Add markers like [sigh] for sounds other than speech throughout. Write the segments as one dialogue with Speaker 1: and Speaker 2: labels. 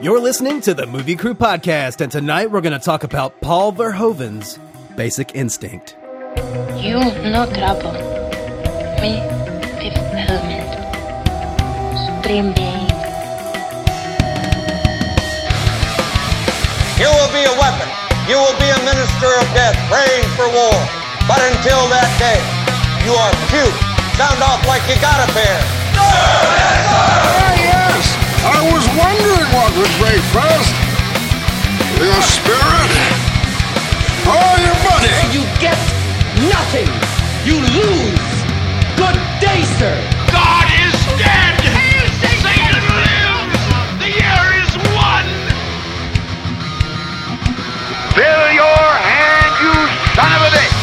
Speaker 1: You're listening to the Movie Crew Podcast, and tonight we're going to talk about Paul Verhoeven's Basic Instinct.
Speaker 2: You no trouble. Me, fifth element. Supreme being.
Speaker 3: You will be a weapon. You will be a minister of death, praying for war. But until that day, you are cute. Sound off like you got a pair.
Speaker 4: Ah, yes! I was wondering what would break first. Your spirit or your money?
Speaker 5: You get nothing. You lose. Good day, sir.
Speaker 6: God is dead! Satan lives! The year is one! Fill your hand, you son of a bitch!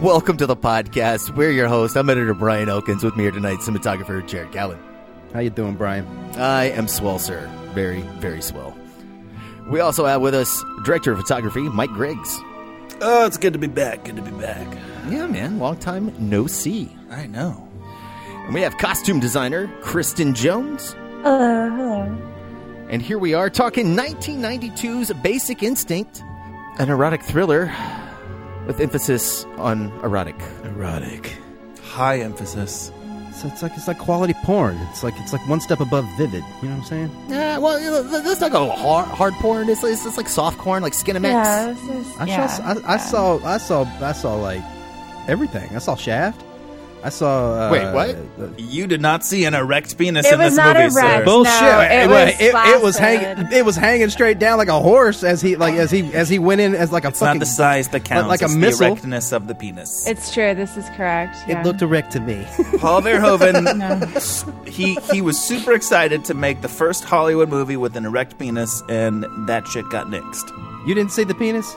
Speaker 7: Welcome to the podcast. We're your host. I'm editor Brian Elkins. With me here tonight, cinematographer Jared Gallen.
Speaker 1: How you doing, Brian?
Speaker 7: I am swell, sir. Very, very swell. We also have with us director of photography Mike Griggs.
Speaker 8: Oh, it's good to be back. Good to be back.
Speaker 7: Yeah, man. Long time no see.
Speaker 8: I know.
Speaker 7: And we have costume designer Kristen Jones.
Speaker 9: Hello, hello.
Speaker 7: And here we are talking 1992's Basic Instinct, an erotic thriller with emphasis on erotic.
Speaker 8: Erotic. High emphasis.
Speaker 1: It's, it's like it's like quality porn. It's like it's like one step above vivid. You know what I'm saying?
Speaker 7: Yeah, well, you know, let's not go hard, hard porn. It's, it's, it's like soft corn, like Skinamax.
Speaker 9: Yeah, this is,
Speaker 1: I
Speaker 9: yeah,
Speaker 1: saw I, I saw I saw I saw like everything. I saw Shaft. I saw uh,
Speaker 7: Wait, what?
Speaker 1: uh,
Speaker 8: You did not see an erect penis
Speaker 9: It
Speaker 8: in
Speaker 9: was
Speaker 8: this
Speaker 9: not
Speaker 8: movie,
Speaker 9: erect.
Speaker 8: sir.
Speaker 9: No,
Speaker 1: Bullshit!
Speaker 9: it was
Speaker 1: it, it was hanging.
Speaker 9: flaccid.
Speaker 1: It was hanging straight down like a horse as he like as he as he went in as like a
Speaker 8: It's
Speaker 1: fucking.
Speaker 8: not the size that counts,
Speaker 1: like a
Speaker 8: it's
Speaker 1: missile.
Speaker 8: the erectness of the penis.
Speaker 9: It's true. This is correct.
Speaker 1: It
Speaker 9: yeah.
Speaker 1: looked erect to me. [laughs]
Speaker 8: Paul Verhoeven, he he was super excited to make the first Hollywood movie with an erect penis, and that shit got nixed.
Speaker 1: you didn't see the penis?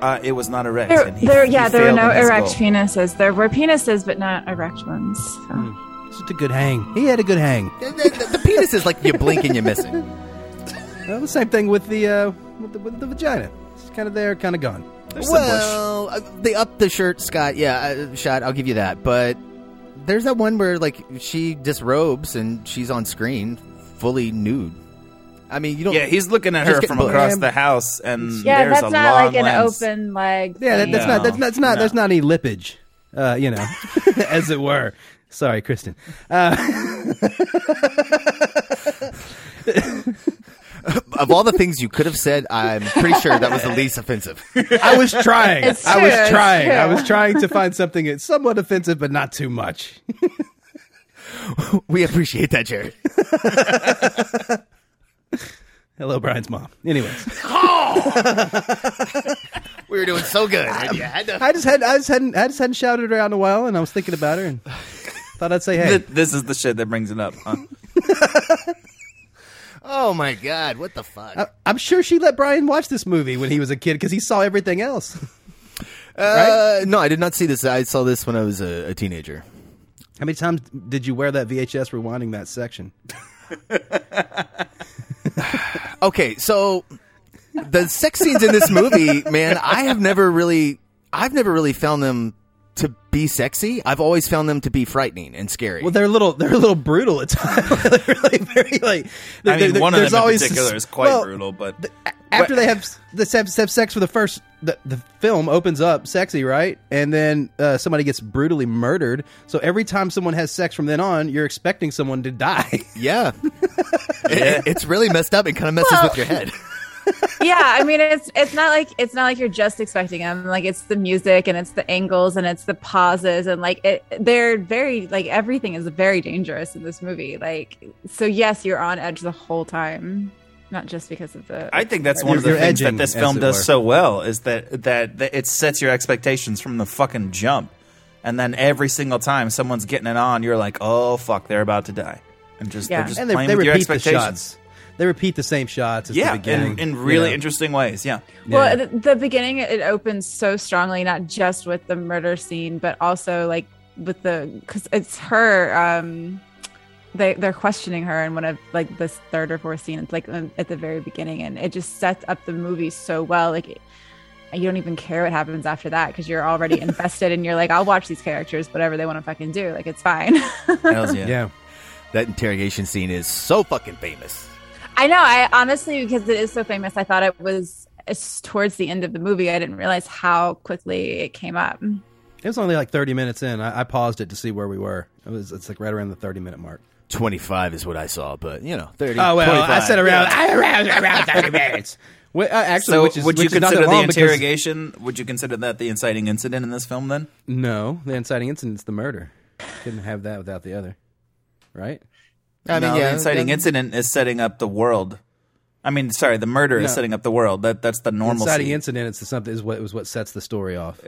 Speaker 8: Uh, it was not erect.
Speaker 9: There,
Speaker 8: and he-
Speaker 9: there,
Speaker 8: he
Speaker 9: yeah, there were
Speaker 8: failed
Speaker 9: no
Speaker 8: in his
Speaker 9: erect
Speaker 8: goal.
Speaker 9: penises. There were penises, but not erect ones. So.
Speaker 8: Hmm.
Speaker 1: It's just a good hang. He had a good hang.
Speaker 7: the, the- the penis is like you blink and you miss it.
Speaker 1: [laughs] Well, the same thing with the uh, with the, with the vagina. It's kind of there, kind of gone.
Speaker 7: well, uh, they up the shirt, Scott. Yeah, uh, shot. I'll give you that. But there's that one where like she disrobes and she's on screen, fully nude. I mean, you don't.
Speaker 8: Yeah, he's looking at
Speaker 7: Just
Speaker 8: her
Speaker 7: get
Speaker 8: from
Speaker 7: booked.
Speaker 8: across the house, and
Speaker 9: Yeah,
Speaker 8: there's
Speaker 9: that's
Speaker 8: a
Speaker 9: not
Speaker 8: long
Speaker 9: like an
Speaker 8: lens.
Speaker 9: open leg.
Speaker 1: Yeah, that, that's
Speaker 8: No.
Speaker 1: not that's not that's not
Speaker 8: No.
Speaker 1: that's not any lippage, uh, you
Speaker 7: [laughs]
Speaker 1: know, [laughs] as it were. Sorry, Kristen.
Speaker 7: of all the things you could have said, I'm pretty sure that was the
Speaker 8: [laughs]
Speaker 7: least offensive.
Speaker 1: I was trying.
Speaker 9: It's
Speaker 1: I
Speaker 9: true,
Speaker 1: was
Speaker 9: it's
Speaker 1: trying. I
Speaker 9: true.
Speaker 1: was trying to
Speaker 7: [laughs]
Speaker 1: find something that's somewhat offensive, but not too much.
Speaker 7: we appreciate that, Jared.
Speaker 1: Hello, Brian's mom. Anyways,
Speaker 7: We were doing so good. and you had to-
Speaker 1: I just had I just hadn't I just hadn't shouted her out in a while, and I was thinking about her and thought I'd say hey.
Speaker 8: Th- this is the shit that brings it up. Huh?
Speaker 7: oh my god, what the fuck?
Speaker 1: I, I'm sure she let Brian watch this movie when he was a kid because he saw everything else.
Speaker 7: Uh, No, I did not see this. I saw this when I was a, a teenager.
Speaker 1: [laughs] How many times did you wear that VHS rewinding that section?
Speaker 7: Okay, so the sex scenes in this movie, man, I have never really, I've never really found them to be sexy. I've always found them to be frightening and scary.
Speaker 1: Well, they're a little they're a little brutal at times. [laughs] they're really very like.
Speaker 8: I mean,
Speaker 1: there-
Speaker 8: one of
Speaker 1: there's
Speaker 8: them in
Speaker 1: always-
Speaker 8: particular is quite
Speaker 1: well,
Speaker 8: brutal, but
Speaker 1: th- after they have the have, have sex for the first the, the film opens up sexy right and then uh, somebody gets brutally murdered so every time someone has sex from then on you're expecting someone to die
Speaker 7: [laughs] yeah, It- it's really messed up and kind of messes with your head.
Speaker 9: yeah, I mean it's it's not like it's not like you're just expecting them. Like it's the music and it's the angles and it's the pauses and like it, they're very like everything is very dangerous in this movie. Like so, yes, you're on edge the whole time, not just because of the.
Speaker 8: I think that's one of the
Speaker 1: You're
Speaker 8: things that
Speaker 1: edging,
Speaker 8: this
Speaker 1: as
Speaker 8: film
Speaker 1: it
Speaker 8: does
Speaker 1: were.
Speaker 8: so well is that, that that it sets your expectations from the fucking jump, and then every single time someone's getting it on, you're like, oh fuck, they're about to die, and just they're
Speaker 1: [laughs]
Speaker 8: just
Speaker 1: and they,
Speaker 8: playing
Speaker 1: they
Speaker 8: with your
Speaker 1: repeat the
Speaker 8: expectations.
Speaker 1: shots. They repeat the same shots as the
Speaker 8: Yeah, in-
Speaker 1: beginning.
Speaker 8: in really
Speaker 1: you know.
Speaker 8: interesting
Speaker 1: [laughs]
Speaker 8: ways. Yeah.
Speaker 9: Well, the, the beginning it opens so strongly, not just with the murder scene, but also like with the because it's her. um they they're questioning her in one of like this third or fourth scene. It's like um, at the very beginning, and it just sets up the movie so well. Like you don't even care what happens after that because you're [laughs] already invested, and you're like, I'll watch these characters, whatever they want to fucking do. Like it's fine. [laughs]
Speaker 8: yeah.
Speaker 7: [laughs] That interrogation scene is so fucking famous.
Speaker 9: I know. I honestly, because it is so famous, I thought it was it's towards the end of the movie. I didn't realize how quickly it came up.
Speaker 1: It was only like 30 minutes in. I, I paused it to see where we were. It was it's like right around the 30 minute mark.
Speaker 7: 25 is what I saw, but you know, 30.
Speaker 1: Oh well, I
Speaker 7: 25.
Speaker 1: said around [laughs]
Speaker 7: Yeah.
Speaker 1: around around 30 [laughs] minutes. Well, uh, actually,
Speaker 8: so
Speaker 1: which is,
Speaker 8: would you
Speaker 1: which is not
Speaker 8: consider
Speaker 1: that
Speaker 8: the
Speaker 1: long because-
Speaker 8: interrogation? Would you consider that the inciting incident in this film? Then
Speaker 1: No, the inciting incident is the murder. Couldn't have that without the other, right?
Speaker 7: I mean,
Speaker 8: no,
Speaker 7: yeah,
Speaker 8: the inciting
Speaker 7: yeah.
Speaker 8: incident is setting up the world. I mean, sorry, the murder is
Speaker 1: No.
Speaker 8: setting up the world. That that's the
Speaker 1: The
Speaker 8: normal.
Speaker 1: inciting incident is the something is what is what sets the story off.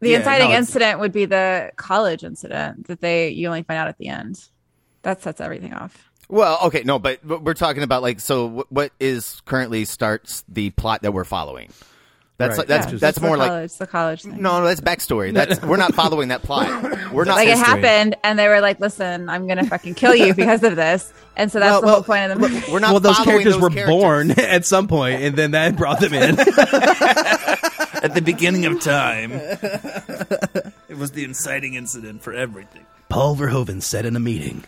Speaker 9: The
Speaker 8: Yeah,
Speaker 9: inciting
Speaker 8: no, it's-
Speaker 9: incident would be the college incident that they you only find out at the end. That sets everything off.
Speaker 7: Well, okay, no, but, but we're talking about like so. What, what is currently starts the plot that we're following? That's
Speaker 1: Right,
Speaker 7: like, that's
Speaker 1: which is-
Speaker 7: that's
Speaker 9: It's
Speaker 7: more
Speaker 9: the
Speaker 7: like
Speaker 9: college, the college thing.
Speaker 7: no, no, that's backstory. That's we're not following that plot. We're not
Speaker 9: like it
Speaker 7: history.
Speaker 9: happened, and they were like, "Listen, I'm gonna fucking kill you because of this," and so that's
Speaker 1: Well,
Speaker 9: the
Speaker 1: well,
Speaker 9: whole point of the movie.
Speaker 7: We're not.
Speaker 1: well, those
Speaker 7: following
Speaker 1: characters
Speaker 7: those
Speaker 1: were
Speaker 7: characters.
Speaker 1: born [laughs] at some point, and then that brought them
Speaker 7: [laughs]
Speaker 1: in.
Speaker 8: At the beginning of time, it was the inciting incident for everything.
Speaker 1: Paul Verhoeven said in a meeting.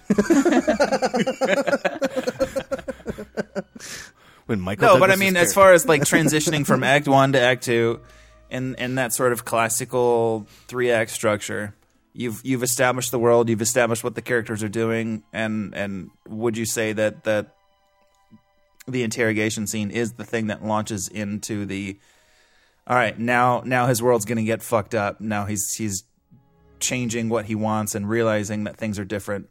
Speaker 7: when Michael.
Speaker 8: No, but I
Speaker 7: Douglas
Speaker 8: mean,
Speaker 7: was
Speaker 8: as
Speaker 7: there.
Speaker 8: far as like transitioning from Act One to Act Two, in in that sort of classical three act structure, you've you've established the world, you've established what the characters are doing, and and would you say that that the interrogation scene is the thing that launches into the all right now now his world's going to get fucked up now he's he's changing what he wants and realizing that things are different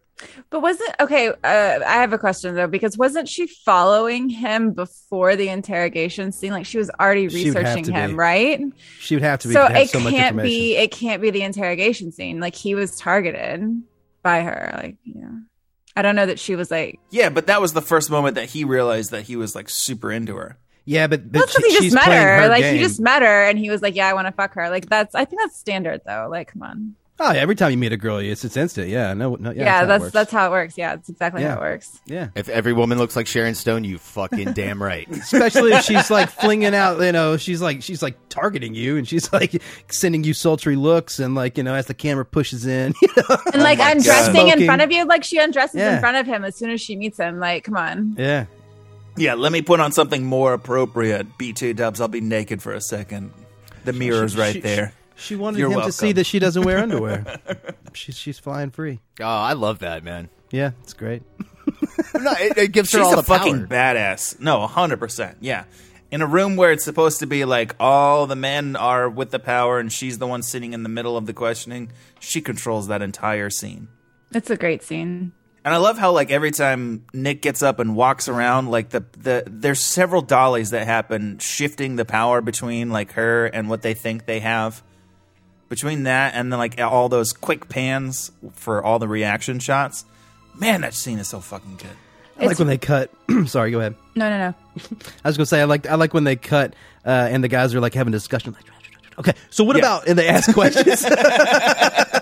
Speaker 9: But wasn't okay? Uh, I have a question though, because wasn't she following him before the interrogation scene? Like she was already
Speaker 1: She would have
Speaker 9: researching
Speaker 1: to
Speaker 9: him,
Speaker 1: be.
Speaker 9: right?
Speaker 1: She would have to be.
Speaker 9: so
Speaker 1: have
Speaker 9: it
Speaker 1: so much
Speaker 9: can't
Speaker 1: information.
Speaker 9: be it can't be the interrogation scene. Like he was targeted by her. Like yeah, I don't know that she was like.
Speaker 8: yeah but that was the first moment that he realized that he was like super into her
Speaker 1: Yeah, but, but
Speaker 9: That's
Speaker 1: she,
Speaker 9: because he
Speaker 1: she's
Speaker 9: just met
Speaker 1: playing
Speaker 9: her.
Speaker 1: her
Speaker 9: Like
Speaker 1: game.
Speaker 9: he just met her, and he was like, "Yeah, I want to fuck her." Like that's. I think that's standard though. Like come on.
Speaker 1: Oh, yeah, every time you meet a girl, it's it's instant. Yeah, no, no yeah,
Speaker 9: Yeah,
Speaker 1: how it
Speaker 9: that's
Speaker 1: works.
Speaker 9: that's how it works. Yeah, that's exactly
Speaker 1: Yeah.
Speaker 9: how it works.
Speaker 1: yeah.
Speaker 7: [laughs] if every woman looks like Sharon Stone, you fucking damn right. [laughs]
Speaker 1: Especially if she's
Speaker 9: [laughs]
Speaker 1: like flinging out, you know, she's like she's like targeting you, and she's like sending you sultry looks, and like you know, as the camera pushes in, [laughs] you know?
Speaker 9: And like
Speaker 8: my
Speaker 9: undressing
Speaker 1: Smoking.
Speaker 9: in front of you, like she undresses
Speaker 1: Oh Yeah.
Speaker 9: in front of him as soon as she meets him. Like come on.
Speaker 1: yeah,
Speaker 8: Yeah, let me put on something more appropriate. B2 dubs, I'll be naked for a second. The mirror's right
Speaker 1: she-
Speaker 8: there.
Speaker 1: She wanted
Speaker 8: You're
Speaker 1: him
Speaker 8: welcome.
Speaker 1: to see that she doesn't wear
Speaker 8: [laughs]
Speaker 1: underwear. she's she's flying free.
Speaker 7: Oh, I love that man.
Speaker 1: Yeah, it's great.
Speaker 7: No, it, it gives her
Speaker 8: She's
Speaker 7: all the
Speaker 8: a fucking
Speaker 7: power.
Speaker 8: badass. No, 100%. Yeah. In a room where it's supposed to be like all the men are with the power and she's the one sitting in the middle of the questioning, she controls that entire scene.
Speaker 9: It's a great scene.
Speaker 8: And I love how like every time Nick gets up and walks around, like the the there's several dollies that happen shifting the power between like her and what they think they have. Between that and then like all those quick pans for all the reaction shots. Man, that scene is so fucking good.
Speaker 1: I like when they cut. [clears throat] sorry, go ahead.
Speaker 9: No, no, no.
Speaker 1: I was gonna say I like I like when they cut uh, and the guys are like having a discussion. Like, okay, so what
Speaker 8: Yeah.
Speaker 1: about? And they
Speaker 8: [laughs]
Speaker 1: ask questions. [laughs]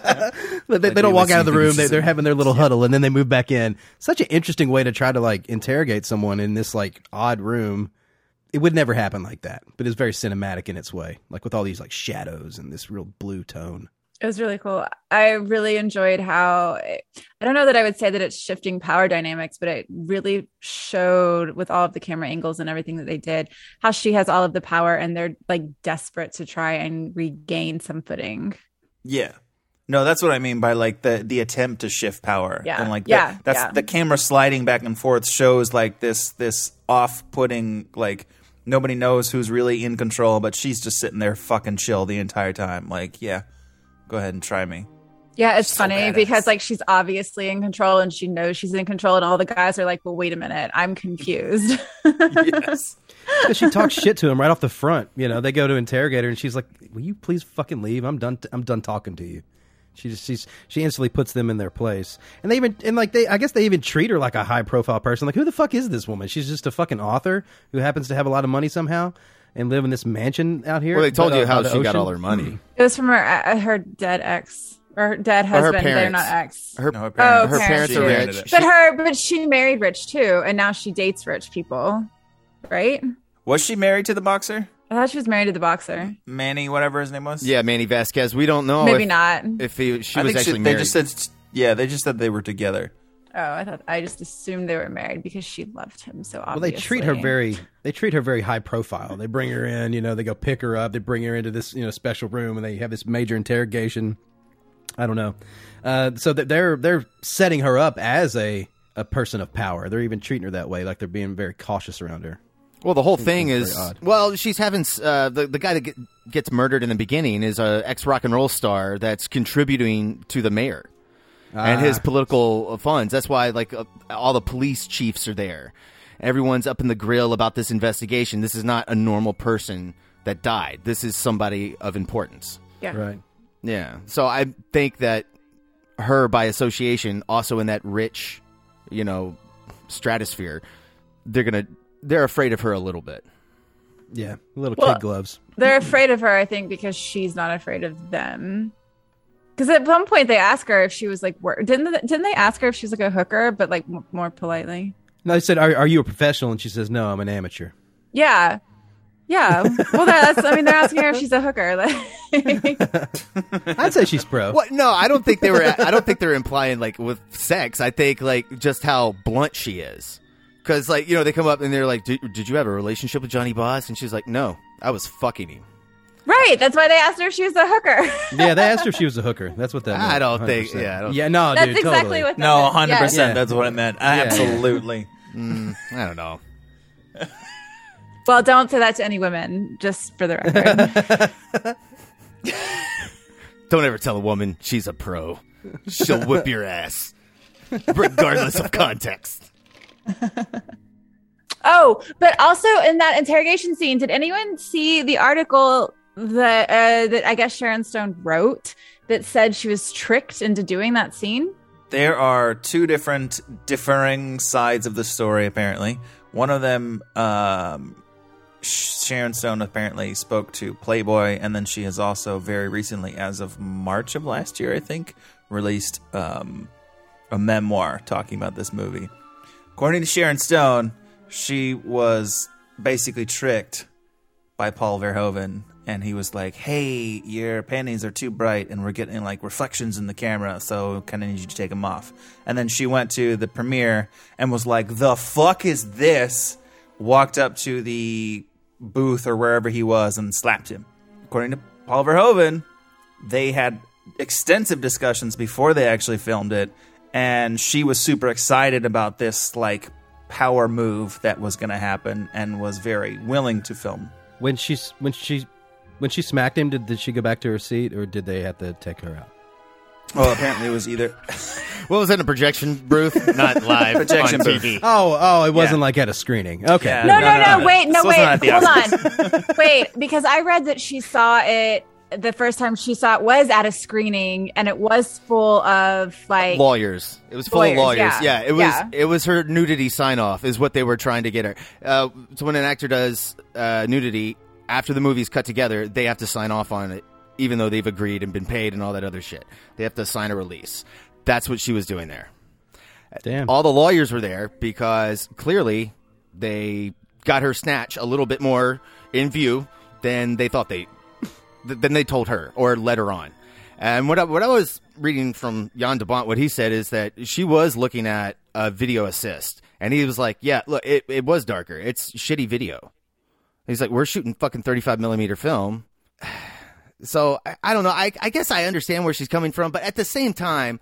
Speaker 1: But they, they don't
Speaker 8: we
Speaker 1: walk out
Speaker 8: listen
Speaker 1: of the
Speaker 8: to
Speaker 1: room.
Speaker 8: this
Speaker 1: They,
Speaker 8: is
Speaker 1: they're
Speaker 8: a-
Speaker 1: having their little huddle, and then they move back in. Such an interesting way to try to like interrogate someone in this like odd room. It would never happen like that, but it's very cinematic in its way, like with all these like shadows and this real blue tone.
Speaker 9: It was really cool. I really enjoyed how it- I don't know that I would say that it's shifting power dynamics, but it really showed with all of the camera angles and everything that they did how she has all of the power and they're like desperate to try and regain some footing.
Speaker 8: Yeah. No, that's what I mean by like the the attempt to shift power.
Speaker 9: Yeah.
Speaker 8: And like the-
Speaker 9: Yeah.
Speaker 8: that's
Speaker 9: Yeah.
Speaker 8: the camera sliding back and forth shows like this this off putting like Nobody knows who's really in control, but she's just sitting there fucking chill the entire time. Like, yeah, go ahead and try me.
Speaker 9: Yeah, it's funny because like she's obviously in control and she knows she's in control, and all the guys are like, "Well, wait a minute, I'm confused." [laughs]
Speaker 8: yes.
Speaker 1: 'Cause she talks shit to him right off the front. You know, they go to interrogate her, and she's like, "Will you please fucking leave? I'm done. T- I'm done talking to you." She just she's she instantly puts them in their place, and they even and like they I guess they even treat her like a high profile person. Like, who the fuck is this woman? She's just a fucking author who happens to have a lot of money somehow and live in this mansion out here.
Speaker 7: Well, they told
Speaker 1: but,
Speaker 7: you
Speaker 1: uh,
Speaker 7: how
Speaker 1: by the
Speaker 7: she got
Speaker 1: ocean.
Speaker 7: all her money.
Speaker 9: It was from her uh, her dead ex or her dead
Speaker 7: Or her
Speaker 9: husband. They're
Speaker 7: parents.
Speaker 9: not ex.
Speaker 7: Her-
Speaker 8: No, her
Speaker 9: oh,
Speaker 7: parents. Her parents
Speaker 9: She
Speaker 7: are
Speaker 9: married
Speaker 7: rich.
Speaker 9: rich.
Speaker 7: She-
Speaker 9: But her but she married rich too, and now she dates rich people, right?
Speaker 8: Was she married to the boxer?
Speaker 9: I thought she was married to the boxer.
Speaker 8: Manny, whatever his name was?
Speaker 7: Yeah, Manny Vasquez. We don't know.
Speaker 9: Maybe
Speaker 7: Oh, if,
Speaker 9: not.
Speaker 7: If he, she
Speaker 8: I
Speaker 7: was
Speaker 8: think
Speaker 7: actually
Speaker 8: she,
Speaker 7: married.
Speaker 8: They just said, yeah, they just said they were together.
Speaker 9: Oh, I thought I just assumed they were married because she loved him so
Speaker 1: Well,
Speaker 9: obviously.
Speaker 1: they treat her very they treat her very high profile. They bring her in, you know, they go pick her up, they bring her into this you know special room, and they have this major interrogation. I don't know, uh, so that they're they're setting her up as a a person of power. They're even treating her that way, like they're being very cautious around her.
Speaker 7: Well, the whole thing
Speaker 1: It's
Speaker 7: is,
Speaker 1: very odd.
Speaker 7: well, she's having uh, the the guy that get, gets murdered in the beginning is a ex rock and roll star that's contributing to the mayor and his
Speaker 1: Ah.
Speaker 7: political uh, funds. That's why, like, uh, all the police chiefs are there. Everyone's up in the grill about this investigation. This is not a normal person that died. This is somebody of importance.
Speaker 9: Yeah.
Speaker 1: Right.
Speaker 7: Yeah. So I think that her, by association, also in that rich, you know, stratosphere, they're gonna they're afraid of her a little bit.
Speaker 1: Yeah, little
Speaker 9: Well-
Speaker 1: kid gloves.
Speaker 9: They're afraid of her, I think, because she's not afraid of them. Because at one point they ask her if she was like, wor- didn't they, didn't they ask her if she was like a hooker, but like m- more politely?
Speaker 1: No, they said, are, "Are you a professional?" And she says, "No, I'm an
Speaker 7: [laughs]
Speaker 1: amateur."
Speaker 9: Yeah, yeah. Well, that, that's I mean, they're asking her if she's a hooker. [laughs] Like,
Speaker 1: I'd say she's pro.
Speaker 7: What? No, I don't think they were. I don't think they're implying like with sex. I think like just how blunt she is. Because like you know they come up and they're like, "Did did you have a relationship with Johnny Boss?" And she's like, "No, I was fucking him."
Speaker 9: right? That's why they asked her if she was a hooker. [laughs]
Speaker 1: Yeah, they asked her if she was a hooker. That's what that.
Speaker 7: I
Speaker 1: meant,
Speaker 7: don't think-
Speaker 1: 100%.
Speaker 7: yeah, I don't-
Speaker 1: yeah, no,
Speaker 9: That's
Speaker 1: dude,
Speaker 9: exactly
Speaker 1: totally.
Speaker 9: what-
Speaker 8: No, 100%.
Speaker 1: Yeah.
Speaker 8: That's what I meant. Absolutely.
Speaker 7: Mm, I don't know.
Speaker 9: well, don't say that to any women, just for the record.
Speaker 7: Don't ever tell a woman she's a pro. She'll whip your ass, regardless of context.
Speaker 9: oh, but also in that interrogation scene, did anyone see the article that uh, that I guess Sharon Stone wrote that said she was tricked into doing that scene?
Speaker 8: There are two different differing sides of the story, apparently. One of them, um, Sh- Sharon Stone apparently spoke to Playboy, and then she has also very recently, as of March of last year, I think, released um, a memoir talking about this movie. According to Sharon Stone, she was basically tricked by Paul Verhoeven, and he was like, "Hey, your panties are too bright, and we're getting like reflections in the camera, so kind of need you to take them off." And then she went to the premiere and was like, "The fuck is this?" Walked up to the booth or wherever he was and slapped him. According to Paul Verhoeven, they had extensive discussions before they actually filmed it and she was super excited about this like power move that was going to happen and was very willing to film
Speaker 1: When she's when she when she smacked him, did, did she go back to her seat, or did they have to take her out?
Speaker 8: well apparently it was either [laughs]
Speaker 7: What was that? A projection booth, not live
Speaker 8: Projection
Speaker 7: on
Speaker 8: booth.
Speaker 7: TV.
Speaker 1: Oh, oh, it wasn't like at a screening. Okay.
Speaker 8: Yeah.
Speaker 9: no,
Speaker 8: No,
Speaker 9: no,
Speaker 8: no,
Speaker 9: no,
Speaker 8: no.
Speaker 9: Wait, no,
Speaker 8: This wasn't at the
Speaker 9: wait. Hold on. wait, because I read that she saw it the first time she saw it was at a screening and it was full of like
Speaker 7: lawyers. It was full of
Speaker 9: Lawyers, yeah.
Speaker 7: lawyers. Yeah, it was
Speaker 9: Yeah.
Speaker 7: it was her nudity sign off is what they were trying to get her. Uh, so when an actor does uh, nudity after the movie's cut together, they have to sign off on it, even though they've agreed and been paid and all that other shit. They have to sign a release. That's what she was doing there.
Speaker 1: Damn.
Speaker 7: All the lawyers were there because clearly they got her snatch a little bit more in view than they thought they th- than they told her or led her on. And what I, what I was reading from Jan de Bont, what he said is that she was looking at a video assist, and he was like, "Yeah, look, it, it was darker. It's shitty video." He's like, "We're shooting fucking thirty five millimeter film." So I, I don't know. I, I guess I understand where she's coming from, but at the same time,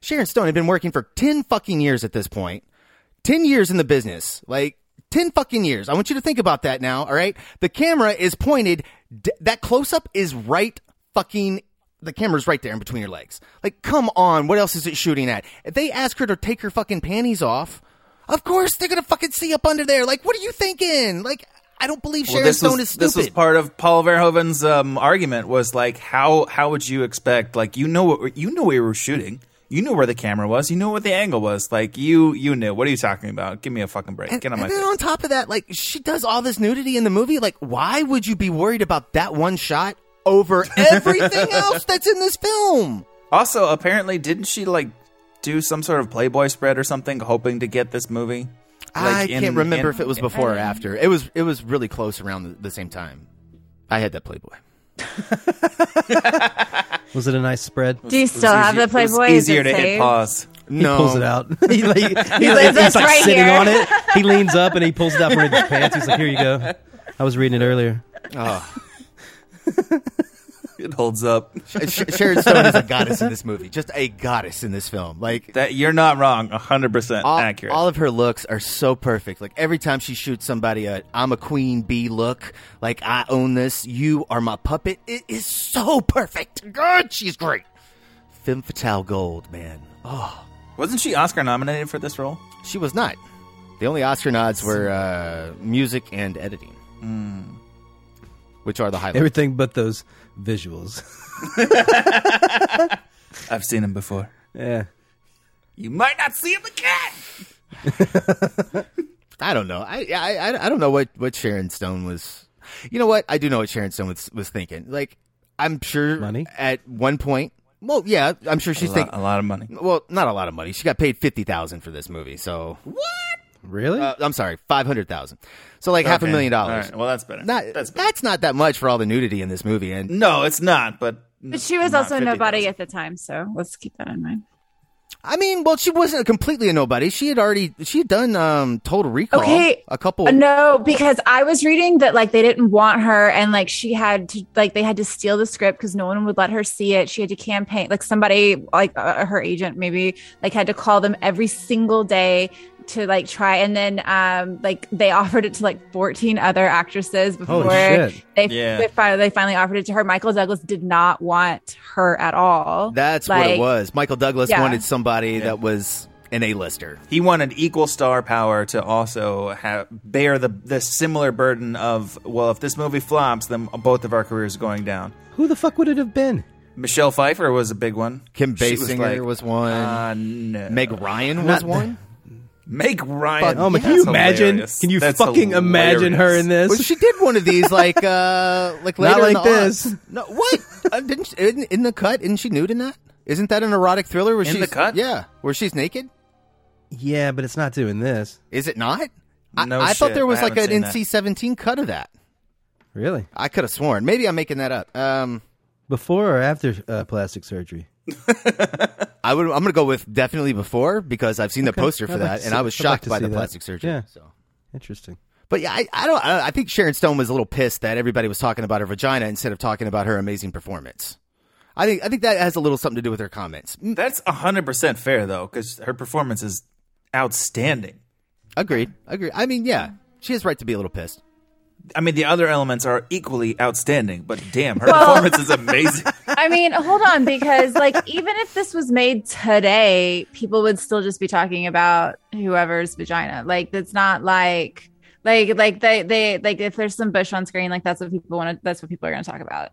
Speaker 7: Sharon Stone had been working for ten fucking years at this point. Ten years in the business, like 10 fucking years. I want you to think about that now, all right? The camera is pointed, d- that close up is right fucking, the camera's right there in between your legs. Like, come on, what else is it shooting at? If they ask her to take her fucking panties off, of course they're gonna fucking see up under there. Like, what are you thinking? Like, I don't believe Sharon
Speaker 8: this
Speaker 7: Stone
Speaker 8: was,
Speaker 7: is stupid.
Speaker 8: This was part of Paul Verhoeven's um, argument was like, how how would you expect? Like, you know what you know where we were shooting. You knew where the camera was. You knew what the angle was. Like, you you knew. What are you talking about? Give me a fucking break. Get on
Speaker 7: and
Speaker 8: my
Speaker 7: then
Speaker 8: face.
Speaker 7: on top of that, like she does all this nudity in the movie. Like, why would you be worried about that one shot
Speaker 8: [laughs]
Speaker 7: over everything else that's in this film?
Speaker 8: Also, apparently, didn't she like do some sort of Playboy spread or something, hoping to get this movie?
Speaker 7: I
Speaker 8: Like, in-
Speaker 7: can't remember
Speaker 8: in-
Speaker 7: if it was before or after. It was it was really close around the, the same time. I had that Playboy.
Speaker 1: Was it a nice spread?
Speaker 9: Do you still have the Playboy? Is it saved?
Speaker 1: He
Speaker 7: No.
Speaker 1: pulls it out. [laughs] he, like, he,
Speaker 9: like,
Speaker 1: he's
Speaker 9: "That's
Speaker 1: like
Speaker 9: right
Speaker 1: sitting
Speaker 9: here."
Speaker 1: on it.
Speaker 9: [laughs]
Speaker 1: He leans up and he pulls it out from his pants. He's like, "Here you go." I was reading it earlier.
Speaker 7: Oh,
Speaker 8: It holds up.
Speaker 7: Sh- Sharon Stone is a goddess in this movie, just a goddess in this film. Like
Speaker 8: that, you're not wrong. hundred percent
Speaker 7: all,
Speaker 8: accurate.
Speaker 7: All of her looks are so perfect. Like every time she shoots somebody, a "I'm a queen bee" look. Like I own this. You are my puppet. It is so perfect. God, she's great. Femme fatale gold, man. Oh,
Speaker 8: wasn't she Oscar nominated for this role?
Speaker 7: She was not. The only Oscar nods were uh, music and editing, Mm. which are the highlights.
Speaker 1: Everything but those visuals.
Speaker 8: I've seen him before.
Speaker 1: Yeah.
Speaker 8: You might not see him again.
Speaker 7: I don't know. I I I- I don't know what what Sharon Stone was. You know what? I do know what Sharon Stone was was thinking. Like I'm sure money at one point. Well, yeah, I'm sure she's
Speaker 8: lot-
Speaker 7: thinking
Speaker 8: a lot of money.
Speaker 7: Well, not a lot of money. She got paid fifty thousand for this movie. So what?
Speaker 1: Really?
Speaker 7: Uh, I'm sorry, five hundred thousand. So like half a
Speaker 8: Okay.
Speaker 7: million dollars.
Speaker 8: All right. Well, that's better.
Speaker 7: Not that's, not that much for all the nudity in this movie. And
Speaker 8: no, it's not. But
Speaker 9: But she was
Speaker 7: Not
Speaker 9: also
Speaker 7: 50,000.
Speaker 9: nobody at the time, so let's keep that in mind.
Speaker 7: I mean, well, she wasn't completely a nobody. She had already she had done um Total Recall.
Speaker 9: Okay.
Speaker 7: a
Speaker 10: Oh.
Speaker 7: couple.
Speaker 9: Uh, No, because I was reading that like they didn't want her, and like she had to like they had to steal the script because no one would let her see it. She had to campaign like somebody like uh, her agent maybe like had to call them every single day to like try, and then um like they [laughs] offered it to like fourteen other actresses
Speaker 10: Holy
Speaker 9: before
Speaker 10: shit.
Speaker 9: they
Speaker 10: Yeah.
Speaker 9: they, fi- they finally offered it to her. Michael Douglas did not want her at all.
Speaker 7: That's what
Speaker 9: Like,
Speaker 7: it was. Michael Douglas
Speaker 9: Yeah.
Speaker 7: wanted somebody that was an A-lister.
Speaker 8: He wanted equal star power to also have, bear the the similar burden of well, if this movie flops, then both of our careers are going down.
Speaker 1: Who the fuck would it have been?
Speaker 8: Michelle Pfeiffer was a big one.
Speaker 7: Kim
Speaker 8: She was
Speaker 7: Basinger
Speaker 8: like,
Speaker 7: was one.
Speaker 8: Uh, no.
Speaker 7: Meg Ryan was
Speaker 8: Not
Speaker 7: one.
Speaker 8: Meg Ryan.
Speaker 1: Oh, man,
Speaker 8: That's
Speaker 1: can you imagine?
Speaker 8: hilarious.
Speaker 1: Can you
Speaker 8: That's
Speaker 1: fucking imagine her in this?
Speaker 7: [laughs] Well, she did one
Speaker 1: [laughs]
Speaker 7: of these like uh like
Speaker 1: Not
Speaker 7: later in
Speaker 1: like
Speaker 7: the
Speaker 1: this.
Speaker 7: aughts. No, what? Uh, didn't she, in, in the cut? Isn't she nude in that? Isn't that an erotic thriller? Where
Speaker 1: In
Speaker 7: she's
Speaker 1: the cut?
Speaker 7: Yeah, where she's naked.
Speaker 1: Yeah, but it's not doing this.
Speaker 7: Is it not? I,
Speaker 1: No
Speaker 7: I
Speaker 1: shit,
Speaker 7: thought there was
Speaker 1: I
Speaker 7: like an
Speaker 1: haven't seen that.
Speaker 7: NC-17 cut of that.
Speaker 1: Really?
Speaker 7: I could have sworn. Maybe I'm making that up. Um,
Speaker 1: Before or after uh, plastic surgery?
Speaker 7: I would. I'm gonna go with definitely before because I've seen the
Speaker 1: Okay.
Speaker 7: poster for
Speaker 1: I'd like
Speaker 7: that,
Speaker 1: to
Speaker 7: and
Speaker 1: see-
Speaker 7: I was
Speaker 1: I'd like
Speaker 7: shocked
Speaker 1: to
Speaker 7: by
Speaker 1: see
Speaker 7: the
Speaker 1: that.
Speaker 7: plastic surgery.
Speaker 1: Yeah.
Speaker 7: So.
Speaker 1: Interesting.
Speaker 7: But yeah, I, I don't. I I think Sharon Stone was a little pissed that everybody was talking about her vagina instead of talking about her amazing performance. I think. I think that has a little something to do with her comments. Mm,
Speaker 8: That's hundred percent fair though, because her performance is outstanding.
Speaker 7: Agreed. Agreed. I mean, yeah, she has right to be a little pissed.
Speaker 8: I mean, the other elements are equally outstanding, but damn, her
Speaker 9: Well-
Speaker 8: performance is
Speaker 9: [laughs]
Speaker 8: amazing.
Speaker 9: I mean, hold on, because like even if this was made today, people would still just be talking about whoever's vagina. Like that's not like like like they they like if there's some bush on screen, like that's what people want to. That's what people are going to talk about.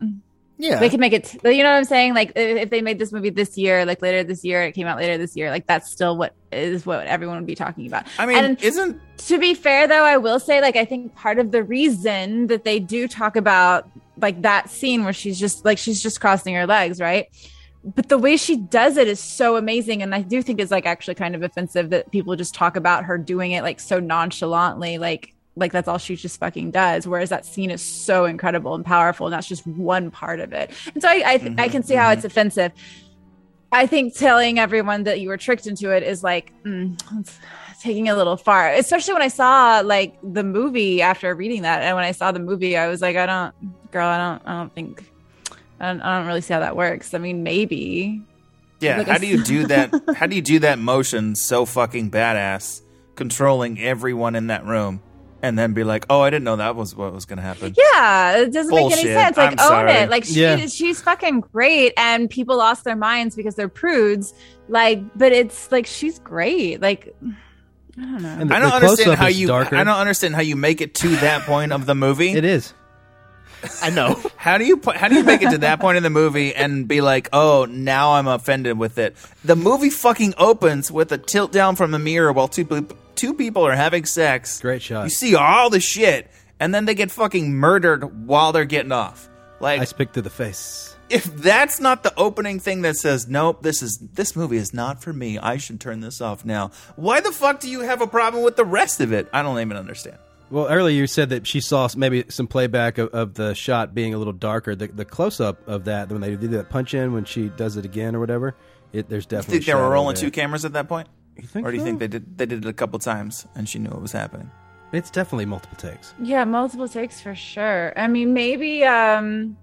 Speaker 7: Yeah.
Speaker 9: they can make it. you know what I'm saying? Like if if they made this movie this year, like later this year, it came out later this year. Like that's still what is what everyone would be talking about.
Speaker 8: I mean,
Speaker 9: And-
Speaker 8: isn't
Speaker 9: to be fair though i will say like i think part of the reason that they do talk about like that scene where she's just like she's just crossing her legs right but the way she does it is so amazing and i do think it's like actually kind of offensive that people just talk about her doing it like so nonchalantly like like that's all she just fucking does whereas that scene is so incredible and powerful and that's just one part of it and so i i, th- I can see how it's offensive I think telling everyone that you were tricked into it is like mm, it's taking it a little far. Especially when I saw like the movie after reading that, and when I saw the movie, I was like, I don't, girl, I don't, I don't think, I don't, I don't really see how that works. I mean, maybe.
Speaker 8: Yeah,
Speaker 9: Like I
Speaker 8: how do you
Speaker 9: s-
Speaker 8: do that? How do you do that motion so fucking badass, controlling everyone in that room? and then be like, "Oh, I didn't know that was what was going to happen."
Speaker 9: Yeah, it doesn't make
Speaker 8: Bullshit.
Speaker 9: any sense. Like,
Speaker 8: I'm
Speaker 9: own
Speaker 8: sorry.
Speaker 9: it. Like, she,
Speaker 8: Yeah.
Speaker 9: she's fucking great, and people lost their minds because they're prudes. Like, but it's like she's great. Like, I don't know.
Speaker 8: I don't understand how you. I don't understand how you make it to that point of the movie. It
Speaker 1: is.
Speaker 7: I know.
Speaker 8: how do you pu- how do you make it to that point in the movie and be like, oh, now I'm offended with it? The movie fucking opens with a tilt down from the mirror while two pe- two people are having sex. Great
Speaker 1: shot.
Speaker 8: You see all the shit, and then they get fucking murdered while they're getting off. Like
Speaker 1: I speak to the face.
Speaker 8: if that's not the opening thing that says nope this is this movie is not for me i should turn this off now why the fuck do you have a problem with the rest of it i don't even understand
Speaker 1: Well, earlier you said that she saw s- maybe some playback of, of the shot being a little darker. The, the close up of that when they do that punch in when she does it again or whatever, it, there's
Speaker 8: you
Speaker 1: definitely.
Speaker 8: think they were
Speaker 1: shadow
Speaker 8: rolling
Speaker 1: there.
Speaker 8: two cameras at that point
Speaker 1: think
Speaker 8: or do you
Speaker 1: so?
Speaker 8: think they did they did it a couple times and she knew what was happening
Speaker 1: it's definitely multiple takes
Speaker 9: Yeah, multiple takes for sure. I mean, maybe. um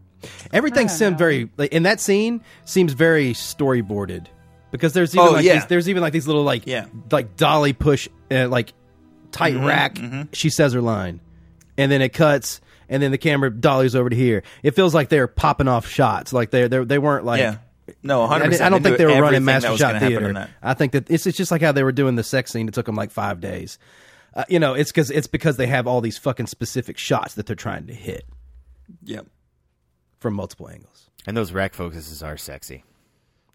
Speaker 1: Everything seemed very like, in that scene seems very storyboarded because there's even
Speaker 8: Oh,
Speaker 1: like
Speaker 8: yeah.
Speaker 1: these, there's even like these little like like dolly push uh, like tight
Speaker 8: Mhm,
Speaker 1: rack. She says her line, and then it cuts, and then the camera dollies over to here. It feels like they're popping off shots. Like they they they weren't like
Speaker 8: Yeah. Oh, No, 100%.
Speaker 1: I, didn't- I
Speaker 8: They
Speaker 1: don't think
Speaker 8: do
Speaker 1: they were running
Speaker 8: everything that
Speaker 1: master
Speaker 8: was
Speaker 1: shot
Speaker 8: gonna happen in
Speaker 1: theater.
Speaker 8: that.
Speaker 1: I think that it's, it's just like how they were doing the sex scene. It took them like five days. Uh, you know, it's because it's because they have all these fucking specific shots that they're trying to hit
Speaker 8: yep
Speaker 1: from multiple angles.
Speaker 7: And those rack focuses are sexy.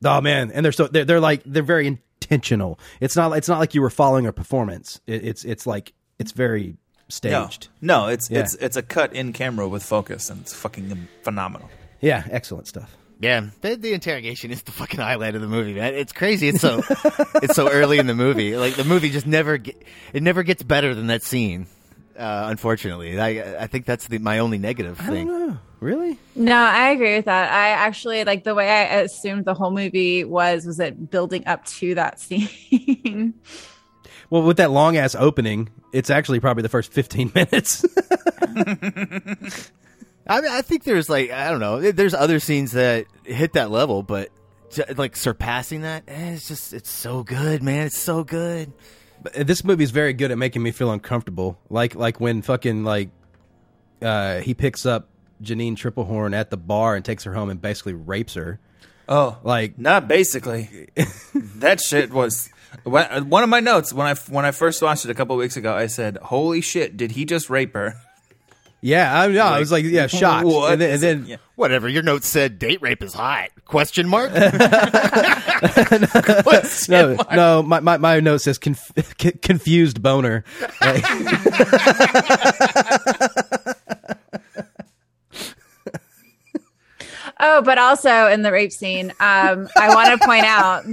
Speaker 1: Oh man, and they're so they're, they're like they're very intentional. It's not it's not like you were following a performance. It, it's it's like it's very staged.
Speaker 8: no, no it's
Speaker 1: Yeah.
Speaker 8: it's it's a cut in camera with focus and it's fucking phenomenal
Speaker 1: Yeah, excellent stuff.
Speaker 7: Yeah, the, the interrogation is the fucking highlight of the movie, man. It's crazy.
Speaker 9: [laughs]
Speaker 7: It's so it's so early in the movie. Like the movie just never ge- it never gets better than that scene. Uh, unfortunately, I I think that's the, my only negative thing.
Speaker 1: Really?
Speaker 9: No, I agree with that. I actually like the way I assumed the whole movie was was it building up to that [laughs] scene.
Speaker 1: Well, with that long ass opening, it's actually probably the first fifteen [laughs] minutes.
Speaker 7: I mean, I think there's like I don't know. There's other scenes that hit that level, but ju- like surpassing that, eh, it's just it's so good, man. It's so good.
Speaker 1: But this movie's very good at making me feel uncomfortable. Like like when fucking like uh, he picks up Janine Triplehorn at the bar and takes her home and basically rapes her.
Speaker 8: Oh,
Speaker 1: like
Speaker 8: not
Speaker 1: [laughs]
Speaker 8: basically. that shit was when- one of my notes when I when I first watched it a couple weeks ago. I said, "Holy shit! Did he just rape her?"
Speaker 1: Yeah, I, yeah, I was like, yeah, shocked.
Speaker 8: What
Speaker 1: And then, and
Speaker 8: is
Speaker 1: then
Speaker 7: Whatever your note said, date rape is hot?
Speaker 1: [laughs]
Speaker 7: Question mark.
Speaker 1: no, no, my, my, my note says conf- [laughs] con- confused boner. Like-
Speaker 9: Oh, but also in the rape scene, um, I want to point out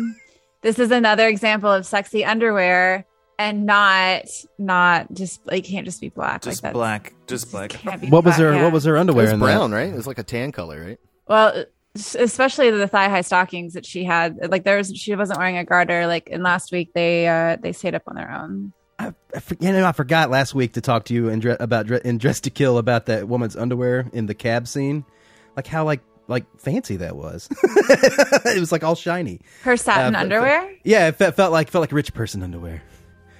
Speaker 9: this is another example of sexy underwear and not not just like you can't just be black.
Speaker 8: Just
Speaker 9: like that's-
Speaker 8: black, just black.
Speaker 9: can't be
Speaker 1: what was
Speaker 9: [laughs] black,
Speaker 1: her
Speaker 9: yeah.
Speaker 1: What was her underwear?
Speaker 7: It was
Speaker 1: in that?
Speaker 7: brown, right? It was like a tan color, right?
Speaker 9: Well, s- especially the thigh high stockings that she had. Like there was, she wasn't wearing a garter. Like in last week, they uh they stayed up on their own.
Speaker 1: I for- you know, I forgot last week to talk to you and dre- about dre- in Dress to Kill about that woman's underwear in the cab scene, like how like like fancy that was. [laughs] it was like all shiny.
Speaker 9: Her satin
Speaker 1: Uh, but-
Speaker 9: underwear.
Speaker 1: Yeah, it fe- felt like felt like rich person underwear.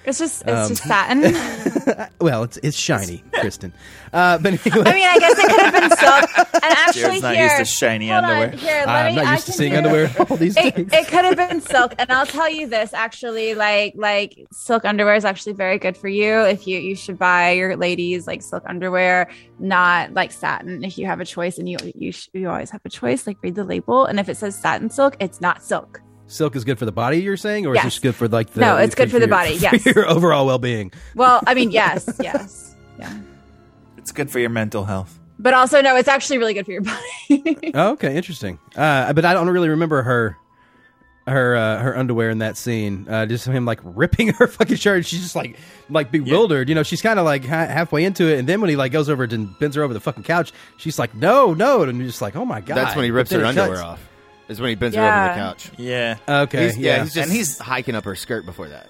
Speaker 9: It's just it's
Speaker 1: Um,
Speaker 9: just satin. [laughs]
Speaker 1: Well, it's it's shiny, Kristen. Uh, but anyway,
Speaker 9: I mean, I guess it could have been silk. And actually,
Speaker 1: Jared's not
Speaker 9: here,
Speaker 1: used to shiny
Speaker 9: hold on,
Speaker 1: underwear.
Speaker 9: here,
Speaker 1: [laughs]
Speaker 9: let
Speaker 1: I'm
Speaker 9: me-
Speaker 1: not
Speaker 9: I
Speaker 1: used to
Speaker 9: can
Speaker 1: seeing
Speaker 9: do-
Speaker 1: underwear all these
Speaker 9: [laughs] it,
Speaker 1: days.
Speaker 9: it could have been silk, and I'll tell you this. Actually, like like silk underwear is actually very good for you. If you you should buy your ladies like silk underwear, not like satin. If you have a choice, and you you sh- you always have a choice, like read the label. And if it says satin silk, it's not silk.
Speaker 1: Silk is good for the body, you're saying, or
Speaker 9: Yes.
Speaker 1: is this good for like the
Speaker 9: No, it's good for the
Speaker 1: your- [laughs]
Speaker 9: body, yes.
Speaker 1: your overall well being.
Speaker 9: Well, I mean, yes,
Speaker 1: [laughs]
Speaker 9: yes, yeah.
Speaker 8: It's good for your mental health.
Speaker 9: But also, no, it's actually really good for your body.
Speaker 1: Oh, okay, interesting. Uh, but I don't really remember her her uh, her underwear in that scene. Uh, just him like [laughs] ripping her fucking shirt. and She's just like like bewildered. You know, she's kind of like ha- halfway into it, and then when he like goes over and bends her over the fucking couch, she's like, "No, no," and you're just like, "Oh my god!"
Speaker 7: That's when he rips
Speaker 1: But
Speaker 7: her
Speaker 1: then it
Speaker 7: underwear
Speaker 1: cuts.
Speaker 7: off. Is when he bends her over
Speaker 9: Yeah.
Speaker 7: the couch.
Speaker 8: Yeah.
Speaker 1: Okay.
Speaker 7: He's-
Speaker 1: yeah.
Speaker 7: He's just
Speaker 8: And
Speaker 7: he's hiking up her skirt before that.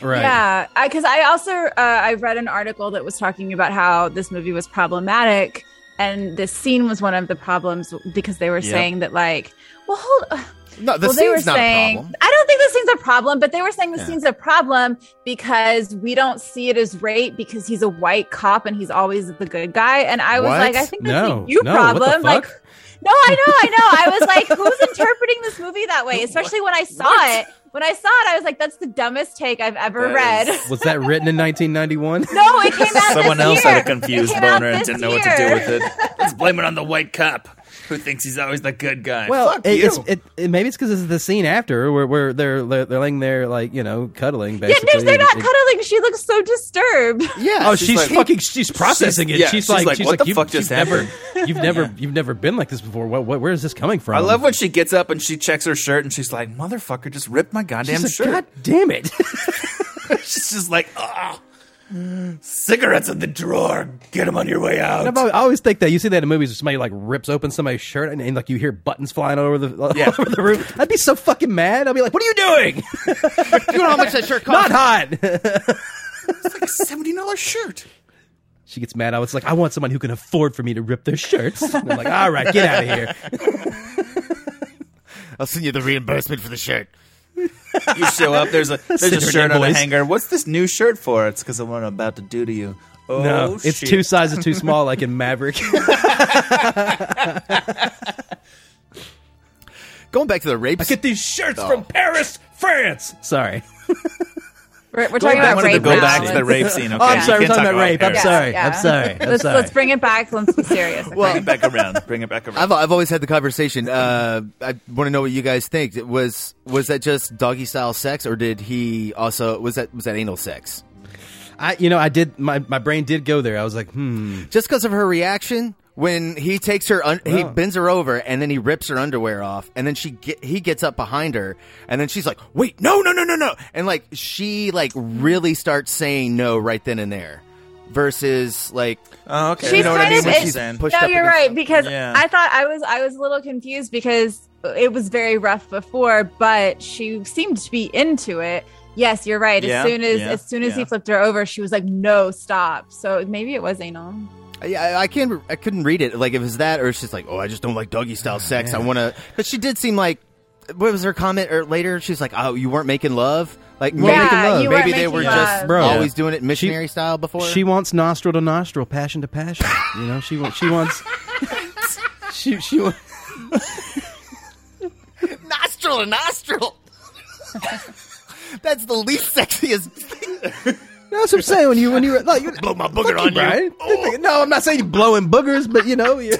Speaker 1: Right.
Speaker 9: Yeah, because I, also uh, I read an article that was talking about how this movie was problematic, and this scene was one of the problems because they were
Speaker 10: Yep.
Speaker 9: saying that like, well, hold,
Speaker 7: No, the
Speaker 9: well, they were
Speaker 7: scene's not a
Speaker 9: saying,
Speaker 7: problem.
Speaker 9: I don't think the scene's a problem, but they were saying the
Speaker 7: Yeah.
Speaker 9: scene's a problem because we don't see it as rape because he's a white cop and he's always the good guy. And I was
Speaker 1: What?
Speaker 9: like, I think that's
Speaker 1: No,
Speaker 9: a you
Speaker 1: no, what the
Speaker 9: problem. Like,
Speaker 1: fuck?
Speaker 9: no, I know, I know. I was like, who's interpreting this movie that way? Especially when I saw it. When I saw it, I was like, that's the dumbest take I've ever read.
Speaker 1: Was that written in 1991?
Speaker 9: [laughs] No, it came out.
Speaker 8: Someone
Speaker 9: this
Speaker 8: else
Speaker 9: year.
Speaker 8: had a confused
Speaker 9: It came out
Speaker 8: boner and
Speaker 9: this
Speaker 8: didn't know what to do
Speaker 9: year.
Speaker 8: with it. [laughs] Let's blame it on the white cop who thinks he's always the good
Speaker 1: [laughs]
Speaker 8: guy.
Speaker 1: Well,
Speaker 8: Fuck
Speaker 1: it,
Speaker 8: you.
Speaker 1: it's it, it- maybe it's because it's the scene after where, where they're they're they're laying there like you know cuddling.
Speaker 9: Yeah,
Speaker 1: Basically,
Speaker 9: no, they're not
Speaker 1: It-
Speaker 9: cuddling. She looks so disturbed.
Speaker 7: Yeah.
Speaker 1: Oh, she's, fucking. She's processing
Speaker 8: she's-
Speaker 1: it.
Speaker 8: yeah,
Speaker 1: she's,
Speaker 8: she's
Speaker 1: like,
Speaker 8: like,
Speaker 1: she's
Speaker 8: what
Speaker 1: like,
Speaker 8: the
Speaker 1: you,
Speaker 8: fuck just
Speaker 1: you've never,
Speaker 8: happened? [laughs]
Speaker 1: you've never, you've never been like this before. What, what, where is this coming from?
Speaker 8: I love when she gets up and she checks her shirt and she's like, "Motherfucker, just ripped my goddamn
Speaker 1: She's like,
Speaker 8: shirt."
Speaker 1: God damn
Speaker 8: [laughs]
Speaker 1: it!
Speaker 8: she's just like, "Ah, cigarettes in the drawer. Get them on your way out."
Speaker 1: And I've al- I always think that you see that in movies where somebody like rips open somebody's shirt and, and like you hear buttons flying all over the [laughs] all
Speaker 8: Yeah.
Speaker 1: over the room. I'd be so fucking mad. I'd be like, "What are you doing?
Speaker 7: you know how much that shirt
Speaker 1: Not
Speaker 7: costs?
Speaker 1: hot." [laughs]
Speaker 8: It's like a [laughs] seventy dollars shirt.
Speaker 1: she gets mad. I was like, "I want someone who can afford for me to rip their shirts." And I'm like, "All right, get out of
Speaker 8: [laughs]
Speaker 1: here."
Speaker 7: I'll send you the reimbursement for the shirt.
Speaker 8: You show up.
Speaker 1: [laughs]
Speaker 8: There's a there's
Speaker 1: Send
Speaker 8: a
Speaker 1: her an
Speaker 8: shirt on a
Speaker 1: invoice.
Speaker 8: hanger. What's this new shirt for? It's because of what I'm about to do to you. Oh,
Speaker 1: no, it's
Speaker 8: shit.
Speaker 1: two sizes too small, like in
Speaker 8: [laughs]
Speaker 1: Maverick.
Speaker 7: Going back to the rape.
Speaker 1: I get these shirts
Speaker 7: Oh.
Speaker 1: from Paris, France. Sorry.
Speaker 9: We're, we're
Speaker 8: I
Speaker 9: talking about
Speaker 8: wanted to
Speaker 9: rape
Speaker 8: go
Speaker 9: now.
Speaker 8: back to the
Speaker 9: Let's- [laughs]
Speaker 8: rape
Speaker 1: [laughs]
Speaker 8: scene. Okay,
Speaker 1: Oh, I'm
Speaker 8: You
Speaker 1: sorry. We're
Speaker 8: can't
Speaker 1: talking
Speaker 8: talk
Speaker 1: about rape. I'm
Speaker 8: Paris.
Speaker 1: sorry.
Speaker 9: Yeah.
Speaker 1: I'm sorry. I'm
Speaker 9: let's,
Speaker 1: sorry.
Speaker 9: let's bring it back. Let's be serious. okay?
Speaker 8: Bring it back around. Bring it back around.
Speaker 7: I've, I've always had the conversation. Uh, I want to know what you guys think. It was was that just doggy style sex, or did he also was that was that anal sex?
Speaker 1: I, you know, I did. My, my brain did go there. I was like, hmm.
Speaker 7: Just because of her reaction when he takes her, un- he
Speaker 1: Wow.
Speaker 7: bends her over, and then he rips her underwear off, and then she get, he gets up behind her, and then she's like, "Wait, no, no, no, no, no!" And like she like really starts saying no right then and there, versus like
Speaker 8: Oh, okay.
Speaker 9: She's
Speaker 8: you know what I
Speaker 9: kind
Speaker 8: mean?
Speaker 9: of-
Speaker 8: What
Speaker 9: it's-
Speaker 8: she's saying.
Speaker 7: pushed
Speaker 9: no,
Speaker 7: up
Speaker 9: you're
Speaker 7: against-
Speaker 9: right because
Speaker 8: Yeah.
Speaker 9: I thought I was I was a little confused because it was very rough before, but she seemed to be into it. Yes, you're right. As
Speaker 8: Yeah,
Speaker 9: soon as
Speaker 8: yeah,
Speaker 9: as soon as he
Speaker 8: yeah.
Speaker 9: flipped her over, she was like, "No, stop." So maybe it was anal.
Speaker 7: Yeah, I, I can't. I couldn't read it. Like if it's that, or it's just like, oh, I just don't like doggy style sex. I want to. But she did seem like. What was her comment? Or later, she's like, oh, you weren't making love. Like
Speaker 1: Well,
Speaker 7: maybe,
Speaker 1: making love.
Speaker 9: you
Speaker 7: maybe
Speaker 9: weren't
Speaker 7: they
Speaker 9: making
Speaker 7: were just
Speaker 9: love.
Speaker 1: Bro.
Speaker 7: always doing it missionary style before.
Speaker 1: She wants nostril to nostril, passion to passion. You know, she wants. She wants. [laughs] She she. wa-
Speaker 7: nostril to nostril. That's the least sexiest thing. [laughs]
Speaker 1: No, That's what I'm saying. When you when you like, you
Speaker 7: Blow my booger Oh.
Speaker 1: fucking Brian. No, I'm not saying you're blowing boogers, but you know, you-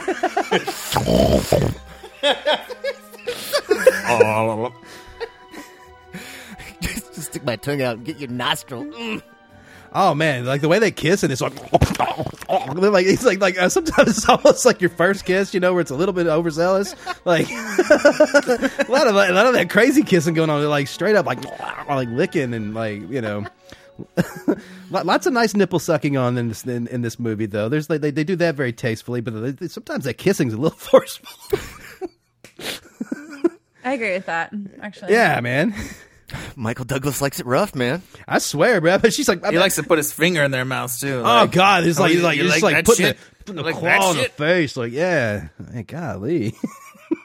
Speaker 7: just stick my tongue out and get your nostril.
Speaker 1: oh man, like the way they kiss and it's like, [laughs] they're like it's like like uh, sometimes it's almost like your first kiss, you know, where it's a little bit overzealous, like [laughs] a lot of a lot of that crazy kissing going on, They're, like straight up like like licking and like you know. [laughs] Lo- Lots of nice nipple sucking on in this in, in this movie, though. There's like, they they do that very tastefully, but they, they- sometimes that kissing's a little [laughs] forceful.
Speaker 9: I agree with that. Actually,
Speaker 1: yeah, man,
Speaker 7: Michael Douglas likes it rough, man.
Speaker 1: I swear, bro. But she's like,
Speaker 8: He likes to put his finger in their mouth too.
Speaker 1: oh god, it's like
Speaker 8: you-
Speaker 1: it's like
Speaker 8: you
Speaker 1: it's
Speaker 8: like
Speaker 1: like,
Speaker 8: that
Speaker 1: putting
Speaker 8: shit?
Speaker 1: the, putting the
Speaker 8: Like that
Speaker 1: claw in the
Speaker 8: shit?
Speaker 1: face. Like, yeah, hey, golly.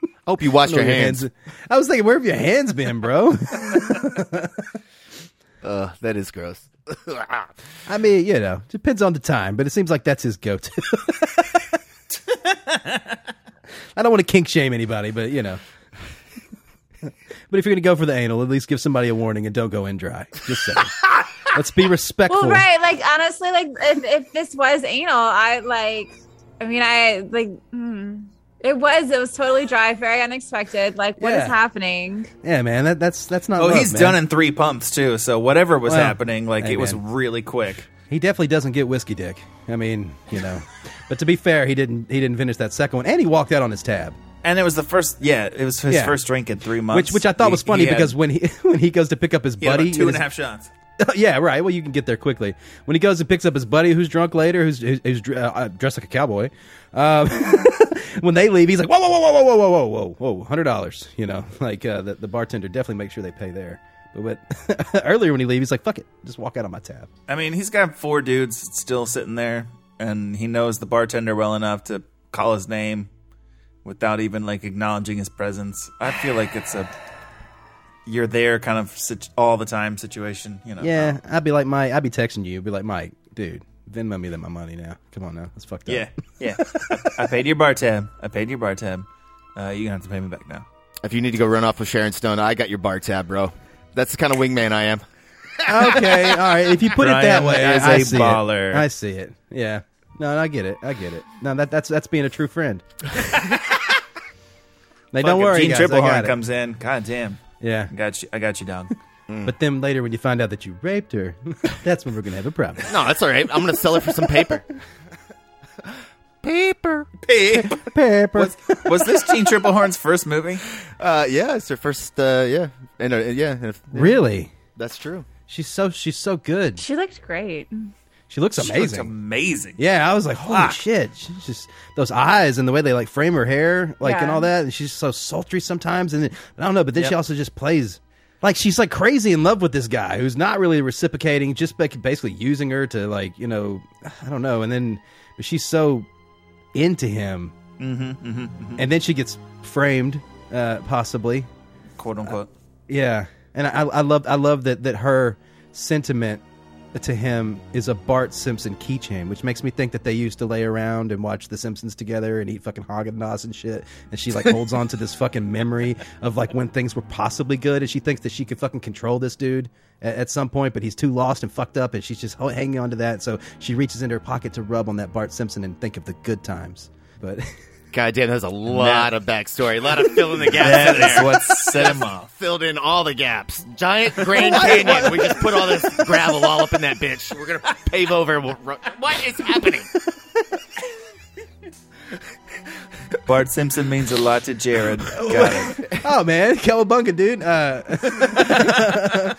Speaker 7: I hope you washed your
Speaker 1: Where
Speaker 7: hands.
Speaker 1: I was thinking, where have your hands been, bro? [laughs]
Speaker 7: Uh, that is gross.
Speaker 1: I mean, you know, depends on the time, but it seems like that's his go-to. [laughs] I don't want to kink shame anybody, but you know. [laughs] But if you're going to go for the anal, at least give somebody a warning and don't go in dry. Just saying.
Speaker 8: [laughs]
Speaker 1: Let's be respectful.
Speaker 9: Well, right. Like honestly, like if, if this was anal, I like. I mean, I like. Hmm. It was. It was totally dry. Very unexpected. Like, what is
Speaker 1: Yeah.
Speaker 9: happening?
Speaker 1: Yeah, man. That, that's that's not.
Speaker 8: Oh,
Speaker 1: love,
Speaker 8: he's
Speaker 1: man.
Speaker 8: done in three pumps too. So whatever was
Speaker 1: Well,
Speaker 8: happening, like
Speaker 1: hey,
Speaker 8: it was
Speaker 1: man.
Speaker 8: really quick.
Speaker 1: He definitely doesn't get whiskey dick. I mean, you know. But to be fair, he didn't he didn't finish that second one, and he walked out on his tab,
Speaker 8: And it was the first, yeah, it was his
Speaker 1: Yeah.
Speaker 8: first drink in three months,
Speaker 1: which which I thought
Speaker 8: He-
Speaker 1: was funny
Speaker 8: he had-
Speaker 1: because when he [laughs] when he goes to pick up his
Speaker 8: he had
Speaker 1: buddy,
Speaker 8: about two
Speaker 1: in
Speaker 8: and a
Speaker 1: his-
Speaker 8: half shots.
Speaker 1: [laughs] yeah, right. Well, you can get there quickly. When he goes and picks up his buddy, who's drunk later, who's who's, who's dr- uh, dressed like a cowboy. Um, [laughs] when they leave, he's like, whoa, whoa, whoa, whoa, whoa, whoa, whoa, whoa, whoa, hundred dollars. You know, [laughs] like uh, the, the bartender definitely makes sure they pay there. But what, [laughs] earlier when he leaves, he's like, fuck it, just walk out on my tab.
Speaker 8: I mean, he's got four dudes still sitting there, and he knows the bartender well enough to call his name, without even like acknowledging his presence. I feel like it's a you're there kind of sit- all the time situation. You know.
Speaker 1: yeah, I'd be like Mike. I'd be texting you. Be like Mike, dude, Venmo me that my money now. Come on now, that's fucked up.
Speaker 8: Yeah, yeah. I, I paid your bar tab. I paid your bar tab. Uh, you're gonna have to pay me back now.
Speaker 7: If you need to go run off with Sharon Stone, I got your bar tab, bro. That's the kind of wingman I am.
Speaker 1: okay, all right. If you put it that
Speaker 8: Brian
Speaker 1: way,
Speaker 8: is
Speaker 1: I, I
Speaker 8: a
Speaker 1: see
Speaker 8: baller.
Speaker 1: it. I see it. Yeah. No, I get it. I get it. No, that, that's that's being a true
Speaker 8: [laughs]
Speaker 1: friend. Now, don't
Speaker 8: Fucking
Speaker 1: worry,
Speaker 8: Gene
Speaker 1: guys, I got
Speaker 8: Triplehorn
Speaker 1: it.
Speaker 8: comes in. God damn.
Speaker 1: Yeah.
Speaker 8: I got you. I got you, dog.
Speaker 1: But then later, when you find out that you raped her, [laughs] that's when we're gonna have a problem.
Speaker 7: No, that's all right. I'm gonna sell it for some paper. Paper.
Speaker 8: Paper.
Speaker 1: Paper.
Speaker 7: Was,
Speaker 8: was this Gene Triplehorn's first movie?
Speaker 7: Uh, yeah, it's her first. Uh, yeah, and uh, yeah, and if- yeah.
Speaker 1: Really?
Speaker 7: That's true.
Speaker 1: She's so she's so good.
Speaker 9: She looked great.
Speaker 1: She looks
Speaker 8: She
Speaker 1: amazing.
Speaker 8: looks amazing.
Speaker 1: Yeah, I was like, holy
Speaker 8: Fuck.
Speaker 1: shit! She's just those eyes and the way they like frame her hair, like and
Speaker 9: Yeah.
Speaker 1: all that. And she's so sultry sometimes, and then, I don't know. But then she
Speaker 8: Yep.
Speaker 1: also just plays like she's like crazy in love with this guy who's not really reciprocating, just ba- basically using her to like you know, [sighs] I don't know. And then but she's so into him, mm-hmm, and then she gets framed, uh, possibly.
Speaker 8: Quote unquote.
Speaker 1: Yeah, and I, I love I love that that her sentiment to him is a Bart Simpson keychain, which makes me think that they used to lay around and watch The Simpsons together and eat fucking Haagen Dazs and shit. And she like holds on to this fucking memory of like when things were possibly good, and she thinks that she could fucking control this dude at, at some point, but he's too lost and fucked up, and she's just ho- hanging on to that. So she reaches into her pocket to rub on that Bart Simpson and think of the good times. But [laughs]
Speaker 7: God damn, that's a lot of backstory. A lot of fill in the gaps
Speaker 8: That
Speaker 7: in
Speaker 8: is
Speaker 7: there.
Speaker 8: what set him off.
Speaker 7: Filled in all the gaps. Giant Grand Canyon. we just put all this gravel all up in that bitch. We're gonna pave over. and We'll ru- what is happening?
Speaker 8: Bart Simpson means a lot to [laughs] Jared. Got it.
Speaker 1: oh man, cowabunga, dude! Uh,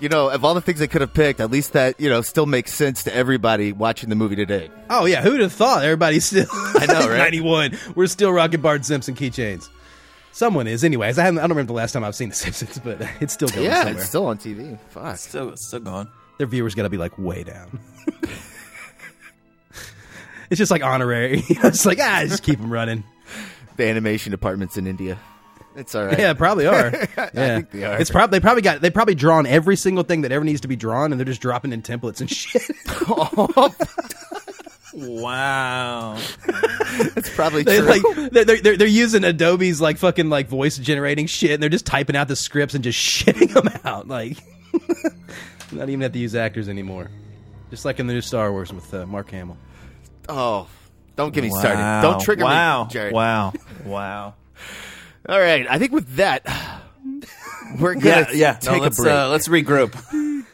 Speaker 7: You know, of all the things they could have picked, at least that you know still makes sense to everybody watching the movie today.
Speaker 1: Oh yeah, who'd have thought? Everybody's still [laughs] I
Speaker 7: know, right?
Speaker 1: Ninety one. We're still rocking Bart Simpson keychains. Someone is, anyways. I, haven't, I don't remember the last time I've seen The [laughs] Simpsons, but it's still going
Speaker 7: yeah,
Speaker 1: somewhere.
Speaker 7: it's still on TV. Fuck.
Speaker 8: Still, still gone.
Speaker 1: Their viewers got to be like way down. [laughs] it's just like honorary. [laughs] it's like ah, just keep them running.
Speaker 7: The animation departments in India. It's all right.
Speaker 1: Yeah, probably
Speaker 7: [laughs]
Speaker 1: are. Yeah,
Speaker 7: think they are.
Speaker 1: It's probably they probably got they probably drawn every single thing that ever needs to be drawn, and they're just dropping in templates and [laughs] shit.
Speaker 8: Wow.
Speaker 7: it's probably
Speaker 1: They,
Speaker 7: true.
Speaker 1: like they're, they're, they're using Adobe's like fucking like voice generating shit, and they're just typing out the scripts and just [laughs] shitting them out. Like, [laughs] not even have to use actors anymore. Just like in the new Star Wars with uh, Mark Hamill.
Speaker 7: oh, don't get me started. Don't trigger
Speaker 8: wow.
Speaker 7: me, Jared.
Speaker 8: [laughs] Wow. Wow.
Speaker 7: All right, I think with that, [sighs] we're gonna
Speaker 8: Yeah, yeah. No,
Speaker 7: take a
Speaker 8: let's,
Speaker 7: break.
Speaker 8: uh, let's regroup.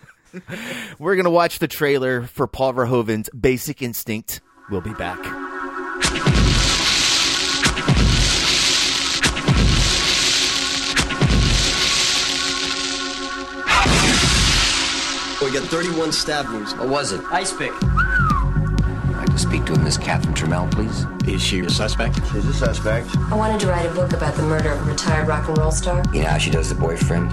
Speaker 7: we're gonna watch the trailer for Paul Verhoeven's Basic Instinct. We'll be back.
Speaker 10: We got 31 stab wounds. What was it?
Speaker 5: Ice pick.
Speaker 10: I'd like to speak to Miss Catherine Trammell, please. Is she a suspect? She's a suspect.
Speaker 11: I wanted to write a book about the murder of a retired rock and roll star.
Speaker 10: You know how she does the boyfriend?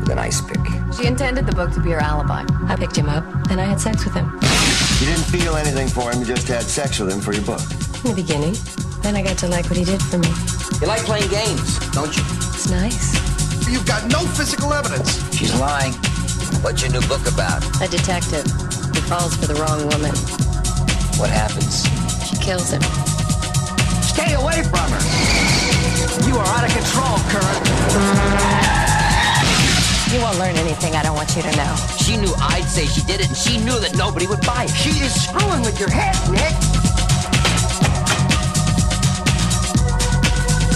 Speaker 10: With an ice pick.
Speaker 11: She intended the book to be her alibi. I picked him up and I had sex with him.
Speaker 10: You didn't feel anything for him, you just had sex with him for your book.
Speaker 11: In the beginning. Then I got to like what he did for me.
Speaker 10: You like playing games, don't you?
Speaker 11: It's nice.
Speaker 10: You've got no physical evidence. She's lying. What's your new book about?
Speaker 11: A detective. He falls for the wrong woman.
Speaker 10: What happens?
Speaker 11: She kills him.
Speaker 10: Stay away from her. You are out of control, Curran.
Speaker 11: You won't learn anything I don't want you to know.
Speaker 10: She knew I'd say she did it, and she knew that nobody would buy it. She is screwing with your head, Nick.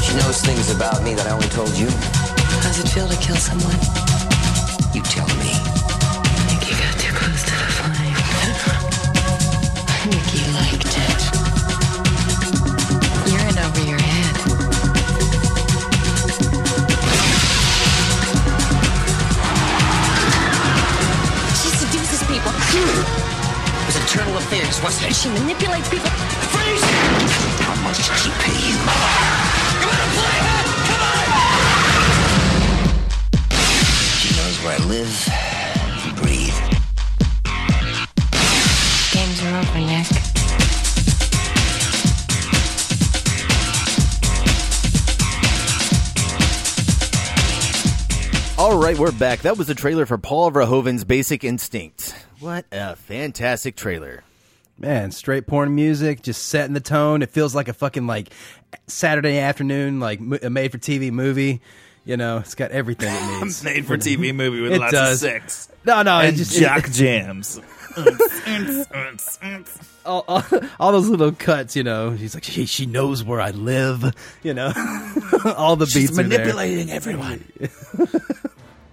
Speaker 10: She knows things about me that I only told you.
Speaker 11: How does it feel to kill someone?
Speaker 10: You tell me.
Speaker 11: I think you got too close to the flame. I think you liked it. You're in over your head.
Speaker 12: She seduces people.
Speaker 10: It was internal affairs, wasn't it?
Speaker 12: She manipulates people. Freeze!
Speaker 10: How much did she pay you? She knows where I live and breathe.
Speaker 11: Games are over, Nick.
Speaker 7: All right, we're back. That was the trailer for Paul Verhoeven's Basic Instinct. What a fantastic trailer.
Speaker 1: Man, straight porn music, just setting the tone. It feels like a fucking like Saturday afternoon, like mo- a made for TV movie. You know, it's got everything [laughs] it needs.
Speaker 8: Made [laughs] for TV movie with
Speaker 1: It
Speaker 8: lots
Speaker 1: does.
Speaker 8: of sex.
Speaker 1: No, no, it
Speaker 8: and
Speaker 1: just-
Speaker 8: jock jams.
Speaker 1: all, all, [laughs] all those little cuts, you know. She's like, she, she knows where I live, you know. [laughs] all the
Speaker 8: She's
Speaker 1: beats are there.
Speaker 8: manipulating everyone. [laughs]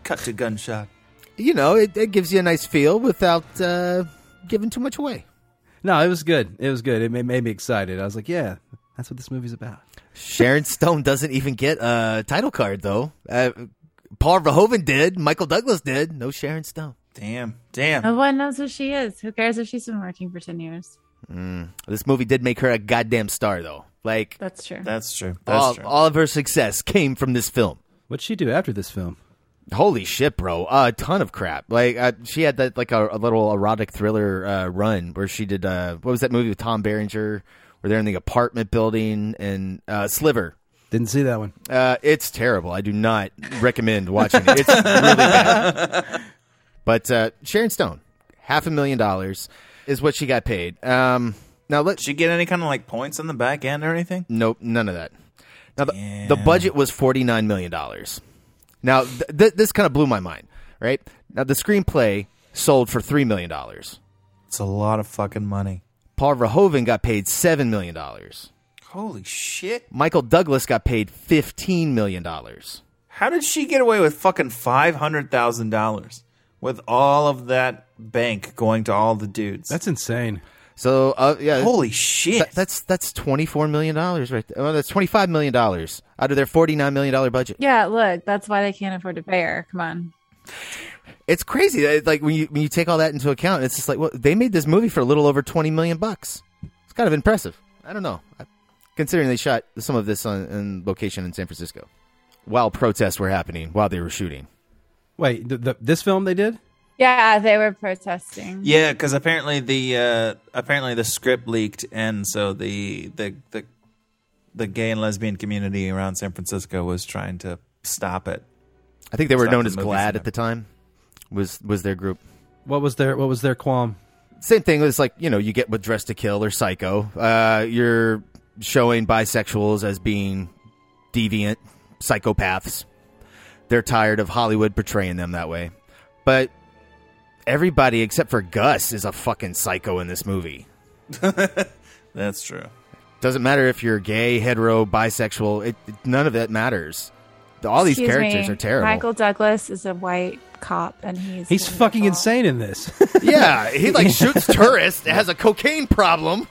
Speaker 8: Cut to gunshot.
Speaker 7: You know, it, it gives you a nice feel without uh, giving too much away.
Speaker 1: No, it was good. It was good. It made, made me excited. I was like, yeah, that's what this movie's about.
Speaker 10: [laughs]
Speaker 7: Sharon Stone doesn't even get a title card, though. Uh, Paul Verhoeven did. Michael Douglas did. No Sharon Stone.
Speaker 8: Damn. Damn.
Speaker 9: No one knows who she is. Who cares if she's been working for 10 years?
Speaker 7: Mm. This movie did make her a goddamn star, though. Like
Speaker 9: That's true.
Speaker 8: That's true.
Speaker 7: all,
Speaker 8: oh.
Speaker 7: all of her success came from this film.
Speaker 1: What'd she do after this film?
Speaker 7: Holy shit, bro! A ton of crap. Like uh, she had that like a, a little erotic thriller uh, run where she did uh, what was that movie with Tom Berenger? Where they're in the apartment building and uh, Sliver.
Speaker 1: Didn't see that one.
Speaker 7: Uh, it's terrible. I do not recommend watching it. It's really bad. But uh, Sharon Stone, half a million dollars is what she got paid. Um, now let
Speaker 8: Did you get any kind of like points on the back end or anything?
Speaker 7: Nope, none of that. Now the, the budget was forty nine million dollars. Now th- th- this kind of blew my mind, right? Now the screenplay sold for three million dollars.
Speaker 8: It's a lot of fucking money.
Speaker 7: Paul Verhoeven got paid seven million dollars.
Speaker 8: Holy shit.
Speaker 7: Michael Douglas got paid fifteen million dollars.
Speaker 8: How did she get away with fucking five hundred thousand dollars with all of that bank going to all the dudes? That's
Speaker 1: insane.
Speaker 7: So uh, yeah,
Speaker 8: holy shit!
Speaker 7: that's that's twenty four million dollars right. There. Oh, that's twenty five million dollars out of their forty nine million dollar budget.
Speaker 9: Yeah, look, that's why they can't afford to pay her. Come on.
Speaker 7: It's crazy. that, Like when you when you take all that into account, it's just like well, they made this movie for a little over twenty million bucks. It's kind of impressive. I don't know, I, considering they shot some of this on in location in San Francisco while protests were happening while they were shooting.
Speaker 1: Wait, th the, this film they did?
Speaker 9: Yeah, they were protesting.
Speaker 8: Yeah, because apparently the uh, apparently the script leaked, and so the the the the gay and lesbian community around San Francisco was trying to stop it.
Speaker 7: I think they were
Speaker 8: Stop
Speaker 7: known
Speaker 8: the
Speaker 7: as
Speaker 8: movie
Speaker 7: Glad
Speaker 8: from
Speaker 7: at the time. Was was their group?
Speaker 1: What was their What was their qualm?
Speaker 7: Same thing. It's like you know you get with Dress to Kill or Psycho. Uh, you're showing bisexuals as being deviant psychopaths. They're tired of Hollywood portraying them that way. But everybody except for Gus is a fucking psycho in this movie.
Speaker 8: That's true.
Speaker 7: Doesn't matter if you're gay, hetero, bisexual. It, it- none of that matters. All these
Speaker 9: Excuse
Speaker 7: characters
Speaker 9: me,
Speaker 7: are terrible. [laughs]
Speaker 9: Michael Douglas is a white cop, and he's
Speaker 1: He's fucking insane in this. [laughs]
Speaker 7: yeah, he
Speaker 9: [laughs]
Speaker 7: like shoots tourists. Has a cocaine problem.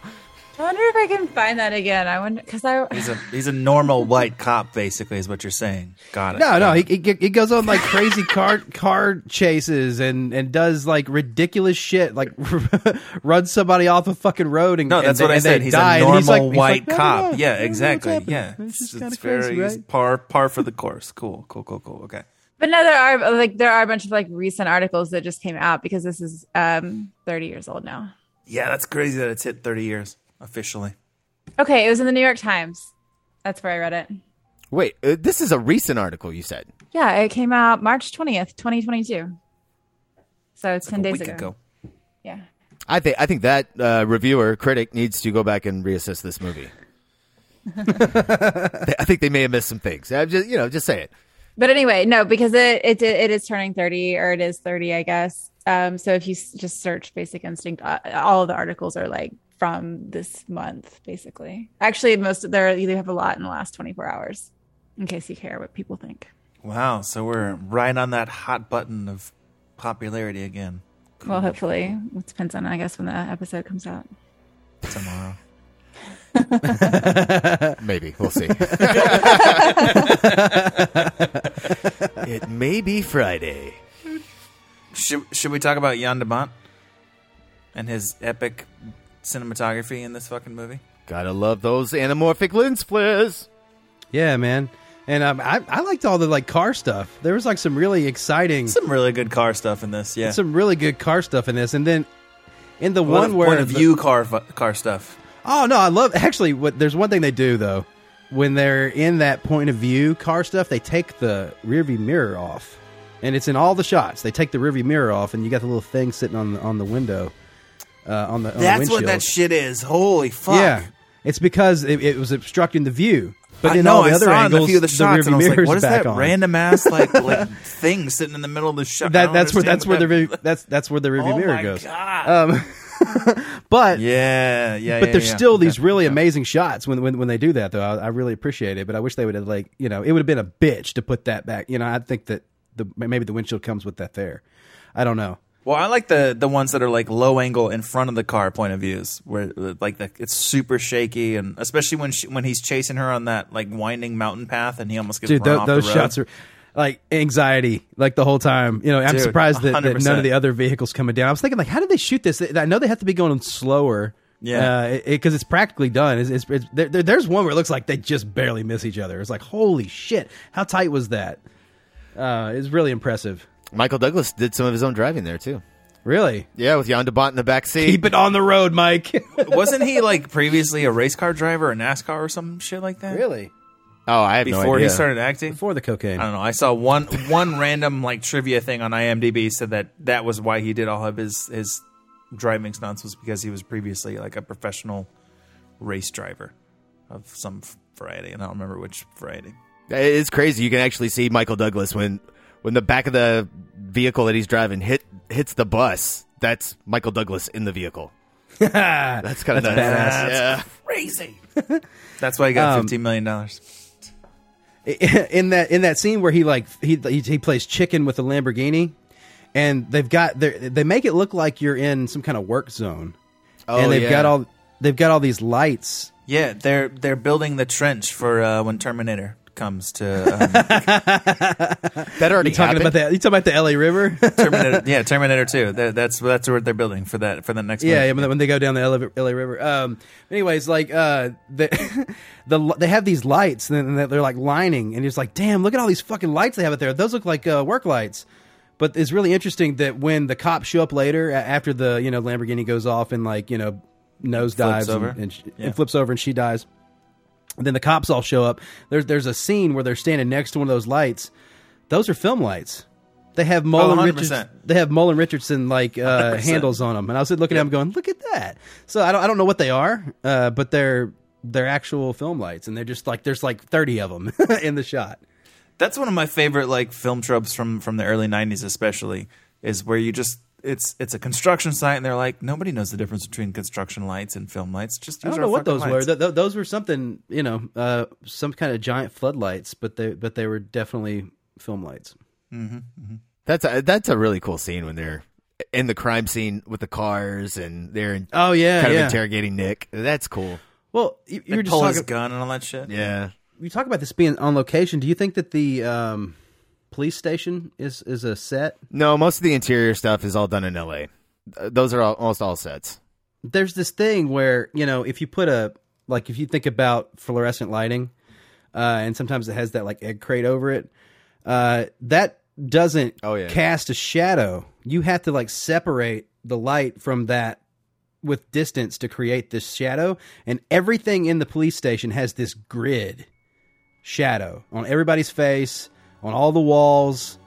Speaker 9: I wonder if I can find that again. I wonder because I
Speaker 8: He's a he's a normal white cop, basically, is what you're saying. Got it.
Speaker 1: No, no, he, he he goes on like crazy car car chases and and does like ridiculous shit, like [laughs] runs somebody off a fucking road and
Speaker 8: No,
Speaker 1: and
Speaker 8: that's
Speaker 1: they-
Speaker 8: what I
Speaker 1: and they
Speaker 8: said. He's
Speaker 1: die,
Speaker 8: a
Speaker 1: and
Speaker 8: normal
Speaker 1: he's like- he's
Speaker 8: white
Speaker 1: like, "No, no,
Speaker 8: cop.
Speaker 1: no,
Speaker 8: yeah,
Speaker 1: no, no,
Speaker 8: exactly.
Speaker 1: what's happening?"
Speaker 8: yeah, it's,
Speaker 1: just kinda
Speaker 8: it's very
Speaker 1: crazy,
Speaker 8: it's
Speaker 1: right?
Speaker 8: par par for the course. Cool, cool, cool, cool. Okay.
Speaker 9: But no, there are like there are a bunch of like recent articles that just came out because this is um 30 years old now.
Speaker 8: Yeah, that's crazy that it's hit 30 years officially.
Speaker 9: Okay, it was in the New York Times. That's where I read it.
Speaker 7: Wait, uh, this is a recent article you said.
Speaker 9: Yeah, it came out March 20th, 2022. So it's 10 days ago. Yeah.
Speaker 7: I think I think that uh, reviewer critic needs to go back and reassess this
Speaker 8: [laughs]
Speaker 7: movie. I think they may have missed some things. I'm just you know just say it.
Speaker 9: But anyway, no, because it it it is turning 30 or it is 30, I guess. Um so if you s- just search Basic Instinct, uh, all of the articles are like from this month basically. Actually, most of there you have a lot in the last 24 hours in case you care what people think.
Speaker 8: Wow, so we're right on that hot button of popularity again
Speaker 9: Well, hopefully, it depends on I guess when the episode comes out.
Speaker 8: tomorrow.
Speaker 7: Maybe
Speaker 8: [laughs]
Speaker 7: we'll see. it may be Friday.
Speaker 8: Should should we talk about Jan de Bont and his epic cinematography in this fucking movie?
Speaker 7: Gotta love those anamorphic lens flares.
Speaker 1: Yeah, man. And um, I I liked all the like car stuff. There was like some really exciting,
Speaker 8: some really good car stuff in this. Yeah,
Speaker 1: some really good car stuff in this. And then in the
Speaker 8: What
Speaker 1: one
Speaker 8: if-
Speaker 1: where
Speaker 8: point of view car fu- car stuff.
Speaker 1: Oh no, I love actually. What there's one thing they do though, when they're in that point of view car stuff, they take the rear view mirror off, and it's in all the shots. They take the rearview mirror off, and you got the little thing sitting on the, on the window, uh, on the on the
Speaker 8: That's what that
Speaker 1: windshield.
Speaker 8: shit is. Holy fuck.
Speaker 1: Yeah, it's because it, it was obstructing the view. But
Speaker 8: I
Speaker 1: in
Speaker 8: know,
Speaker 1: all the
Speaker 8: I
Speaker 1: other
Speaker 8: saw it in
Speaker 1: angles,
Speaker 8: a few of the shots,
Speaker 1: rearview
Speaker 8: and I was
Speaker 1: mirror
Speaker 8: like,
Speaker 1: is
Speaker 8: "What is
Speaker 1: back
Speaker 8: that
Speaker 1: on.
Speaker 8: random ass
Speaker 1: [laughs]
Speaker 8: like, like thing sitting in the middle of the shot?" I
Speaker 1: That,
Speaker 8: don't
Speaker 1: that's where
Speaker 8: understand
Speaker 1: that's where the
Speaker 8: what
Speaker 1: rear- that's that's where the rearview
Speaker 8: [laughs] Oh
Speaker 1: mirror
Speaker 8: my
Speaker 1: goes. Um, but
Speaker 8: yeah, yeah,
Speaker 1: But
Speaker 8: yeah,
Speaker 1: there's
Speaker 8: yeah.
Speaker 1: still these really amazing shots when, when when they do that though. I, I really appreciate it. But I wish they would have like you know it would have been a bitch to put that back. You know I think that the maybe the windshield comes with that there. I don't know.
Speaker 8: Well, I like the the ones that are like low angle in front of the car point of views, where uh, like the, it's super shaky, and especially when she, when he's chasing her on that like winding mountain path, and he almost gets
Speaker 1: Dude,
Speaker 8: run
Speaker 1: tho-
Speaker 8: off
Speaker 1: those
Speaker 8: the road.
Speaker 1: shots are like anxiety, like the whole time. You know, I'm
Speaker 8: Dude,
Speaker 1: surprised that, that none
Speaker 8: 100%.
Speaker 1: of the other vehicles coming down. I was thinking, like, how did they shoot this? I know they have to be going slower. uh,
Speaker 8: Yeah.
Speaker 1: because it's practically done. It's, it's, it's, there, there- there's one where it looks like they just barely miss each other. It's like, holy shit, how tight was that? Uh, it's really impressive.
Speaker 7: Michael Douglas did some of his own driving there too.
Speaker 1: Really?
Speaker 7: Yeah, with Jan de Bont in the back seat.
Speaker 1: Keep it on the road, Mike. [laughs]
Speaker 8: Wasn't he like previously a race car driver or NASCAR or some shit like that?
Speaker 1: Really?
Speaker 7: Oh, I have
Speaker 8: Before
Speaker 7: no idea.
Speaker 8: he started acting,
Speaker 1: before the cocaine.
Speaker 8: I don't know. I saw one one random like trivia thing on IMDb said that that was why he did all of his his driving stunts was because he was previously like a professional race driver of some f- variety, and I don't remember which variety.
Speaker 7: It's crazy. You can actually see Michael Douglas when when the back of the vehicle that he's driving hit hits the bus. That's Michael Douglas in the [laughs] vehicle.
Speaker 1: that's
Speaker 7: kind of
Speaker 8: That's
Speaker 7: nice.
Speaker 8: badass.
Speaker 7: Yeah.
Speaker 8: Crazy. [laughs] That's why he got
Speaker 1: Um,
Speaker 8: fifteen million dollars.
Speaker 1: [laughs] in that in that scene where he like he he, he plays chicken with a Lamborghini, and they've got they're- they make it look like you're in some kind of work zone,
Speaker 8: Oh,
Speaker 1: and they've
Speaker 8: yeah.
Speaker 1: got all they've got all these lights.
Speaker 8: Yeah, they're they're building the trench for uh, when Terminator
Speaker 1: [laughs]
Speaker 8: comes to um,
Speaker 7: that
Speaker 1: You talking about that? You talking about the L.A. [laughs] River?
Speaker 8: Terminator, yeah, Terminator Two. That, that's that's what they're building for that for the next.
Speaker 1: yeah,
Speaker 8: movie.
Speaker 1: yeah, when they- when they go down the LA, LA River. Um, anyways, like uh, the, [laughs] the li- they have these lights and then they're like lining, and it's like, damn, look at all these fucking lights they have out there. Those look like uh, work lights. But it's really interesting that when the cops show up later a- after the you know Lamborghini goes off and like you know nose dives and,
Speaker 8: over.
Speaker 1: and, sh-
Speaker 8: Yeah.
Speaker 1: and flips over and she dies. And then the cops all show up. There's there's a scene where they're standing next to one of those lights. Those are film lights. They
Speaker 8: Oh,
Speaker 1: have Mullen Richardson.
Speaker 8: 100%.
Speaker 1: They have Mullen Richardson like uh,
Speaker 8: 100%.
Speaker 1: handles on them, and I was looking at them going, "Look at that!" So I don't I don't know what they are, uh, but they're they're actual film lights, and they're just like there's like thirty of them [laughs] in the shot.
Speaker 8: That's one of my favorite like film tropes from from the early '90s, especially is where you just it's it's a construction site and they're like nobody knows the difference between construction lights and film lights. Just
Speaker 1: I
Speaker 8: use
Speaker 1: don't
Speaker 8: our
Speaker 1: know what
Speaker 8: fucking
Speaker 1: those
Speaker 8: lights.
Speaker 1: were. Th- th- those were something you know, uh, some kind of giant floodlights, but they but they were definitely film lights.
Speaker 8: Mm-hmm.
Speaker 7: That's a, that's a really cool scene when they're in the crime scene with the cars and they're in,
Speaker 1: Oh, yeah,
Speaker 7: kind
Speaker 1: yeah.
Speaker 7: of interrogating Nick. That's cool.
Speaker 1: Well, you, you
Speaker 8: They
Speaker 1: were just
Speaker 8: pull his
Speaker 1: talking.
Speaker 8: gun and all that shit.
Speaker 7: Yeah.
Speaker 1: You talk about this being on location. Do you think that the um, police station is is a set?
Speaker 7: No, most of the interior stuff is all done in L.A. Uh, Those are all, almost all sets.
Speaker 1: there's this thing where you know if you put a like if you think about fluorescent lighting uh and sometimes it has that like egg crate over it uh that doesn't
Speaker 8: Oh,
Speaker 7: yeah.
Speaker 1: cast a shadow you have to like separate the light from that with distance to create this shadow and everything in the police station has this grid shadow on everybody's face on all the walls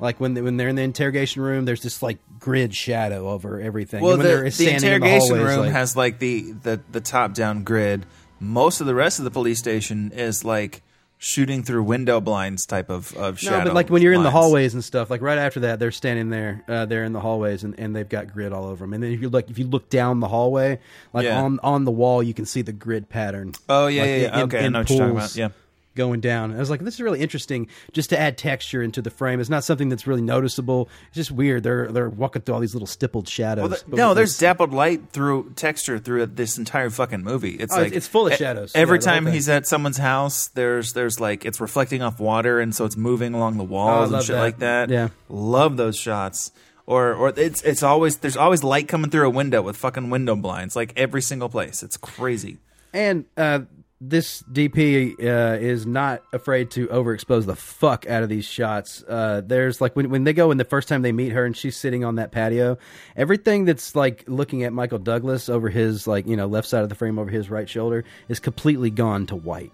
Speaker 1: like when they, when they're in the interrogation room there's this like grid shadow over everything
Speaker 8: Well,
Speaker 1: And when
Speaker 8: the,
Speaker 1: they're
Speaker 8: the
Speaker 1: standing in
Speaker 8: interrogation
Speaker 1: hallways,
Speaker 8: room
Speaker 1: like-
Speaker 8: has like the, the the top down grid. Most of the rest of the police station is like shooting through window blinds type of of shadow.
Speaker 1: No, but like when you're in the
Speaker 8: lines.
Speaker 1: hallways and stuff, like right after that, they're standing there, uh, they're in the hallways, and, and they've got grid all over them. And then if you look, if you look down the hallway, like
Speaker 8: Yeah.
Speaker 1: on on the wall, you can see the grid pattern.
Speaker 8: Oh, yeah,
Speaker 1: like,
Speaker 8: yeah, yeah. Okay, I know what you're talking about. Yeah.
Speaker 1: going down. And I was like, this is really interesting, just to add texture into the frame. It's not something that's really noticeable. It's just weird. They're they're walking through all these little stippled shadows.
Speaker 8: Well, th-
Speaker 1: But
Speaker 8: no,
Speaker 1: with
Speaker 8: there's
Speaker 1: this-
Speaker 8: dappled light through texture through this entire fucking movie. It's
Speaker 1: Oh,
Speaker 8: like
Speaker 1: it's full of
Speaker 8: e-
Speaker 1: shadows.
Speaker 8: Every
Speaker 1: Yeah, the whole
Speaker 8: time
Speaker 1: thing.
Speaker 8: he's at someone's house, there's there's like it's reflecting off water, and so it's moving along the walls and
Speaker 1: Oh, love
Speaker 8: shit
Speaker 1: that.
Speaker 8: like that.
Speaker 1: Yeah.
Speaker 8: love those shots. Or or it's it's always there's always light coming through a window with fucking window blinds, like every single place. It's crazy.
Speaker 1: And uh, this DP uh, is not afraid to overexpose the fuck out of these shots. Uh, there's like when, when they go in the first time they meet her and she's sitting on that patio, everything that's like looking at Michael Douglas over his like, you know, left side of the frame over his right shoulder is completely gone to white.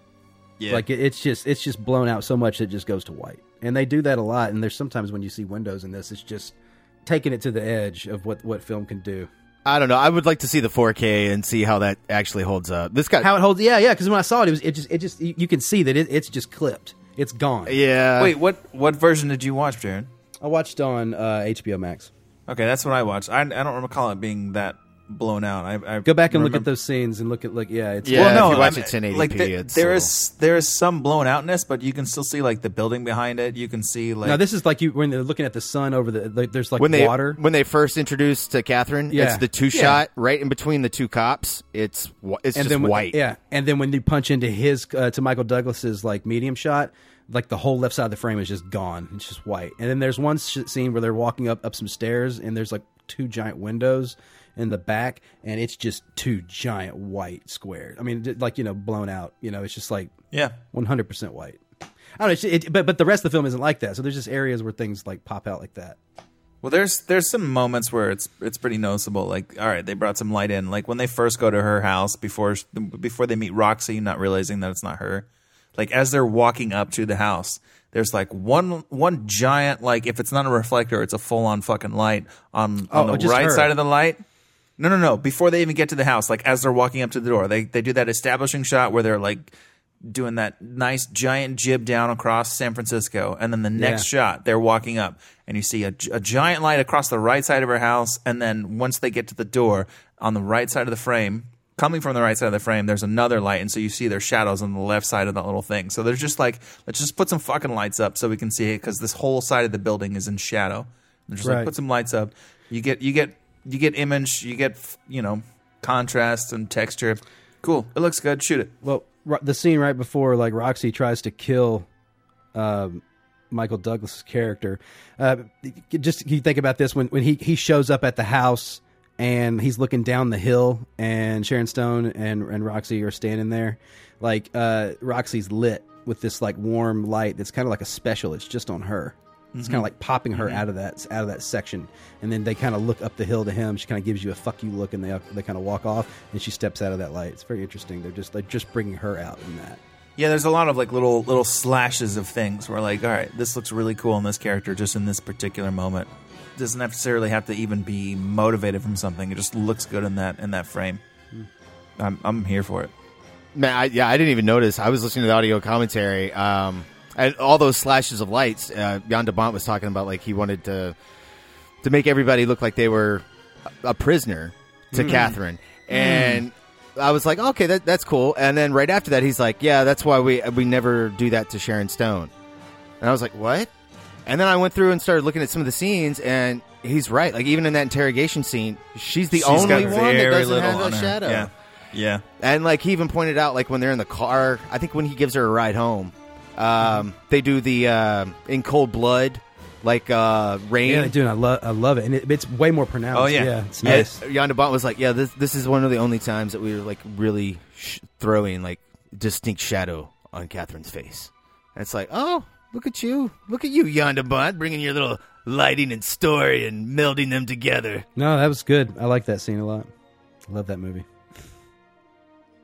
Speaker 8: Yeah.
Speaker 1: Like it, it's just it's just blown out so much it just goes to white. And they do that a lot. And there's sometimes when you see windows in this, it's just taking it to the edge of what what film can do.
Speaker 7: I don't know. I would like to see the 4K and see how that actually holds up. This got
Speaker 1: How it holds? Yeah, yeah. Because when I saw it, it was it just it just you, you can see that it, it's just clipped. It's gone.
Speaker 7: Yeah.
Speaker 8: Wait, what what version did you watch, Jaron?
Speaker 1: I watched on uh, HBO Max.
Speaker 8: Okay, that's what I watched. I, I don't recall it being that blown out. I, I
Speaker 1: Go back and look at
Speaker 8: remember-
Speaker 1: those scenes and look at like yeah. It's
Speaker 8: well, no,
Speaker 1: watch
Speaker 8: I'm-
Speaker 1: it
Speaker 8: like the- there is there is some blown outness, but you can still see like the building behind it. You can see like
Speaker 1: no, this is like you when they're looking at the sun over the like, there's like
Speaker 7: when they
Speaker 1: water.
Speaker 7: when they first introduced to Catherine,
Speaker 1: Yeah.
Speaker 7: it's the two
Speaker 1: Yeah.
Speaker 7: shot right in between the two cops. It's wh- it's just
Speaker 1: then when-
Speaker 7: white.
Speaker 1: yeah, and then when you punch into his uh, to Michael Douglas's like medium shot, like the whole left side of the frame is just gone. It's just white. And then there's one sh- scene where they're walking up up some stairs, and there's like two giant windows in the back, and it's just two giant white squares. I mean, like you know, blown out. You know, it's just like
Speaker 8: Yeah.
Speaker 1: one hundred percent white. I don't know, it's- it, but but the rest of the film isn't like that. So there's just areas where things like pop out like that.
Speaker 8: Well, there's there's some moments where it's it's pretty noticeable. Like, all right, they brought some light in. Like when they first go to her house before sh- before they meet Roxy, not realizing that it's not her. Like as they're walking up to the house, there's like one one giant like if it's not a reflector, it's a full on fucking light on on
Speaker 1: Oh,
Speaker 8: the
Speaker 1: just
Speaker 8: right
Speaker 1: her.
Speaker 8: side of the light. No, no, no. Before they even get to the house, like as they're walking up to the door, they they do that establishing shot where they're like doing that nice giant jib down across San Francisco, and then the next
Speaker 1: Yeah.
Speaker 8: shot they're walking up, and you see a, gi- a giant light across the right side of her house, and then once they get to the door on the right side of the frame. Coming from the right side of the frame, there's another light, and so you see their shadows on the left side of that little thing. So there's just like, let's just put some fucking lights up so we can see it because this whole side of the building is in shadow. And just
Speaker 1: Right.
Speaker 8: like put some lights up. You get you get you get image. You get you know contrast and texture. Cool. It looks good. Shoot it.
Speaker 1: Well, ro- the scene right before like Roxy tries to kill um, Michael Douglas's character. Uh, just you think about this when when he he shows up at the house and he's looking down the hill and Sharon Stone and and Roxy are standing there. Like uh, Roxy's lit with this like warm light that's kind of like a special. It's just on her. It's kind
Speaker 7: Mm-hmm.
Speaker 13: Mhm.
Speaker 1: of like popping her
Speaker 13: Mhm.
Speaker 1: out of that out of that section, and then they kind of look up the hill to him. She kind of gives you a "fuck you" look, and they they kind of walk off, and she steps out of that light. It's very interesting. They're just they're just bringing her out in that.
Speaker 8: Yeah, there's a lot of like little little slashes of things where like, all right, this looks really cool in this character just in this particular moment. Doesn't necessarily have to even be motivated from something. It just looks good in that in that frame. I'm I'm here for it.
Speaker 7: Man, I, yeah, I didn't even notice. I was listening to the audio commentary. Um, and all those slashes of lights. Uh, Jan de Bont was talking about like he wanted to to make everybody look like they were a a prisoner to
Speaker 13: Mm.
Speaker 7: Catherine, and I was like, okay, that, that's cool. And then right after that, he's like, yeah, that's why we we never do that to Sharon Stone. And I was like, what? And then I went through and started looking at some of the scenes, and he's right. Like even in that interrogation scene, she's the
Speaker 8: She's
Speaker 7: only
Speaker 8: got
Speaker 7: one that
Speaker 8: very
Speaker 7: doesn't
Speaker 8: little
Speaker 7: have
Speaker 8: on
Speaker 7: a
Speaker 8: her.
Speaker 7: shadow.
Speaker 8: Yeah. Yeah.
Speaker 7: And like he even pointed out, like when they're in the car, I think when he gives her a ride home, um, they do the um in cold blood, like uh, rain.
Speaker 1: Yeah, dude, I love I love it, and it, it's way more pronounced. it's nice.
Speaker 7: Oh, Yeah, Jan de Bont was like, yeah, this this is one of the only times that we were like really sh- throwing like distinct shadow on Catherine's face. And it's like, oh, look at you, look at you, Jan de Bont, bringing your little lighting and story and melding them together.
Speaker 1: No, that was good. I like that scene a lot. I love that movie.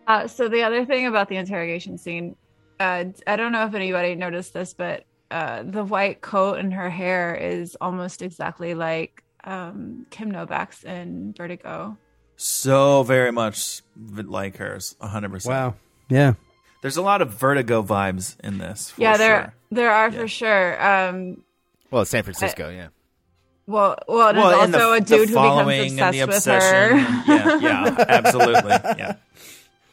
Speaker 9: Uh, so the other thing about the interrogation scene, uh, I don't know if anybody noticed this, but uh, the white coat and her hair is almost exactly like um, Kim Novak's in Vertigo.
Speaker 8: So very much like hers, 100%.
Speaker 1: Wow. Yeah.
Speaker 8: There's a lot of vertigo vibes in this. for
Speaker 9: yeah, there
Speaker 8: sure.
Speaker 9: there are for sure. Um,
Speaker 7: Well, San
Speaker 9: Francisco,
Speaker 7: yeah.
Speaker 9: well, well, there's
Speaker 8: Well, and the-
Speaker 9: also a
Speaker 8: the
Speaker 9: dude who
Speaker 8: following
Speaker 9: becomes
Speaker 8: and
Speaker 9: obsessed
Speaker 8: the
Speaker 9: with
Speaker 8: obsession.
Speaker 9: her. [laughs]
Speaker 8: Yeah, yeah, absolutely. [laughs] Yeah.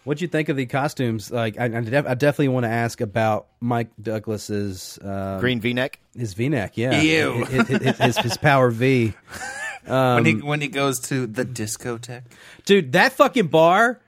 Speaker 1: What'd you think of the costumes? Like, I, I, def- I definitely want to ask about Mike Douglas's um,
Speaker 7: Green V-neck.
Speaker 1: His V-neck, yeah.
Speaker 8: Ew.
Speaker 1: His, his, his, his power V. Um,
Speaker 8: when he when he goes to the discotheque.
Speaker 1: dude, that fucking bar.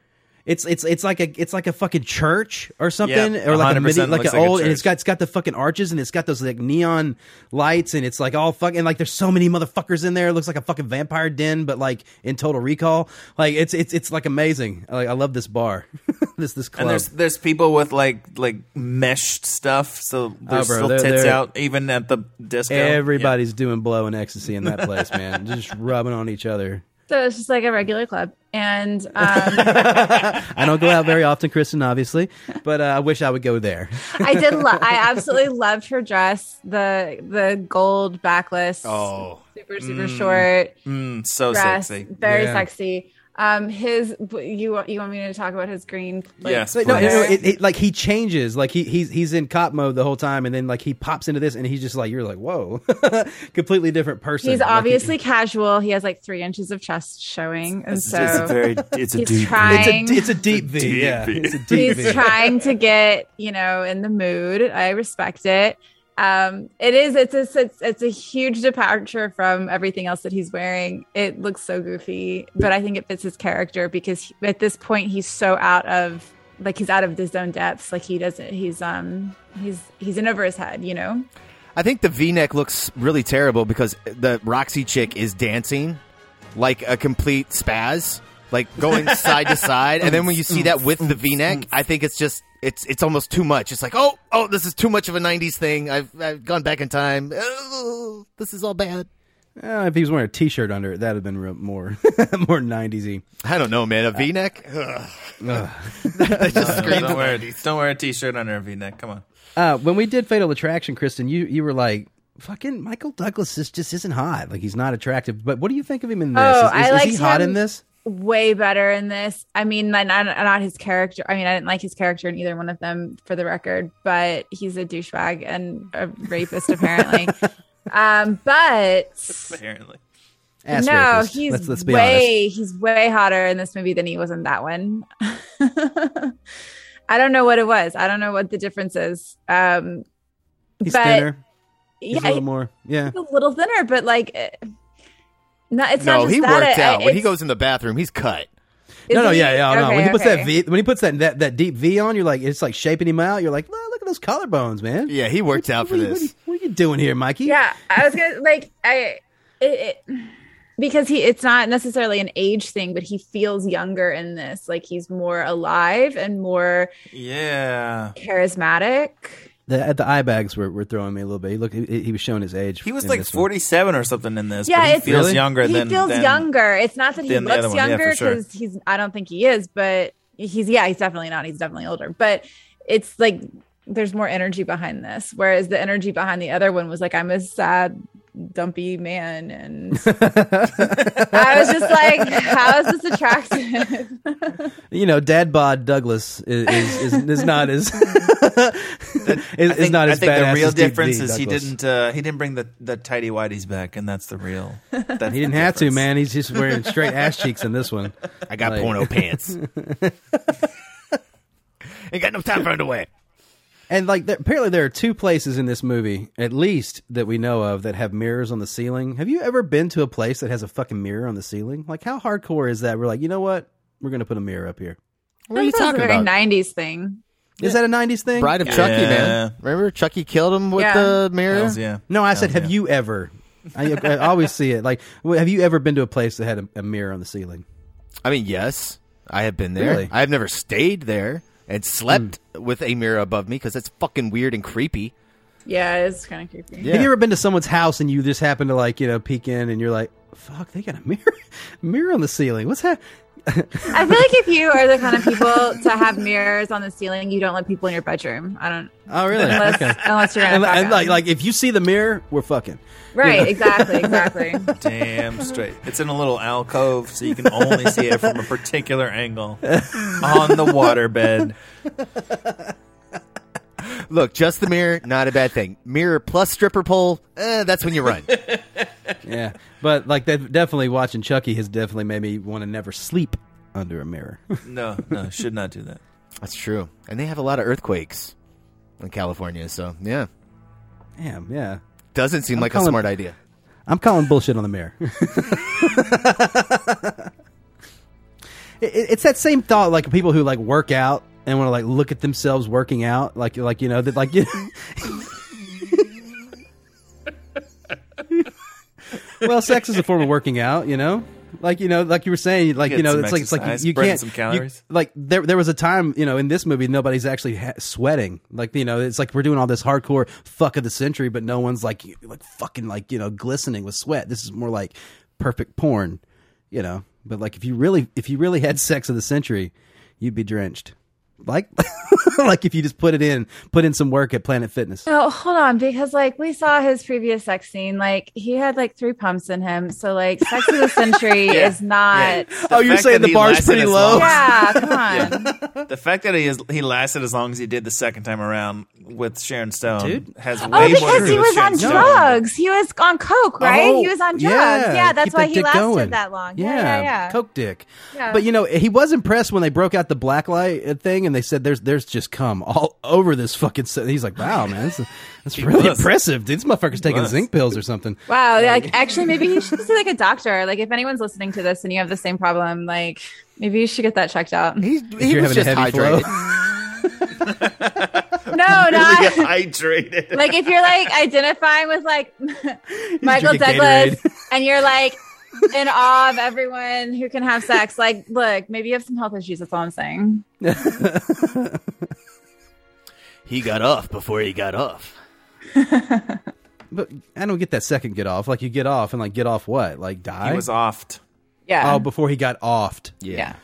Speaker 1: It's it's it's like a it's like a fucking church or something
Speaker 8: Yeah,
Speaker 1: or like a
Speaker 8: 100%
Speaker 1: mini, like
Speaker 8: looks
Speaker 1: an
Speaker 8: like a
Speaker 1: old and it's
Speaker 8: church.
Speaker 1: got it's got the fucking arches and it's got those like neon lights and it's like all fucking like there's so many motherfuckers in there. It looks like a fucking vampire den, but like in Total Recall, like it's it's it's like amazing. Like I love this bar, [laughs] this this club.
Speaker 8: And there's there's people with like like meshed stuff, so
Speaker 1: Oh, bro,
Speaker 8: there's still
Speaker 1: they're-
Speaker 8: tits
Speaker 1: they're-
Speaker 8: out even at the disco.
Speaker 1: Everybody's doing blow and ecstasy in that place, man. Just rubbing on each other.
Speaker 9: So it's just like a regular club, and um,
Speaker 1: I don't go out very often, Kristen, obviously, but uh, I wish I would go there.
Speaker 9: I did. Lo- I absolutely loved her dress. The the gold backless.
Speaker 8: Oh.
Speaker 9: super super
Speaker 8: Mm.
Speaker 9: short.
Speaker 8: Mm, so
Speaker 9: dress,
Speaker 8: sexy.
Speaker 9: Very
Speaker 8: Yeah.
Speaker 9: sexy. Um, his you want- you want me to talk about his green? like,
Speaker 1: Like, no, no,
Speaker 9: sweater?
Speaker 1: it, it, like he changes. Like he he's he's in cop mode the whole time, and then like he pops into this, and he's just like you're like whoa, [laughs] completely different person.
Speaker 9: He's
Speaker 1: Like,
Speaker 9: obviously casual. He has like three inches of chest showing, and
Speaker 1: It's-
Speaker 9: so
Speaker 1: it's a very-
Speaker 8: it's
Speaker 1: a
Speaker 9: he's
Speaker 1: deep V.
Speaker 9: trying.
Speaker 1: It's a- it's a deep V, Deep yeah. V. It's a deep
Speaker 9: he's
Speaker 1: V.
Speaker 9: trying to get you know in the mood. I respect it. Um, it is. It's a. It's, it's a huge departure from everything else that he's wearing. It looks so goofy, but I think it fits his character because he- at this point he's so out of like he's out of his own depths. Like he doesn't. He's um. He's he's in over his head. You know.
Speaker 7: I think the V-neck looks really terrible because the Roxy chick is dancing like a complete spaz, like going side to side. And then when you see that with the V-neck, I think it's just it's it's almost too much. It's like oh oh this is too much of a '90s thing. I've I've gone back in time. Oh, this is all bad.
Speaker 1: Uh, if he was wearing a T-shirt under it, that'd have been real, more [laughs] more nineties-y.
Speaker 7: I don't know, man. A [laughs] V-neck. Ugh.
Speaker 8: No,
Speaker 1: screamed
Speaker 8: don't, wear, a- don't wear a t-shirt under a v-neck. Come on.
Speaker 1: Uh, when we did Fatal Attraction, Kristen, you you were like. Fucking Michael Douglas is, just isn't hot. Like he's not attractive. But what do you think of him in this? is, is- is he hot
Speaker 9: Oh, him
Speaker 1: in this?
Speaker 9: Way better in this. I mean, like, not not his character. I mean, I didn't like his character in either one of them, for the record. But he's a douchebag and a rapist, apparently. um, but
Speaker 8: Apparently.
Speaker 1: Ass
Speaker 9: no,
Speaker 1: rapist.
Speaker 9: he's
Speaker 1: Let's- let's be
Speaker 9: way he's way hotter in this movie than he was in that one. [laughs] I don't know what it was. I don't know what the difference is. Um,
Speaker 1: He's
Speaker 9: but
Speaker 1: thinner. He's a
Speaker 9: yeah,
Speaker 1: little more. Yeah.
Speaker 9: he's a little thinner, but like, eh, not, it's not
Speaker 7: no,
Speaker 9: just
Speaker 7: he
Speaker 9: that.
Speaker 7: worked
Speaker 9: I-
Speaker 7: out. When he
Speaker 9: it's-
Speaker 7: goes in the bathroom, he's cut.
Speaker 1: No,
Speaker 9: Is
Speaker 1: no,
Speaker 9: he?
Speaker 1: yeah, yeah. no.
Speaker 9: Okay,
Speaker 1: When he puts
Speaker 9: okay.
Speaker 1: that V, when he puts that, that that deep V on, you're like, it's like shaping him out. You're like, "Look, look at those collarbones, man.
Speaker 7: Yeah, he worked out for
Speaker 1: what, are you-
Speaker 7: this.
Speaker 1: What are you doing here, Mikey?
Speaker 9: Yeah, I was gonna like I it, it because he it's not necessarily an age thing, but he feels younger in this. Like he's more alive and more
Speaker 8: Yeah.
Speaker 9: charismatic.
Speaker 1: The, the eye bags were, were throwing me a little bit. He looked, he, he was showing his age.
Speaker 8: He was
Speaker 1: in
Speaker 8: like
Speaker 1: this one.
Speaker 8: 47 or something in this.
Speaker 9: yeah,
Speaker 8: but he
Speaker 9: it's,
Speaker 8: feels younger
Speaker 9: He
Speaker 8: than
Speaker 9: feels
Speaker 8: than-
Speaker 9: younger. It's not that he
Speaker 8: than the other
Speaker 9: looks
Speaker 8: one. Yeah, for
Speaker 9: younger
Speaker 8: sure.
Speaker 9: because he's I don't think he is, but he's yeah, he's definitely not. He's definitely older, but it's like there's more energy behind this, whereas the energy behind the other one was like I'm a sad, dumpy man,
Speaker 8: [laughs]
Speaker 9: and I was just like, how is this attractive?
Speaker 1: You know, Dad bod Douglas is is, is, is not
Speaker 9: [laughs]
Speaker 1: as is, is not
Speaker 8: I
Speaker 1: as
Speaker 8: think
Speaker 1: badass
Speaker 8: the real
Speaker 1: as Deep V
Speaker 8: difference is he
Speaker 1: Douglas.
Speaker 8: didn't uh, he didn't bring the the tidy whities back, and that's the real.
Speaker 1: [laughs] He didn't have to, man. He's just wearing straight ass cheeks in this
Speaker 8: [laughs]
Speaker 1: one.
Speaker 7: I got porno pants. [laughs] Ain't got no time for underwear.
Speaker 1: And like, there, apparently, there are two places in this movie, at least that we know of, that have mirrors on the ceiling. Have you ever been to a place that has a fucking mirror on the ceiling? Like, how hardcore is that? We're like, you know what? We're gonna put a mirror up here.
Speaker 7: What are you
Speaker 9: [laughs] That sounds
Speaker 7: talking
Speaker 9: like a
Speaker 7: about?
Speaker 9: Very 90s thing.
Speaker 1: Is that a '90s thing?
Speaker 7: Bride of Chucky, man. Remember Chucky killed him with
Speaker 9: Yeah.
Speaker 7: the mirror?
Speaker 8: Hells yeah.
Speaker 1: No, I said, have you ever? I, I always see it. Like, w- have you ever been to a place that had a, a mirror on the ceiling?
Speaker 7: I mean, yes, I have been there.
Speaker 1: Really?
Speaker 7: I have never stayed there and slept with a mirror above me because that's fucking weird and creepy.
Speaker 9: Yeah, it's kind of creepy.
Speaker 1: Have you ever been to someone's house and you just happen to like, you know, peek in and you're like, fuck, they got a mirror, [laughs] mirror on the ceiling. What's that?
Speaker 9: I feel like if you are the kind of people to have mirrors on the ceiling, you don't let people in your bedroom. I
Speaker 8: [laughs]
Speaker 9: don't.
Speaker 1: Oh, really?
Speaker 9: Unless,
Speaker 1: okay.
Speaker 9: unless you're gonna
Speaker 1: And,
Speaker 9: fuck
Speaker 1: and, like,
Speaker 9: them.
Speaker 1: like, if you see the mirror, we're fucking.
Speaker 9: right,
Speaker 1: [laughs]
Speaker 9: exactly, exactly.
Speaker 8: Damn straight. It's in a little alcove, so you can only see it from a particular angle on the waterbed.
Speaker 7: Look, just the mirror, not a bad thing. Mirror plus stripper pole, eh, that's when you [laughs] run.
Speaker 1: Yeah, but like, that definitely watching Chucky has definitely made me want to never sleep under a mirror. [laughs]
Speaker 8: No, no, should not do that.
Speaker 7: that's true. And they have a lot of earthquakes in California, so yeah.
Speaker 1: Damn, yeah.
Speaker 7: Doesn't seem
Speaker 1: I'm
Speaker 7: like
Speaker 1: calling-
Speaker 7: a smart idea.
Speaker 1: I'm calling bullshit on the mirror. It- it- it's that same thought, like people who like work out and want to like look at themselves working out, like like you [laughs] know that like. well, sex is a form of working out, you know. Like you know, like you were saying, like
Speaker 8: Get
Speaker 1: you know,
Speaker 8: some
Speaker 1: it's like it's like
Speaker 8: exercise,
Speaker 1: you, you
Speaker 8: burn
Speaker 1: can't
Speaker 8: some
Speaker 1: you-
Speaker 8: calories.
Speaker 1: like there, there was a time, you know, in this movie, nobody's actually ha- sweating. Like you know, it's like we're doing all this hardcore fuck of the century, but no one's like like fucking like you know glistening with sweat. This is more like perfect porn, you know. But like if you really if you really had sex of the century, you'd be drenched. Like [laughs] like if you just put it in, put in some work at Planet Fitness.
Speaker 9: No, hold on, because like we saw his previous sex scene, like he had like three pumps in him, so like sex of
Speaker 1: [laughs]
Speaker 9: the century
Speaker 8: Yeah.
Speaker 9: is not.
Speaker 8: Yeah. The fact that he lasted as
Speaker 1: Oh.
Speaker 8: long-
Speaker 1: [laughs]
Speaker 9: Yeah, come on.
Speaker 8: The fact that he is, he lasted as long as he did the second time around with Sharon Stone
Speaker 1: Dude.
Speaker 8: has way
Speaker 9: Oh,
Speaker 8: more to do
Speaker 9: because he
Speaker 8: with
Speaker 9: was
Speaker 8: Sharon
Speaker 9: on
Speaker 8: Stone.
Speaker 9: drugs. He was on coke, right?
Speaker 1: Oh,
Speaker 9: he was on drugs.
Speaker 1: yeah,
Speaker 9: Yeah, that's
Speaker 1: keep
Speaker 9: why
Speaker 1: that
Speaker 9: he
Speaker 1: dick
Speaker 9: lasted
Speaker 1: going.
Speaker 9: that long.
Speaker 1: Yeah,
Speaker 9: Yeah, yeah, yeah.
Speaker 1: Coke dick.
Speaker 9: Yeah.
Speaker 1: But you know, he was impressed when they broke out the blacklight uh, thing and they said there's there's just cum all over this fucking set. He's like, "Wow, man.
Speaker 9: [laughs]
Speaker 1: That's, that's really
Speaker 8: was.
Speaker 1: impressive. Dude, this motherfucker's taking
Speaker 8: was.
Speaker 1: zinc pills or something."
Speaker 9: Wow, like actually, maybe you should [laughs] see like a doctor. Like, if anyone's listening to this and you have the same problem, like maybe you should get that
Speaker 1: [laughs]
Speaker 9: checked out.
Speaker 7: He,
Speaker 1: If you're having a heavy flow.
Speaker 9: no, not
Speaker 8: [laughs] hydrated.
Speaker 9: like if
Speaker 1: [laughs]
Speaker 9: you're like identifying with like [laughs] Michael
Speaker 8: drinking
Speaker 9: Douglas
Speaker 1: [laughs]
Speaker 9: and you're like in awe of everyone who can have sex. Like, look, maybe you have some health issues. That's all I'm saying.
Speaker 7: He got off before he got off.
Speaker 1: [laughs] But I don't get that second get off. Like you get off and like get off what? Like die.
Speaker 8: He was offed.
Speaker 9: Yeah.
Speaker 1: Oh, before he got offed.
Speaker 9: Yeah.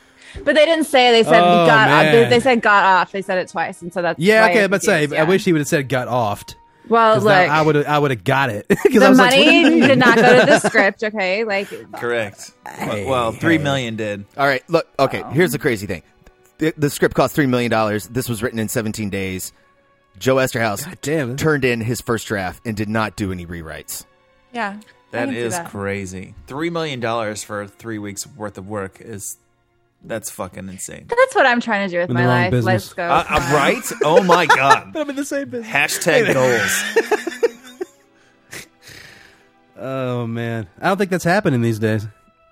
Speaker 9: But they didn't say. They said
Speaker 1: Oh,
Speaker 9: got off. They,
Speaker 1: man.
Speaker 9: they said got off. They said it twice, and so that's
Speaker 1: Yeah.
Speaker 9: why
Speaker 1: Okay.
Speaker 9: you're
Speaker 1: I'm about to say.
Speaker 9: confused,
Speaker 1: I
Speaker 9: yeah.
Speaker 1: wish he would have said got offed.
Speaker 9: Well,
Speaker 1: 'Cause
Speaker 9: look,
Speaker 1: that- I would. I would have got it. [laughs] 'Cause I
Speaker 9: the
Speaker 1: was like, what do you
Speaker 9: money
Speaker 1: mean?
Speaker 9: did not
Speaker 1: [laughs]
Speaker 9: go to the script. Okay, like
Speaker 8: Correct. Well, well, three million did.
Speaker 7: All right, look. Okay, here's the crazy thing: the, the script cost three million dollars. This was written in 17 days. Joe Esterhaus
Speaker 1: [laughs]
Speaker 7: turned in his first draft and did not do any rewrites.
Speaker 9: yeah, I
Speaker 8: That
Speaker 9: can see
Speaker 8: is
Speaker 9: that.
Speaker 8: crazy. Three million dollars for three weeks worth of work is that's fucking insane.
Speaker 9: That's what I'm trying to do with
Speaker 8: In the
Speaker 9: my
Speaker 8: wrong
Speaker 9: life.
Speaker 8: business.
Speaker 9: Let's go.
Speaker 8: Uh, [laughs] uh, right? Oh my [laughs] god.
Speaker 1: I'm in the same business.
Speaker 8: Hashtag goals.
Speaker 1: Oh man. I don't think that's happening these days.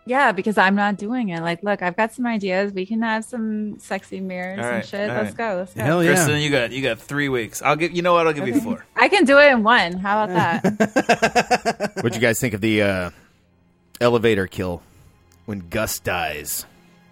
Speaker 9: Yeah, because I'm not doing it. Like, look, I've got some ideas. We can have some sexy mirrors
Speaker 8: All
Speaker 9: and
Speaker 8: right,
Speaker 9: shit.
Speaker 8: all
Speaker 9: Let's
Speaker 8: right.
Speaker 9: go. Let's go.
Speaker 1: Hell yeah.
Speaker 8: Kristen, you got you got three weeks. I'll give you know what I'll give you [laughs] four.
Speaker 9: I can do it in one. How about that? Oh,
Speaker 7: What'd you guys think of the uh, elevator kill when Gus dies?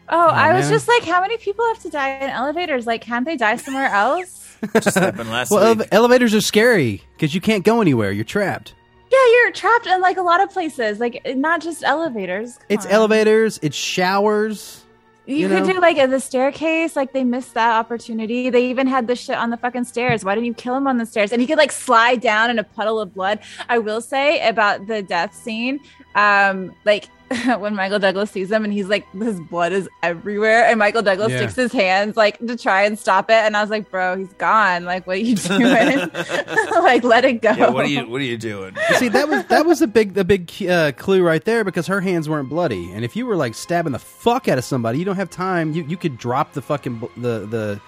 Speaker 9: Oh, I was
Speaker 7: man.
Speaker 9: just like, how many people have to die in elevators? Like, can't they die somewhere else?
Speaker 8: Just happened last
Speaker 1: well,
Speaker 8: week.
Speaker 1: ele- elevators are scary because you can't go anywhere. You're trapped.
Speaker 9: Yeah, you're trapped in like a lot of places, like not just elevators. Come
Speaker 1: It's
Speaker 9: on.
Speaker 1: elevators. It's showers.
Speaker 9: You,
Speaker 1: you
Speaker 9: could
Speaker 1: know?
Speaker 9: do like at the staircase. Like they missed that opportunity. They even had this shit on the fucking stairs. Why didn't you kill him on the stairs? And he could like slide down in a puddle of blood. I will say about the death scene, um, like [laughs] when Michael Douglas sees him and he's like, his blood is everywhere, and Michael Douglas
Speaker 13: Yeah.
Speaker 9: sticks his hands like to try and stop it. And I was like, bro, he's gone. Like, what
Speaker 1: [laughs]
Speaker 9: are you doing? [laughs] like, let it go.
Speaker 8: Yeah, what are you what are you doing?
Speaker 1: You See that was that was a big a big uh, clue right there because her hands weren't bloody, and if you were like stabbing the fuck out of somebody, you don't have time. You you could drop the fucking bl- the the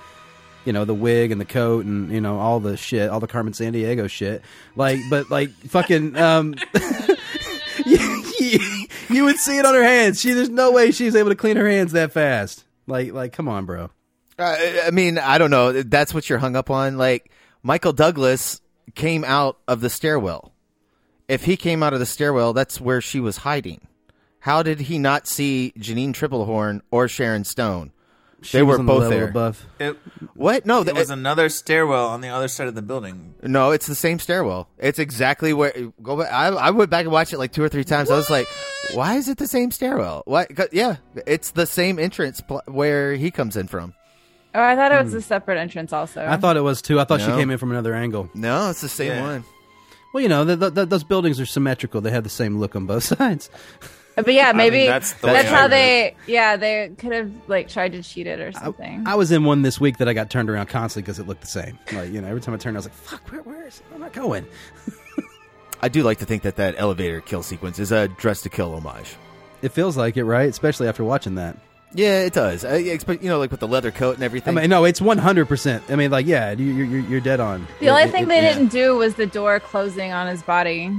Speaker 1: you know the wig and the coat and you know all the shit, all the Carmen San Diego shit. Like, but like fucking um, [laughs] you, you- you would see it on her hands. She there's no way she was able to clean her hands that fast. Like like come on, bro.
Speaker 7: Uh, I I mean, I don't know. That's what you're hung up on. Like Michael Douglas came out of the stairwell. If he came out of the stairwell, that's where she was hiding. How did he not see Janine Triplehorn or Sharon Stone?
Speaker 8: She
Speaker 7: they
Speaker 8: was
Speaker 7: were
Speaker 8: on the
Speaker 7: both
Speaker 8: level
Speaker 7: there.
Speaker 1: above.
Speaker 8: It-
Speaker 7: What? No,
Speaker 8: there was another stairwell on the other side of the building.
Speaker 7: No, it's the same stairwell. It's exactly where go. Back, I I went back and watched it like two or three times. I was like, why is it the same stairwell? What? 'cause- Yeah, it's the same entrance pl- where he comes in from.
Speaker 9: [laughs] Oh, I thought it was
Speaker 1: Hmm.
Speaker 9: a separate entrance. Also,
Speaker 1: I thought it was too. I thought she
Speaker 7: No.
Speaker 1: came in from another angle.
Speaker 7: No, it's the same
Speaker 1: Yeah.
Speaker 7: one.
Speaker 1: Well, you know, th th th those buildings are symmetrical. They have the same look on both [laughs] sides.
Speaker 9: But yeah,
Speaker 1: mean,
Speaker 9: maybe
Speaker 1: that's
Speaker 9: that's,
Speaker 1: the way I
Speaker 9: how
Speaker 1: read
Speaker 9: they. Yeah, they could have like tried to cheat it or something.
Speaker 1: I was in one this week that I got turned around constantly because it looked the same. Like you know, every time I turned, I was like, "Fuck, where, where is? Where am I going?"
Speaker 7: I do like to think that that elevator kill sequence is a dress to kill homage.
Speaker 1: It feels like it, right? Especially after watching that.
Speaker 7: Yeah, it does. I expect you know, like with the leather coat and
Speaker 1: I
Speaker 7: everything.
Speaker 1: mean, no, it's one hundred percent. I mean, like, yeah, you, you, you're- you're dead on.
Speaker 9: the only
Speaker 1: It- it-
Speaker 9: thing
Speaker 1: it-
Speaker 9: they
Speaker 1: yeah.
Speaker 9: didn't do was the door closing on his body.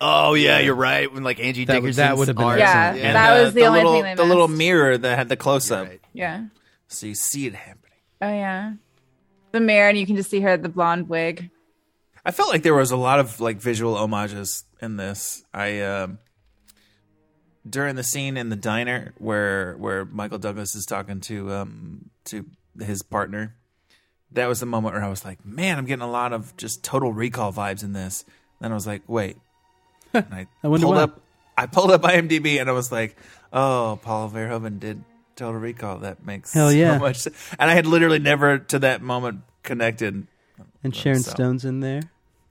Speaker 7: oh yeah, you're right. When like Angie
Speaker 1: That would-
Speaker 7: Dickerson's
Speaker 1: that would have been
Speaker 7: arms-
Speaker 9: Yeah,
Speaker 8: And
Speaker 9: that was the only
Speaker 8: little,
Speaker 9: thing they
Speaker 8: The little mirror that had the close up.
Speaker 9: Yeah.
Speaker 8: So you see it happen.
Speaker 9: Oh yeah. The mirror, and you can just see her the blonde wig.
Speaker 8: I felt like there was a lot of like visual homages in this. I um during the scene in the diner where where Michael Douglas is talking to um to his partner, that was the moment where I was like, man, I'm getting a lot of just total recall vibes in this. Then I was like, wait. And I,
Speaker 1: [laughs] I wonder
Speaker 8: pulled
Speaker 1: why.
Speaker 8: up I pulled up IMDb and I was like, oh, Paul Verhoeven did Total Recall. That makes
Speaker 1: Hell yeah.
Speaker 8: so much sense. And I had literally never to that moment connected.
Speaker 1: And Sharon
Speaker 8: So-
Speaker 1: Stone's in there.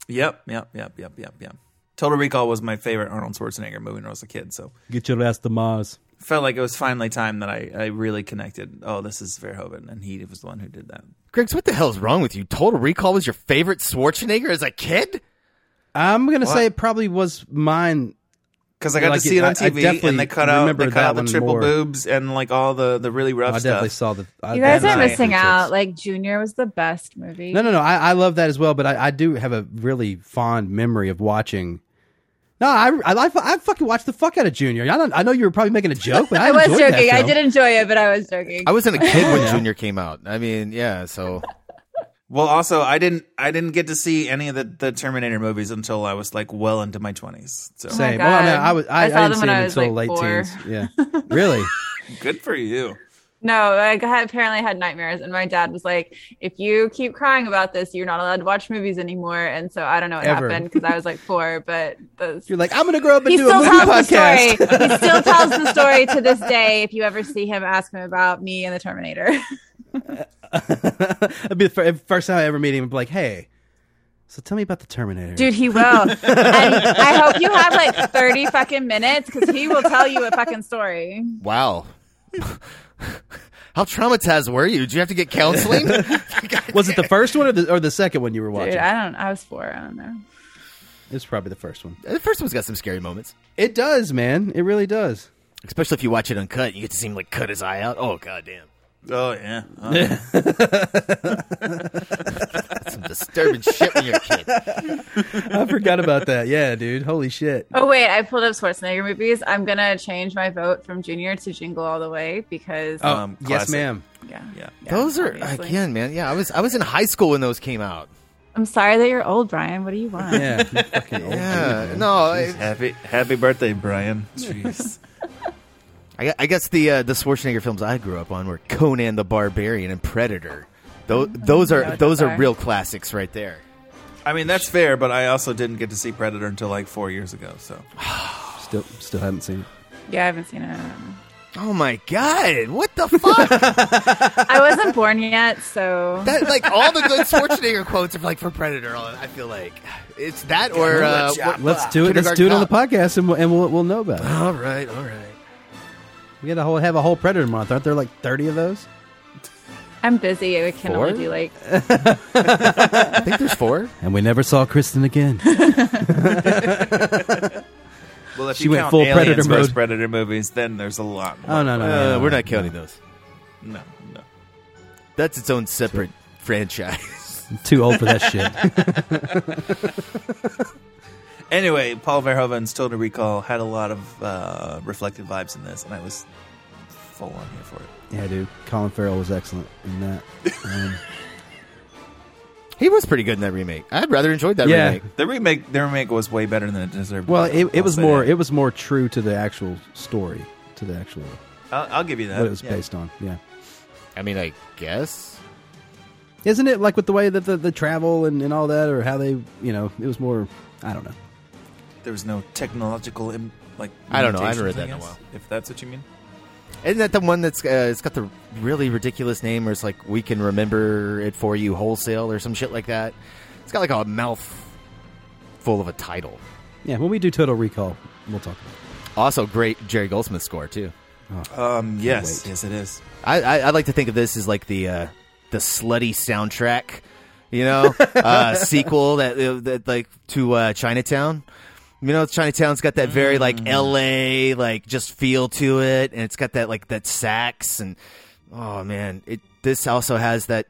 Speaker 8: Yep, yep, yep, yep, yep, yep. Total Recall was my favorite Arnold Schwarzenegger movie when I was a kid. So
Speaker 1: Get your ass to Mars.
Speaker 8: felt like it was finally time that I, I really connected. Oh, this is Verhoeven. And he was the one who did that.
Speaker 7: Griggs, what the hell is wrong with you? Total Recall was your favorite Schwarzenegger as a kid?
Speaker 1: I'm gonna
Speaker 7: What?
Speaker 1: say it probably was mine
Speaker 8: Because I got
Speaker 1: Like,
Speaker 8: to see it on
Speaker 1: I- I
Speaker 8: TV,
Speaker 1: definitely
Speaker 8: and they cut out
Speaker 1: remember
Speaker 8: they cut
Speaker 1: that
Speaker 8: out the
Speaker 1: one
Speaker 8: triple
Speaker 1: more.
Speaker 8: boobs and like all the the really rough
Speaker 1: I
Speaker 8: stuff.
Speaker 1: definitely saw the. I
Speaker 9: You guys are
Speaker 1: definitely-
Speaker 9: missing out. Like Junior was the best movie.
Speaker 1: No, no, no. I, I love that as well, but I, I do have a really fond memory of watching. No, I, I, I, I fucking watched the fuck out of Junior. I, don't, I know you were probably making a joke, but I,
Speaker 9: [laughs] I, was
Speaker 1: enjoyed that
Speaker 9: joking. I
Speaker 1: show.
Speaker 9: did enjoy it, but I was joking.
Speaker 7: I wasn't a kid
Speaker 1: [laughs]
Speaker 7: when
Speaker 1: Yeah.
Speaker 7: Junior came out. I mean, yeah, so
Speaker 8: Well, also I didn't I didn't get to see any of the, the Terminator movies until I was like well into my twenties.
Speaker 9: oh
Speaker 8: So
Speaker 1: Same. Well, no, I was. I, I, didn't see him until late teens. Yeah,
Speaker 9: [laughs]
Speaker 1: really.
Speaker 8: good for you.
Speaker 9: No, I got- apparently had nightmares, and my dad was like, "If you keep crying about this, you're not allowed to watch movies anymore." And so I don't know what
Speaker 1: Ever.
Speaker 9: happened because I was like four, but
Speaker 1: [laughs]
Speaker 9: those.
Speaker 1: You're like, I'm gonna grow up and
Speaker 9: He
Speaker 1: do a
Speaker 9: still
Speaker 1: movie
Speaker 9: tells the
Speaker 1: podcast.
Speaker 9: story. he still tells the story
Speaker 1: [laughs]
Speaker 9: to this day. If you ever see him, ask him about me and the Terminator.
Speaker 1: [laughs] That'd be the fir- first time I ever meet him. I'd be like, hey, so tell me about the Terminator,
Speaker 9: Dude, he will. and I hope you have like 30 fucking minutes because he will tell you a fucking story.
Speaker 7: wow. [laughs] How traumatized were you? Did you have to get
Speaker 1: [laughs]
Speaker 7: counseling?
Speaker 1: was
Speaker 9: [laughs]
Speaker 1: it the first one or the, or the second one you were watching?
Speaker 9: Dude, I don't. I was four. I don't know.
Speaker 1: It's probably the first one.
Speaker 7: The first one's got some scary moments.
Speaker 1: It does, man. It really
Speaker 9: [laughs]
Speaker 1: does.
Speaker 7: Especially if you watch it uncut, you get to see him like cut his eye out. Oh goddamn.
Speaker 8: Oh yeah. Oh,
Speaker 7: Yeah.
Speaker 8: yeah.
Speaker 7: some disturbing shit when you're a kid.
Speaker 1: I forgot about that. Yeah, dude. Holy shit.
Speaker 9: Oh wait, I pulled up Schwarzenegger movies. I'm gonna change my vote from Junior to Jingle All the Way because
Speaker 1: Oh, yes, [laughs] ma'am.
Speaker 9: Yeah.
Speaker 8: yeah.
Speaker 7: Those are
Speaker 9: obviously.
Speaker 7: again, man. Yeah, I was I was in high school when those came out.
Speaker 9: I'm sorry that you're old, Brian. What do you want?
Speaker 1: Yeah. fucking old
Speaker 7: Yeah, no, it-
Speaker 8: happy happy birthday, Brian.
Speaker 1: [laughs]
Speaker 8: Jeez.
Speaker 7: I, I guess the uh, the Schwarzenegger films I grew up on were Conan the Barbarian and Predator. Those those
Speaker 8: Mm-hmm. Yeah,
Speaker 7: are those
Speaker 8: those
Speaker 7: are
Speaker 8: are.
Speaker 7: real classics right there.
Speaker 8: I mean that's fair, but I also didn't get to see Predator until like four years ago. So
Speaker 1: Still, still haven't seen. it.
Speaker 9: Yeah, I haven't seen it.
Speaker 7: Oh my god, what the fuck?
Speaker 9: I wasn't born yet, so
Speaker 7: that like all the
Speaker 8: [laughs]
Speaker 7: good Schwarzenegger quotes are like for Predator. I feel like it's that or uh, what-
Speaker 1: let's do it. Let's do it on the podcast, and we'll, and we'll, we'll know about it.
Speaker 7: All right, all right.
Speaker 1: We got to whole, have a whole Predator month. Aren't there like thirty of those?
Speaker 9: I'm busy. I can
Speaker 1: Four?
Speaker 9: only do like
Speaker 1: I
Speaker 7: think there's
Speaker 1: [laughs]
Speaker 7: four.
Speaker 1: And we never saw Kristen again.
Speaker 8: Well, if
Speaker 1: She
Speaker 8: you
Speaker 1: went
Speaker 8: count
Speaker 1: full
Speaker 8: Aliens
Speaker 1: Predator
Speaker 8: versus
Speaker 1: mode.
Speaker 8: Predator movies, then there's a lot. More.
Speaker 1: [laughs] Oh, no, no, no, Uh, no,
Speaker 7: we're not counting those.
Speaker 8: No, no.
Speaker 7: That's its own separate franchise. [laughs]
Speaker 1: I'm too old for that shit.
Speaker 8: Anyway, Paul Verhoeven's Total Recall had a lot of uh, reflective vibes in this, and I was full on here for it.
Speaker 1: [laughs] yeah, dude. Colin Farrell was excellent in that. Um,
Speaker 7: he was pretty good in that remake. I'd rather enjoyed that
Speaker 1: Yeah.
Speaker 7: remake.
Speaker 8: The remake, the remake was way better than it deserved.
Speaker 1: well, it,
Speaker 8: I'll
Speaker 1: it was
Speaker 8: say
Speaker 1: more.
Speaker 8: that.
Speaker 1: It was more true to the actual story, to the actual
Speaker 8: I'll, I'll give you that.
Speaker 1: what it was
Speaker 8: Uh, yeah.
Speaker 1: based on. Yeah.
Speaker 7: I mean, I guess.
Speaker 1: Isn't it like with the way that the, the travel and, and all that, or how they, you know, it was more, I don't know.
Speaker 8: There was no technological, im- like
Speaker 7: I don't know. I haven't
Speaker 8: limitations,
Speaker 7: read that in a
Speaker 8: guess,
Speaker 7: while.
Speaker 8: If that's what you mean.
Speaker 7: Isn't that the one that's uh, it's got the really ridiculous name, where it's like we can remember it for you wholesale or some shit like that? It's got like a mouth full of a title.
Speaker 1: Yeah, when we do Total Recall, we'll talk about
Speaker 7: Also, great Jerry Goldsmith score too.
Speaker 8: Um. Yes. Yes, it is.
Speaker 7: I, I, I like to think of this as like the uh, the slutty soundtrack, you [laughs] know, uh, sequel that, that like to uh, Chinatown. You know, Chinatown's got that very like L.A. like just feel to it, and it's got that like that sax and oh man, it this also has that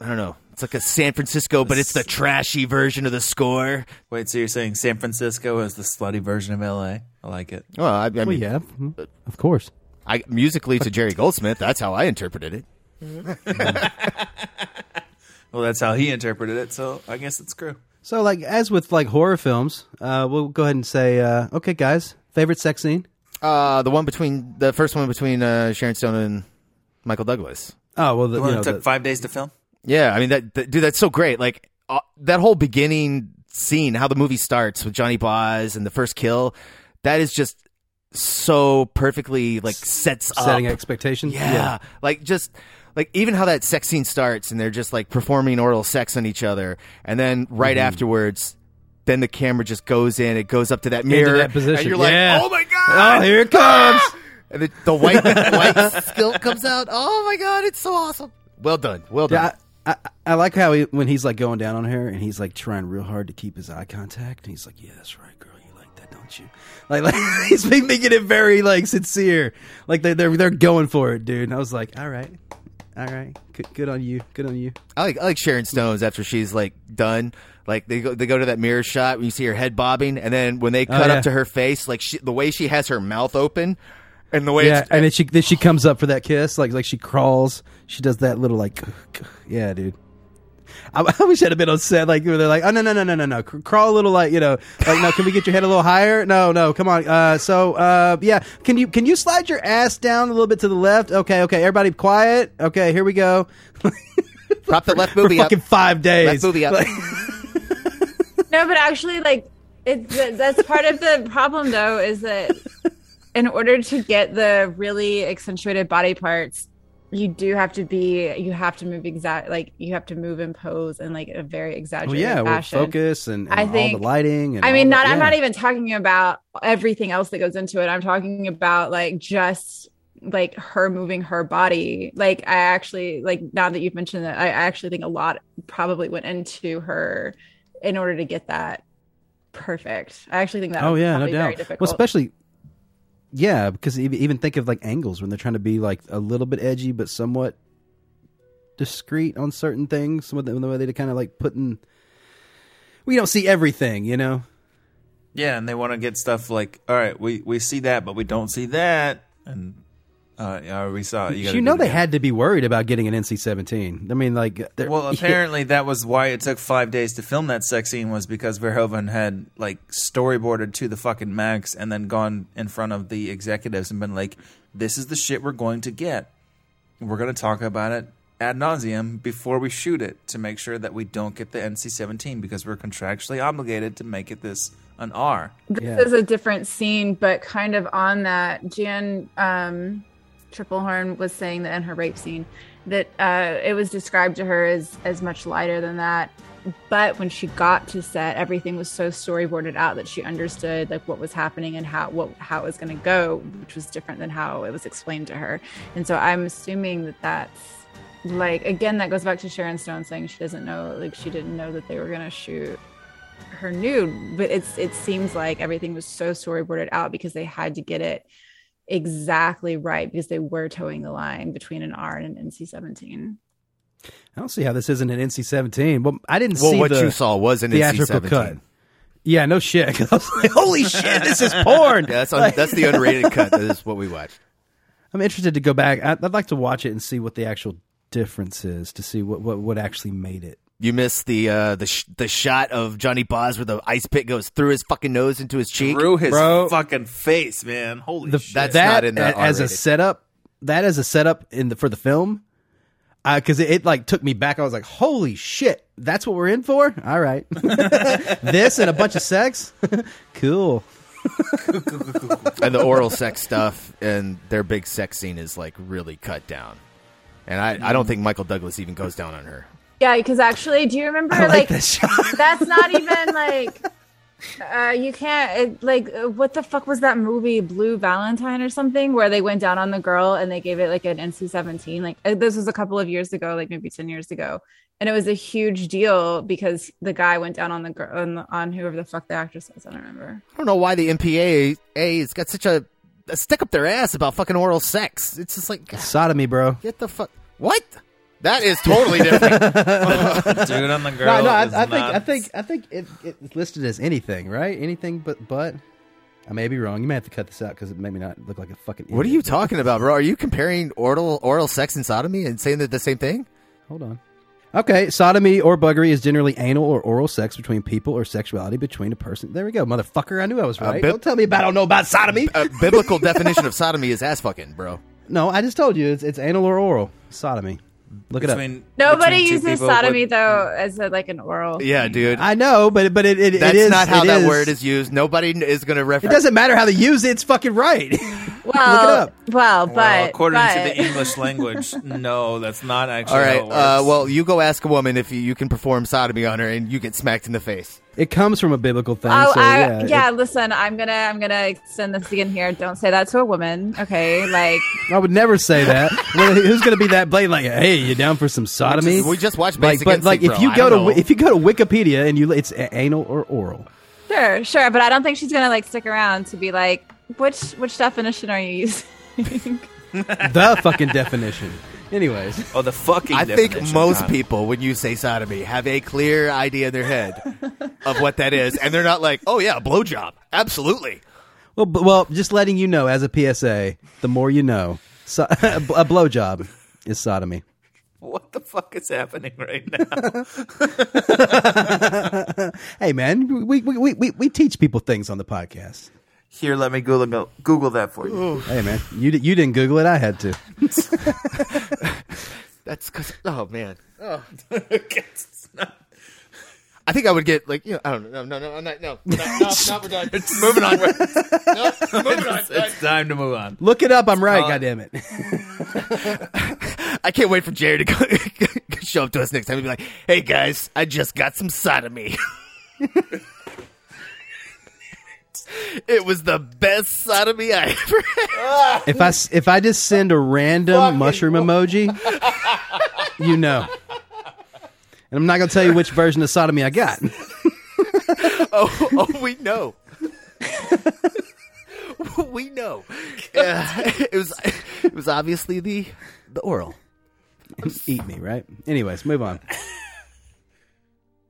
Speaker 7: I don't know. It's like a San Francisco, but it's the trashy version of the score.
Speaker 8: Wait. So you're saying San Francisco is the slutty version of L.A. I like it.
Speaker 7: Well, I, I
Speaker 1: it.
Speaker 7: mean,
Speaker 1: Well, yeah, mhm, of course.
Speaker 7: I, musically to Jerry Goldsmith, that's how I interpreted it.
Speaker 8: Well, that's how he interpreted it. So I guess it's true.
Speaker 1: So, like, as with like horror films, uh, we'll go ahead and say, uh, okay, guys, favorite sex scene?
Speaker 7: Uh, the one between the first one between uh, Sharon Stone and Michael Douglas.
Speaker 1: Oh well, the,
Speaker 8: The
Speaker 1: you
Speaker 8: one
Speaker 1: know,
Speaker 8: that took
Speaker 1: the-
Speaker 8: five days to film.
Speaker 7: Yeah, I mean that, that dude. That's so great. Like uh, that whole beginning scene, how the movie starts with Johnny Boz and the first kill. That is just so perfectly like sets up
Speaker 1: setting expectations?
Speaker 7: Yeah.
Speaker 1: Yeah.
Speaker 7: like just like even how that sex scene starts and they're just like performing oral sex on each other, and then right
Speaker 1: Mhm.
Speaker 7: afterwards, then the camera just goes in, it goes up to that mirror
Speaker 1: that position.
Speaker 7: and you're like,
Speaker 1: Yeah.
Speaker 7: oh my god,
Speaker 1: Oh, here it comes.
Speaker 7: and the, the white [laughs] white skilt comes out. Oh my god, it's so awesome. Well done. Well done.
Speaker 1: I, I, I like how he, when he's like going down on her and he's like trying real hard to keep his eye contact and he's like, yeah, that's right, girl, you like that, don't you? Like, like [laughs] he's been making it very like sincere, like they, they're they're going for it, dude. And I was like, all right, all right, good, good on you, good on you.
Speaker 7: I like I like Sharon Stones after she's like done. Like they go they go to that mirror shot when you see her head bobbing, and then when they cut
Speaker 1: Oh, yeah.
Speaker 7: up to her face, like she, the way she has her mouth open, and the way
Speaker 1: yeah,
Speaker 7: it's,
Speaker 1: and then she then she comes up for that kiss, like like she crawls, she does that little like, [laughs] yeah, dude. I, [laughs] I wish I'd have been on set like where they're like, oh no no no no no no, Cr- crawl a little like you know, like no, can we get your head a little higher? No no, come on. Uh, so uh, yeah, can you can you slide your ass down a little bit to the left? Okay okay, everybody quiet. Okay, here we go.
Speaker 7: Prop the left
Speaker 9: movie
Speaker 1: For
Speaker 9: up.
Speaker 1: fucking five days.
Speaker 7: Left movie
Speaker 1: [laughs]
Speaker 7: up.
Speaker 1: Like-
Speaker 9: No, but actually, like it, th- that's part of the problem, though, is that in order to get the really accentuated body parts, you do have to be, you have to move exact, like you have to move and pose in like a very
Speaker 1: well,
Speaker 9: exaggerated
Speaker 1: yeah, with
Speaker 9: fashion.
Speaker 1: focus and, and
Speaker 9: I think-
Speaker 1: all the lighting. And
Speaker 9: I mean,
Speaker 1: all
Speaker 9: not
Speaker 1: that,
Speaker 9: I'm
Speaker 1: yeah.
Speaker 9: not even talking about everything else that goes into it. I'm talking about like just like her moving her body. Like I actually like now that you've mentioned that, I I actually think a lot probably went into her in order to get that perfect. I actually think that
Speaker 1: oh
Speaker 9: would
Speaker 1: yeah, no
Speaker 9: probably be very
Speaker 1: doubt.
Speaker 9: difficult.
Speaker 1: Well, especially yeah, because ev- even think of like angles when they're trying to be like a little bit edgy but somewhat discreet on certain things. With the, the way they kind of like putting, we don't see everything, you know.
Speaker 8: Yeah, and they want to get stuff like, all right, we we see that, but we don't see that, and uh, yeah, we
Speaker 7: Oh,
Speaker 8: saw it.
Speaker 1: You,
Speaker 8: gotta
Speaker 1: know
Speaker 8: do
Speaker 1: they
Speaker 8: that.
Speaker 1: had to be worried about getting an NC-17. I mean, like, uh, they're- [laughs]
Speaker 8: Well, apparently that was why it took five days to film that sex scene was because Verhoeven had like storyboarded to the fucking max and then gone in front of the executives and been like, "This is the shit we're going to get. We're going to talk about it ad nauseum before we shoot it to make sure that we don't get the NC-17 because we're contractually obligated to make it this an R."
Speaker 9: this is a different scene, but kind of on that, Jan um, Triplehorn was saying that in her rape scene that uh, it was described to her as as much lighter than that. But when she got to set, everything was so storyboarded out that she understood like what was happening and how what how it was going to go, which was different than how it was explained to her. And so I'm assuming that that's like again that goes back to Sharon Stone saying she doesn't know like she didn't know that they were going to shoot her nude but it's it seems like everything was so storyboarded out because they had to get it exactly right because they were towing the line between an r and an nc-17
Speaker 1: I don't see how this isn't an NC-17. Well, I didn't
Speaker 7: Well,
Speaker 1: see
Speaker 7: what
Speaker 1: the
Speaker 7: you saw was an
Speaker 1: theatrical
Speaker 7: NC-17.
Speaker 1: cut. Yeah, no shit. [laughs] 'Cause I was like, holy shit, this is porn.
Speaker 7: Yeah, that's un-
Speaker 1: Like- [laughs]
Speaker 7: that's the unrated cut. That is what we watched.
Speaker 1: I'm interested to go back. I'd, I'd like to watch it and see what the actual difference is to see what what, what actually made it.
Speaker 7: You missed the uh, the sh- the shot of Johnny Boz where the ice pick goes through his fucking nose into his cheek.
Speaker 8: Through his
Speaker 1: Bro.
Speaker 8: fucking face, man. Holy shit.
Speaker 7: That's
Speaker 1: that
Speaker 7: not in the
Speaker 1: a- as a
Speaker 7: R-rated.
Speaker 1: setup. That as a setup in the for the film, because it, it like took me back. I was like, holy shit, that's what we're in for. All right, [laughs] this and a bunch of sex, [laughs] cool.
Speaker 7: and the oral sex stuff and their big sex scene is like really cut down. And I, I don't think Michael Douglas even goes down on her.
Speaker 9: yeah because actually do you remember
Speaker 7: I like
Speaker 9: like,
Speaker 7: that
Speaker 9: [laughs] that's not even like uh you can't it, like uh, what the fuck was that movie blue valentine or something where they went down on the girl and they gave it like an nc-17 like uh, this was a couple of years ago like maybe 10 years ago and it was a huge deal because the guy went down on the girl on, on whoever the fuck the actress was i don't remember
Speaker 7: I don't know why the MPA has got such a, a stick up their ass about fucking oral sex. It's just like
Speaker 1: Sodomy, bro.
Speaker 7: get the fuck what? That is totally different. [laughs]
Speaker 8: Dude on the
Speaker 1: [laughs]
Speaker 8: girl.
Speaker 1: no, no, I,
Speaker 8: is
Speaker 1: I think
Speaker 8: not-
Speaker 1: I think I think it, it's listed as anything, right? Anything but but. I may be wrong. You may have to cut this out because it made me not look like a fucking.
Speaker 7: What are
Speaker 1: idiot.
Speaker 7: you talking about, bro? Are you comparing oral oral sex and sodomy and saying they're the same thing?
Speaker 1: Hold on. Okay, sodomy or buggery is generally anal or oral sex between people or sexuality between a person. There we go, motherfucker. I knew I was right.
Speaker 7: bib-
Speaker 1: Don't tell me about I don't know about sodomy.
Speaker 7: [laughs] A biblical definition of sodomy is ass fucking, bro.
Speaker 1: no, I just told you it's, it's anal or oral sodomy. Look it up.
Speaker 8: Between-
Speaker 9: Nobody
Speaker 8: between two
Speaker 9: uses
Speaker 8: people, but-
Speaker 9: sodomy though as a, like an oral.
Speaker 7: Yeah, dude.
Speaker 1: I know, but but it, it, it
Speaker 7: That's
Speaker 1: is-
Speaker 7: not how
Speaker 1: it
Speaker 7: that
Speaker 1: is-
Speaker 7: word is used. Nobody n- is going to
Speaker 1: It
Speaker 7: reference.
Speaker 1: doesn't matter how they use it. It's fucking
Speaker 7: [laughs]
Speaker 1: right.
Speaker 9: Well,
Speaker 1: Look it up.
Speaker 9: well, but
Speaker 8: well, Uh, according to
Speaker 9: but-
Speaker 8: the
Speaker 9: [laughs]
Speaker 8: English language, no, that's not actually
Speaker 7: All right.
Speaker 8: how it works.
Speaker 7: Uh, well, you go ask a woman if you, you can perform sodomy on her, and you get smacked in the face.
Speaker 1: It comes from a biblical thing.
Speaker 9: Oh,
Speaker 1: so,
Speaker 9: I,
Speaker 1: yeah.
Speaker 9: yeah.
Speaker 1: it-
Speaker 9: listen, I'm gonna, I'm gonna extend this again here. Don't say that to a woman, okay?
Speaker 7: [laughs]
Speaker 9: Like,
Speaker 1: I would never say that. Well, Who's going to be that blatant? Like, hey, you down for some sodomy?
Speaker 7: just- we just watched
Speaker 1: like,
Speaker 7: Basic
Speaker 1: but like,
Speaker 7: Instinct,
Speaker 1: if you
Speaker 7: bro. I
Speaker 1: go to
Speaker 7: don't know.
Speaker 1: if you go to Wikipedia and you it's a- anal or oral.
Speaker 9: sure, sure, but I don't think she's gonna like stick around to be like, which, which definition are you using? [laughs]
Speaker 1: the fucking definition. Anyways.
Speaker 8: Oh, the fucking.
Speaker 7: I think
Speaker 1: definition,
Speaker 7: most
Speaker 1: God.
Speaker 7: people, when you say sodomy, have a clear idea in their head of what that is, and they're not like, "Oh yeah, blowjob, absolutely."
Speaker 1: Well, b- well, just letting you know as a PSA, the more you know, so, [laughs] a b- a blowjob is sodomy.
Speaker 8: what the fuck is happening right now? [laughs]
Speaker 1: hey, man, we, we, we, we, we teach people things on the podcast.
Speaker 8: Here, let me Google Google that for you.
Speaker 1: Hey, man, you, di- you didn't Google it. I had to.
Speaker 7: That's because oh man, oh. I think I would get like you know I don't know no no no I'm not no no, no, no we're done.
Speaker 8: It's moving on.
Speaker 7: no, [laughs] moving on.
Speaker 8: It's, it's time to move on.
Speaker 1: Look it up. I'm right.
Speaker 7: Uh,
Speaker 1: goddamn it. [laughs]
Speaker 7: I can't wait for Jerry to go, [laughs] show up to us next time and be like, "Hey guys, I just got some sodomy. [laughs] it was the best sodomy I ever had."
Speaker 1: If I s- if I just send a random mushroom emoji, you know. And I'm not gonna tell you which version of sodomy I got.
Speaker 7: [laughs] oh, oh, we know. [laughs] we know. Uh, [laughs] it was it was obviously the the oral.
Speaker 1: Eat me, [laughs] right? Anyways, move on.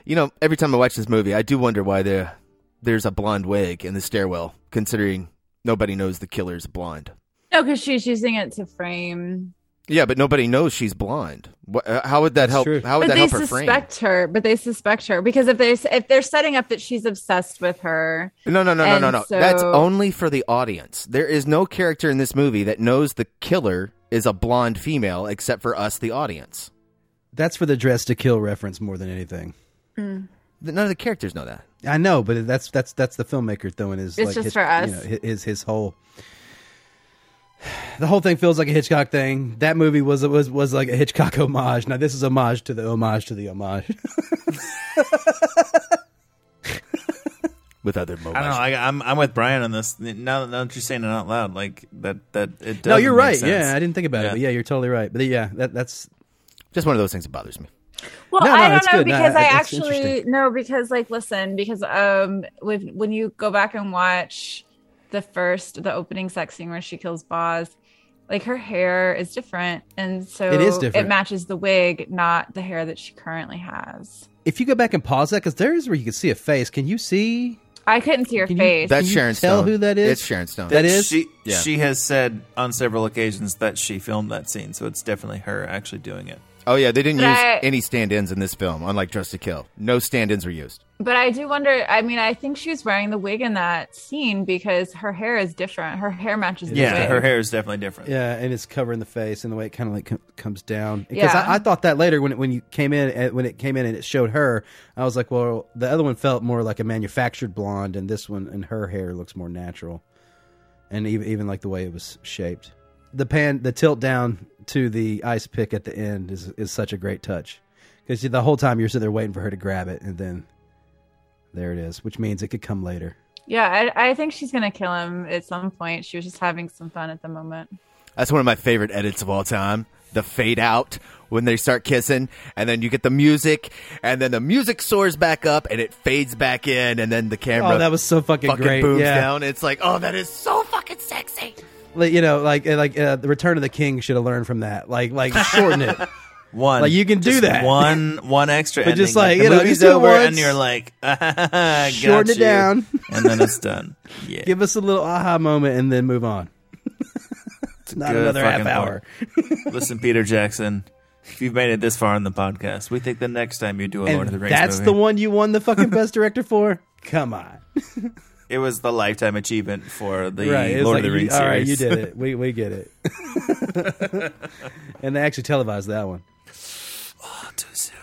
Speaker 7: You know, every time I watch this movie, I do wonder why there there's a blonde wig in the stairwell, considering nobody knows the killer's blonde.
Speaker 9: no, because she's using it to frame.
Speaker 7: Yeah, but nobody knows she's blonde. Wh- uh, How would that help? How
Speaker 9: but
Speaker 7: would that
Speaker 9: they
Speaker 7: help her frame?
Speaker 9: suspect her, but they suspect her because if they if they're setting up that she's obsessed with her,
Speaker 7: No, no, no, no, no,
Speaker 9: and
Speaker 7: no. That's
Speaker 9: so-
Speaker 7: only for the audience. There is no character in this movie that knows the killer is a blonde female, except for us, the audience.
Speaker 1: That's for the dress to kill reference more than anything.
Speaker 7: None of the characters know that.
Speaker 1: I know, but that's that's that's the filmmaker throwing his.
Speaker 9: It's
Speaker 1: like,
Speaker 9: just
Speaker 1: his,
Speaker 9: for us.
Speaker 1: You know, hi- his his whole. The whole thing feels like a Hitchcock thing. That movie was was was like a Hitchcock homage. Now this is homage to the homage to the homage. [laughs]
Speaker 7: With other
Speaker 8: I don't know. I, I'm I'm with Brian on this. Now, now that you're saying it out loud, like that that it. Does
Speaker 1: no, you're right. Yeah, I didn't think about it, but yeah, you're totally right. But yeah, that, that's
Speaker 7: just one of those things that bothers me.
Speaker 9: Well,
Speaker 1: No, no,
Speaker 9: I don't
Speaker 1: that's
Speaker 9: know
Speaker 1: good. No,
Speaker 9: because I
Speaker 1: that's
Speaker 9: actually
Speaker 1: interesting.
Speaker 9: no because like listen because um with when you go back and watch the first the opening sex scene where she kills Boz, like her hair is different and so
Speaker 1: It is different.
Speaker 9: It matches the wig, not the hair that she currently has.
Speaker 1: if you go back and pause that because there is where you can see a face. Can you see?
Speaker 9: I couldn't see her face.
Speaker 1: That's Sharon tell Stone. who that is?
Speaker 7: It's Sharon Stone.
Speaker 1: That is?
Speaker 8: She,
Speaker 1: Yeah.
Speaker 8: she has said on several occasions that she filmed that scene, so it's definitely her actually doing it.
Speaker 7: Oh yeah, they didn't
Speaker 9: But
Speaker 7: use
Speaker 9: I-
Speaker 7: any stand-ins in this film, unlike Dress to Kill. No stand-ins were used.
Speaker 9: But I do wonder. I mean, I think she was wearing the wig in that scene because her hair is different. Her hair matches. the
Speaker 8: Yeah,
Speaker 9: wig.
Speaker 8: her hair is definitely different.
Speaker 1: Yeah, and it's covering the face and the way it kind of like com- comes down. Because
Speaker 9: Yeah.
Speaker 1: I, I thought that later when it, when you came in eh, when it came in and it showed her, I was like, well, the other one felt more like a manufactured blonde, and this one and her hair looks more natural, and even even like the way it was shaped. The pan, the tilt down to the ice pick at the end is is such a great touch because the whole time you're sitting there waiting for her to grab it, and then there it is, which means it could come later.
Speaker 9: Yeah, I, I think she's gonna kill him at some point. She was just having some fun at the moment.
Speaker 7: That's one of my favorite edits of all time. The fade out when they start kissing, and then you get the music, and then the music soars back up, and it fades back in, and then the camera.
Speaker 1: Oh, that was so fucking, great.
Speaker 7: booms
Speaker 1: yeah.
Speaker 7: down. It's like, oh, that is so fucking sexy.
Speaker 1: like, you know, like like uh, the Return of the King should have learned from that. Like
Speaker 8: [laughs]
Speaker 1: like shorten it.
Speaker 8: One,
Speaker 1: Like you can do
Speaker 8: just
Speaker 1: that.
Speaker 8: One, one
Speaker 1: [laughs]
Speaker 8: extra.
Speaker 1: But just
Speaker 8: ending.
Speaker 1: like,
Speaker 8: the
Speaker 1: you know,
Speaker 8: movie's
Speaker 1: just do it
Speaker 8: over, and
Speaker 1: once.
Speaker 8: you're like, [laughs] "Ah,
Speaker 1: [laughs]
Speaker 8: got
Speaker 1: Shorten it
Speaker 8: you.
Speaker 1: down.
Speaker 8: and then
Speaker 1: [laughs]
Speaker 8: it's done. Yeah,
Speaker 1: Give us a little aha moment and then move on.
Speaker 8: it's
Speaker 1: not another half hour.
Speaker 8: Listen, Peter Jackson, if you've made it this far in the podcast, we think the next time you do a
Speaker 1: And
Speaker 8: Lord of the Rings,
Speaker 1: that's
Speaker 8: movie,
Speaker 1: the one you won the fucking best director for. Come on,
Speaker 8: It was the lifetime achievement for the
Speaker 1: right? it's
Speaker 8: Lord
Speaker 1: like,
Speaker 8: of the
Speaker 1: you-
Speaker 8: Rings
Speaker 1: all [laughs]
Speaker 8: series.
Speaker 1: right, you did it. We we get it. and they actually televised that one.
Speaker 8: Oh, too soon.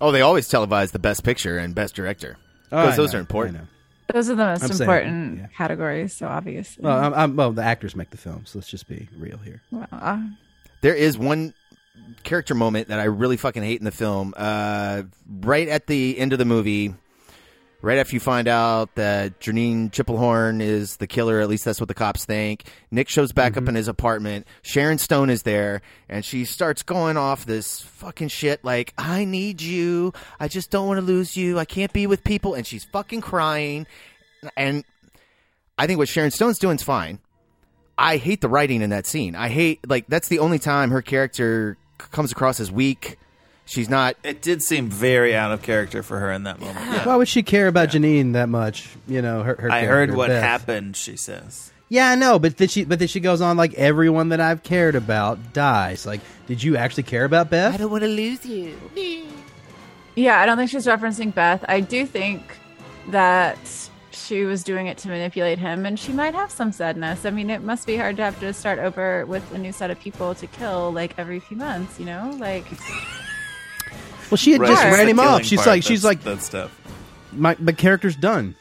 Speaker 7: Oh, they always televise the best picture and best director
Speaker 1: Oh, I
Speaker 7: because those
Speaker 1: know,
Speaker 7: are important.
Speaker 9: Those are the most
Speaker 1: I'm saying,
Speaker 9: important categories. So obviously,
Speaker 1: Well, I'm, I'm, well, the actors make the film, so let's just be real here.
Speaker 9: Well, uh,
Speaker 7: There is one character moment that I really fucking hate in the film. Uh, right at the end of the movie, right after you find out that Janine Triplehorn is the killer, at least that's what the cops think. Nick shows back up in his apartment. Sharon Stone is there, and she starts going off this fucking shit like, I need you. I just don't want to lose you. I can't be with people. And she's fucking crying. And I think what Sharon Stone's doing is fine. I hate the writing in that scene. I hate like that's the only time her character c- comes across as weak. She's not.
Speaker 8: [laughs] It did seem very out of character for her in that moment. Yeah.
Speaker 1: Why would she care about Janine that much? You know, her. her
Speaker 8: I heard
Speaker 1: character,
Speaker 8: what
Speaker 1: Beth.
Speaker 8: happened. She says,
Speaker 1: Yeah, I know, but then she, but then she goes on like everyone that I've cared about dies. Like, did you actually care about Beth?
Speaker 7: don't want to lose you.
Speaker 9: yeah, I don't think she's referencing Beth. I do think that she was doing it to manipulate him, and she might have some sadness. I mean, it must be hard to have to start over with a new set of people to kill like every few months. You know, like
Speaker 1: Well, she had
Speaker 9: Right,
Speaker 1: just
Speaker 9: it's
Speaker 1: ran
Speaker 9: the
Speaker 1: him off.
Speaker 9: killing
Speaker 1: She's
Speaker 9: part
Speaker 1: like, she's
Speaker 9: that's-
Speaker 1: like,
Speaker 8: that stuff.
Speaker 1: My my character's done.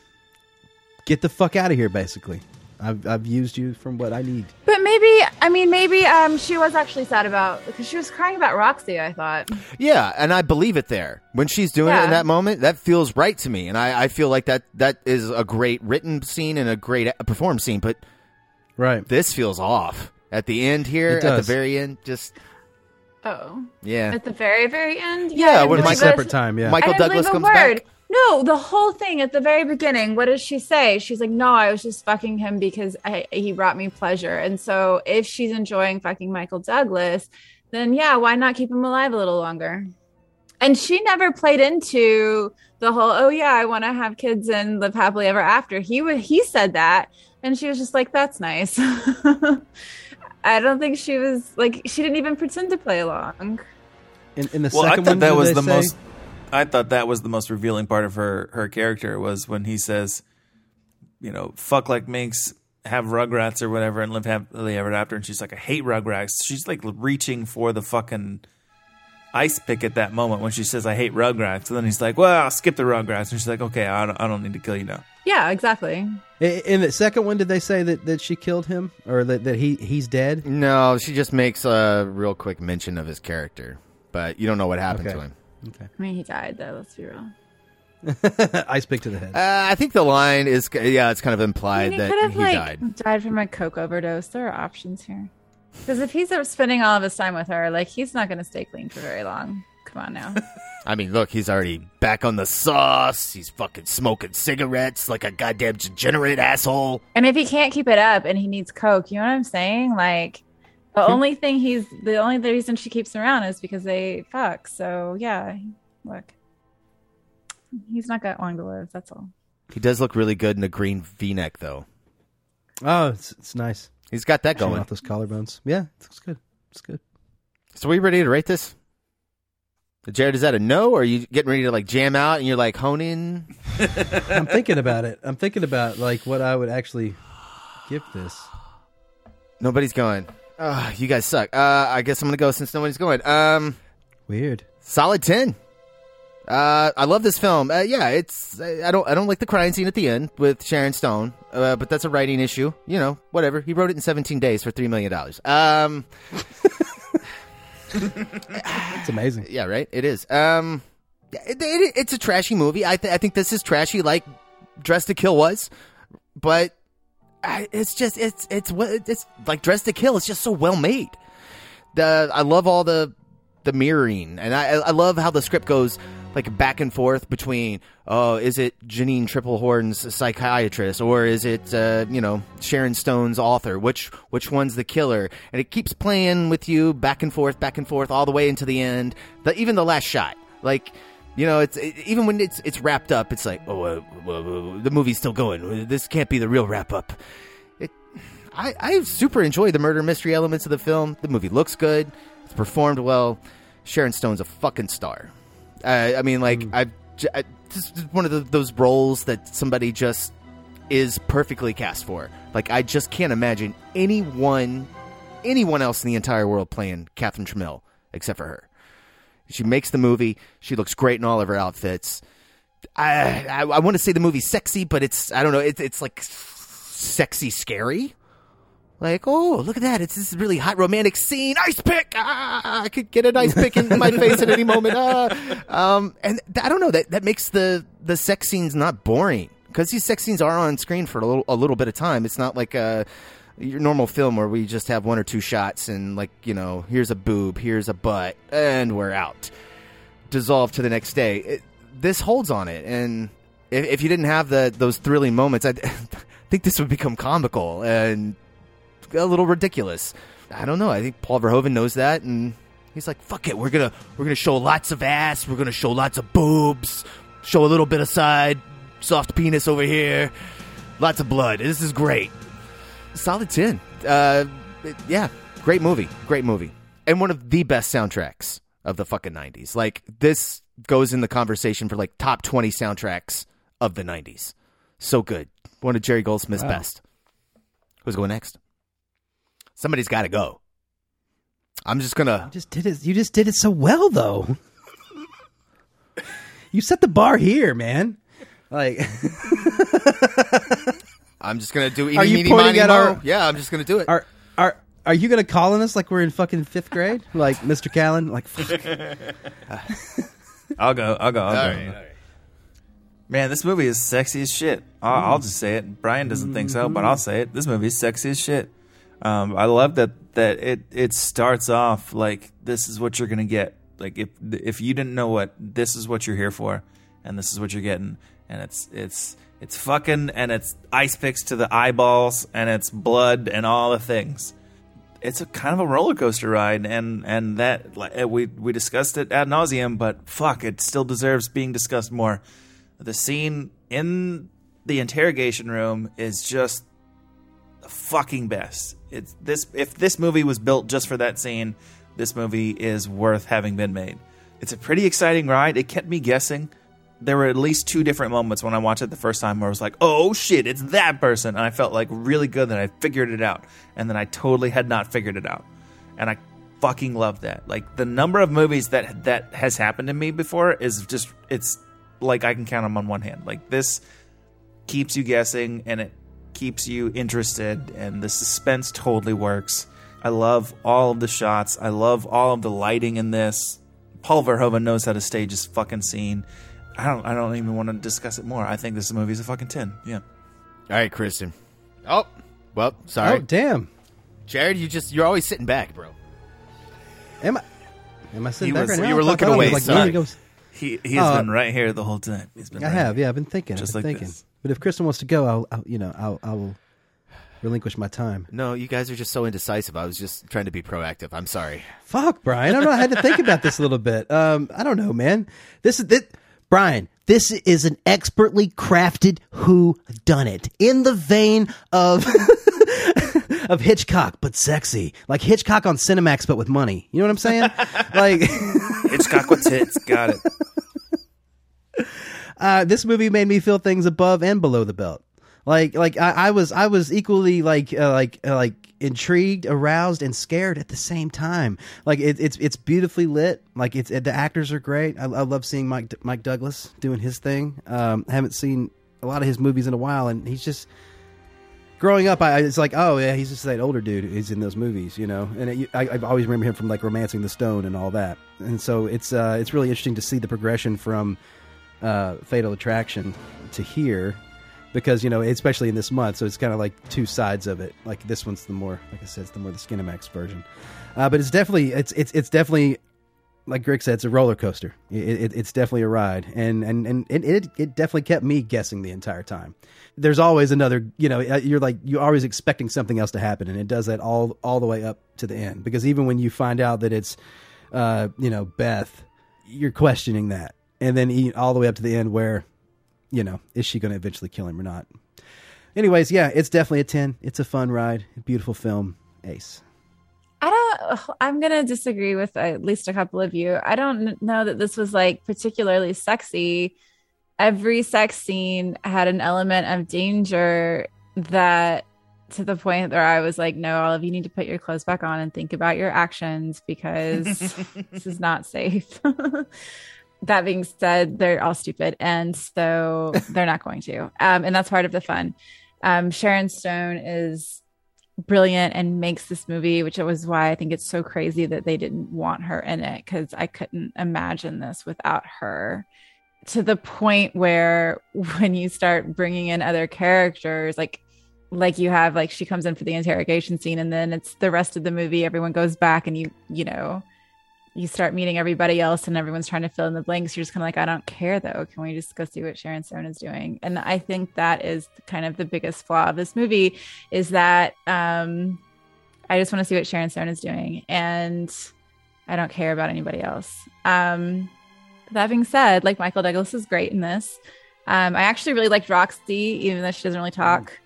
Speaker 1: Get the fuck out of here, basically. I've I've used you from what I need.
Speaker 9: But maybe, I mean, maybe um, she was actually sad about because she was crying about Roxy. I thought.
Speaker 7: Yeah, and I believe it there when she's doing it
Speaker 9: Yeah.
Speaker 7: in that moment. That feels right to me, and I, I feel like that that is a great written scene and a great a- performed scene. But
Speaker 1: right,
Speaker 7: this feels off at the end here,
Speaker 9: It
Speaker 7: at the
Speaker 9: does.
Speaker 7: very end. Just
Speaker 9: Oh.
Speaker 7: Yeah.
Speaker 9: At the very, very end.
Speaker 7: Yeah,
Speaker 9: I didn't
Speaker 7: when
Speaker 9: believe
Speaker 7: Michael-
Speaker 9: a-
Speaker 7: Separate time, yeah.
Speaker 9: I
Speaker 7: Michael
Speaker 9: didn't believe
Speaker 7: Douglas
Speaker 9: a
Speaker 7: comes
Speaker 9: word.
Speaker 7: back.
Speaker 9: No, the whole thing at the very beginning. What does she say? She's like, "No, I was just fucking him because I, he brought me pleasure." And so, if she's enjoying fucking Michael Douglas, then yeah, why not keep him alive a little longer? And she never played into the whole, "Oh yeah, I want to have kids and live happily ever after." He wa he said that, and she was just like, "That's nice." [laughs] I don't think she was like she didn't even pretend to play along.
Speaker 1: In, in the
Speaker 8: "Well, I
Speaker 1: second one,
Speaker 8: thought that
Speaker 1: what
Speaker 8: was
Speaker 1: did
Speaker 8: the
Speaker 1: they say?
Speaker 8: most. I thought that was the most revealing part of her her character was when he says, you know, fuck like minx, have Rugrats or whatever, and live happily ever after. And she's like, I hate Rugrats. She's like reaching for the fucking ice pick at that moment when she says, I hate Rugrats. And then he's like, Well, I'll skip the Rugrats. And she's like, Okay, I don't, I don't need to kill you now.
Speaker 9: Yeah, exactly.
Speaker 1: I- In the second one, did they say that, that she killed him or that, that he he's dead? [laughs]
Speaker 7: no, she just makes a real quick mention of his character, but you don't know what happened to him.
Speaker 1: Okay.
Speaker 9: I mean, he died though. Let's be real.
Speaker 1: Ice pick to the head.
Speaker 7: Uh, I think the line is yeah, it's kind of
Speaker 9: I
Speaker 7: implied
Speaker 9: mean, he could
Speaker 7: that
Speaker 9: have
Speaker 7: he
Speaker 9: like
Speaker 7: died.
Speaker 9: from a coke overdose. There are options here. Because if he's uh, spending all of his time with her, like he's not going to stay clean for very long. Come on
Speaker 7: [laughs]
Speaker 9: now.
Speaker 7: I mean, look, he's already back on the sauce. He's fucking smoking cigarettes like a goddamn degenerate asshole.
Speaker 9: and if he can't keep it up and he needs coke, you know what I'm saying? Like the
Speaker 7: Hmm.
Speaker 9: only thing he's the only reason she keeps him around is because they fuck. So yeah, look, he's not got long to live. That's all.
Speaker 7: He does look really good in a green V-neck, though.
Speaker 1: Oh, it's it's nice.
Speaker 7: He's got that
Speaker 1: Showing
Speaker 7: going.
Speaker 1: off those collarbones. Yeah, it looks good. It's good.
Speaker 7: [laughs] So, are we ready to rate this? Jared, is that a no? Or are you getting ready to like jam out and you're like hone in?
Speaker 1: I'm thinking about it. I'm thinking about like what I would actually give this.
Speaker 7: Nobody's going. Ah, you guys suck. Uh, I guess I'm gonna go since nobody's going. Um,
Speaker 1: Weird.
Speaker 7: Solid ten. Uh, I love this film. Uh, yeah, it's I I don't I don't like the crying scene at the end with Sharon Stone, uh, but that's a writing issue. You know, whatever. He wrote it in 17 days for three million dollars. Um,
Speaker 1: It's amazing.
Speaker 7: Yeah, right. It is. Um, it, it- it's a trashy movie. I th- I think this is trashy, like Dress to Kill was, but I, it's just it's it's what it's like Dress to Kill. It's just so well made. The I love all the the mirroring, and I I love how the script goes like back and forth between oh is it Janine Triplehorn's psychiatrist or is it uh, you know Sharon Stone's author which which one's the killer and it keeps playing with you back and forth back and forth all the way into the end the, even the last shot like you know it's it, even when it's it's wrapped up it's like oh uh, w- w- the movie's still going this can't be the real wrap up it I, I super enjoy the murder mystery elements of the film. The movie looks good. It's performed well. Sharon Stone's a fucking star. Uh, I mean, like I've j- I, just just one of the, those roles that somebody just is perfectly cast for. Like I just can't imagine anyone, anyone else in the entire world playing Catherine Tramiel except for her. She makes the movie. She looks great in all of her outfits. I I, I want to say the movie's sexy, but it's I don't know. It, it's like sexy scary. Like oh look at that! It's this really hot romantic scene. Ice pick. Ah, I could get an ice pick in my face at any moment. Ah. Um, and th- I don't know that that makes the the sex scenes not boring because these sex scenes are on screen for a little a little bit of time. It's not like a your normal film where we just have one or two shots and like you know here's a boob, here's a butt, and we're out. Dissolve to the next day. It, this holds on it, and if, if you didn't have the those thrilling moments, [laughs] I think this would become comical and a little ridiculous. I don't know. I think Paul Verhoeven knows that, and he's like, "Fuck it, we're gonna we're gonna show lots of ass, we're gonna show lots of boobs, show a little bit of side, soft penis over here, lots of blood. This is great." Solid ten. Uh, it- yeah, great movie, great movie, and one of the best soundtracks of the fucking nineties. Like this goes in the conversation for like top twenty soundtracks of the nineties. So good. One of Jerry Goldsmith's
Speaker 13: Wow.
Speaker 7: best. Who's going next? Somebody's got to go. I'm just gonna.
Speaker 1: Just did it. You just did it so well, though. you set the bar here, man. Like,
Speaker 7: I'm just gonna do.
Speaker 1: are
Speaker 7: eeny,
Speaker 1: you
Speaker 7: meeny,
Speaker 1: pointing
Speaker 7: miny,
Speaker 1: at
Speaker 7: moe.
Speaker 1: our?
Speaker 7: Yeah, I'm just gonna do it.
Speaker 1: Are are are you gonna call on us like we're in fucking fifth grade, like Mr. Callan? Like, fuck.
Speaker 8: I'll go. I'll go. I'll
Speaker 1: All
Speaker 8: go.
Speaker 1: right,
Speaker 8: Man, this movie is sexy as shit. I'll, I'll just say it. Brian doesn't think so, but I'll say it. This movie is sexy as shit. Um, I love that that it it starts off like this is what you're gonna get. Like if if you didn't know what this is what you're here for, and this is what you're getting, and it's it's it's fucking and it's ice picks to the eyeballs and it's blood and all the things it's a kind of a roller coaster ride, and and that like, eh, we we discussed it ad nauseum, but fuck, it still deserves being discussed more. The scene in the interrogation room is just the fucking best. It's this if this movie was built just for that scene, this movie is worth having been made. It's a pretty exciting ride. It kept me guessing. There were at least two different moments when I watched it the first time where I was like, "Oh shit, it's that person," and I felt like really good that I figured it out, and then I totally had not figured it out, and I fucking love that. Like the number of movies that that has happened to me before is just it's like I can count them on one hand. Like this keeps you guessing and it keeps you interested and the suspense totally works. I love all of the shots. I love all of the lighting in this. Paul Verhoeven knows how to stage his fucking scene. I don't I don't even want to discuss it more. I think this movie's a fucking 10. Yeah.
Speaker 7: All right, Kristen. Oh, well, sorry.
Speaker 1: Oh, damn.
Speaker 7: Jared, you just you're always sitting back, bro.
Speaker 1: Am I? Am I sitting
Speaker 7: He
Speaker 1: back
Speaker 7: was-
Speaker 1: right now?
Speaker 7: you were
Speaker 1: I thought
Speaker 7: looking
Speaker 1: I was,
Speaker 7: away,
Speaker 1: Like,
Speaker 7: sorry.
Speaker 1: leaning to go-
Speaker 8: He he has
Speaker 1: Uh,
Speaker 8: been right here the whole time. He's been
Speaker 1: I
Speaker 8: right
Speaker 1: have,
Speaker 8: here.
Speaker 1: yeah. I've been thinking.
Speaker 8: Just
Speaker 1: I've been
Speaker 8: like
Speaker 1: thinking.
Speaker 8: this.
Speaker 1: But if Kristen wants to go, I'll, I'll you know, I'll, I will relinquish my time.
Speaker 7: No, you guys are just so indecisive. I was just trying to be proactive. I'm sorry.
Speaker 1: Fuck, Brian. I don't know. I had to think about this a little bit. Um, I don't know, man. This is this, Brian. This is an expertly crafted who done it in the vein of [laughs] of Hitchcock, but sexy, like Hitchcock on Cinemax, but with money. You know what I'm saying? like. [laughs]
Speaker 8: Hitchcock with tits. Got it.
Speaker 1: uh, this movie made me feel things above and below the belt. Like like I, I was I was equally like uh, like uh, like intrigued, aroused, and scared at the same time. Like it, it's it's beautifully lit. Like it's it, the actors are great. I, I love seeing Mike Mike Douglas doing his thing. Um, haven't seen a lot of his movies in a while, and he's just growing up, I, it's like, oh yeah, he's just that older dude who's in those movies, you know. And it, I, I always remember him from like *Romancing the Stone* and all that. And so it's uh, it's really interesting to see the progression from uh, *Fatal Attraction* to here, because you know, especially in this month, so it's kind of like two sides of it. Like this one's the more, like I said, it's the more the Skinemax version. Uh, but it's definitely it's it's it's definitely like Greg said, it's a roller coaster. It, it, it's definitely a ride, and and and it, it it definitely kept me guessing the entire time. There's always another, you know, uh, you're like you're always expecting something else to happen, and it does that all all the way up to the end. Because even when you find out that it's, uh, you know, Beth, you're questioning that, and then e- all the way up to the end where, you know, is she going to eventually kill him or not? Anyways, yeah, it's definitely a ten. It's a fun ride, beautiful film, ace.
Speaker 9: I don't. [sighs] ugh, I'm gonna disagree with at least a couple of you. I don't kn- know that this was like particularly sexy. Every sex scene had an element of danger that to the point where I was like, no, all of you need to put your clothes back on and think about your actions
Speaker 8: [laughs]
Speaker 9: because
Speaker 1: [laughs]
Speaker 9: this is not safe. [laughs] that being said, they're all stupid. And so they're not going to. Um, and that's part of the fun. Um, Sharon Stone is brilliant and makes this movie, which was why I think it's so crazy that they didn't want her in it because I couldn't imagine this without her. To the point where when you start bringing in other characters, like like you have like she comes in for the interrogation scene and then it's the rest of the movie everyone goes back and you you know you start meeting everybody else and everyone's trying to fill in the blanks you're just kind of like i don't care though can we just go see what sharon stone is doing and i think that is kind of the biggest flaw of this movie is that um i just want to see what sharon stone is doing and i don't care about anybody else um that being said like michael douglas is great in this um i actually really liked roxy even though she doesn't really talk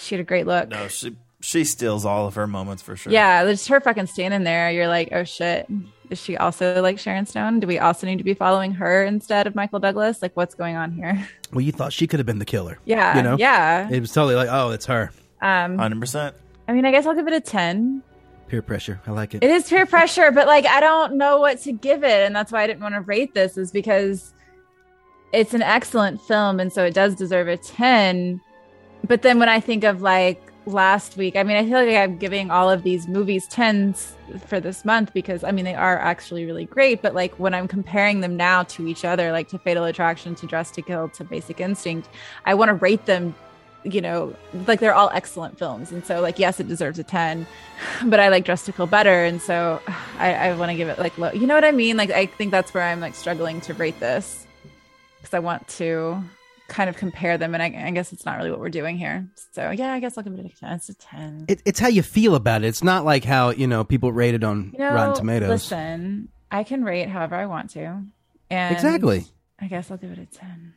Speaker 9: she had a great look
Speaker 8: No, she she steals all of her moments for sure.
Speaker 9: Yeah, just her fucking standing there. You're like, oh shit. Is she also like Sharon Stone? Do we also need to be following her instead of Michael Douglas? Like, what's going on here? [laughs]
Speaker 1: Well, you thought she could have been the killer.
Speaker 9: Yeah,
Speaker 1: You know?
Speaker 9: yeah.
Speaker 1: It was totally like, oh, it's her.
Speaker 9: Um,
Speaker 8: 100%.
Speaker 9: I mean, I guess I'll give it a 10.
Speaker 1: Peer pressure. I like it.
Speaker 9: It is peer pressure, but like, I don't know what to give it. And that's why I didn't want to rate this, is because it's an excellent film. And so it does deserve a 10. But then when I think of like last week, I mean, I feel like I'm giving all of these movies 10s for this month because I mean, they are actually really great. But like when I'm comparing them now to each other, like to Fatal Attraction, to Dress to Kill, to Basic Instinct, I want to rate them, you know, like they're all excellent films. And so, like, yes, it deserves a 10, but I like Dress to Kill better. And so [sighs] I, I want to give it like low. You know what I mean? Like, I think that's where I'm like struggling to rate this because I want to kind of compare them. And I, I guess it's not really what we're doing here. So yeah, I guess I'll give it a 10. It's a 10.
Speaker 1: It, it's how you feel about it. It's not like how you know people rated on
Speaker 9: You know,
Speaker 1: Rotten Tomatoes.
Speaker 9: Listen, I can rate however I want to. And
Speaker 1: Exactly.
Speaker 9: I guess I'll give it a 10.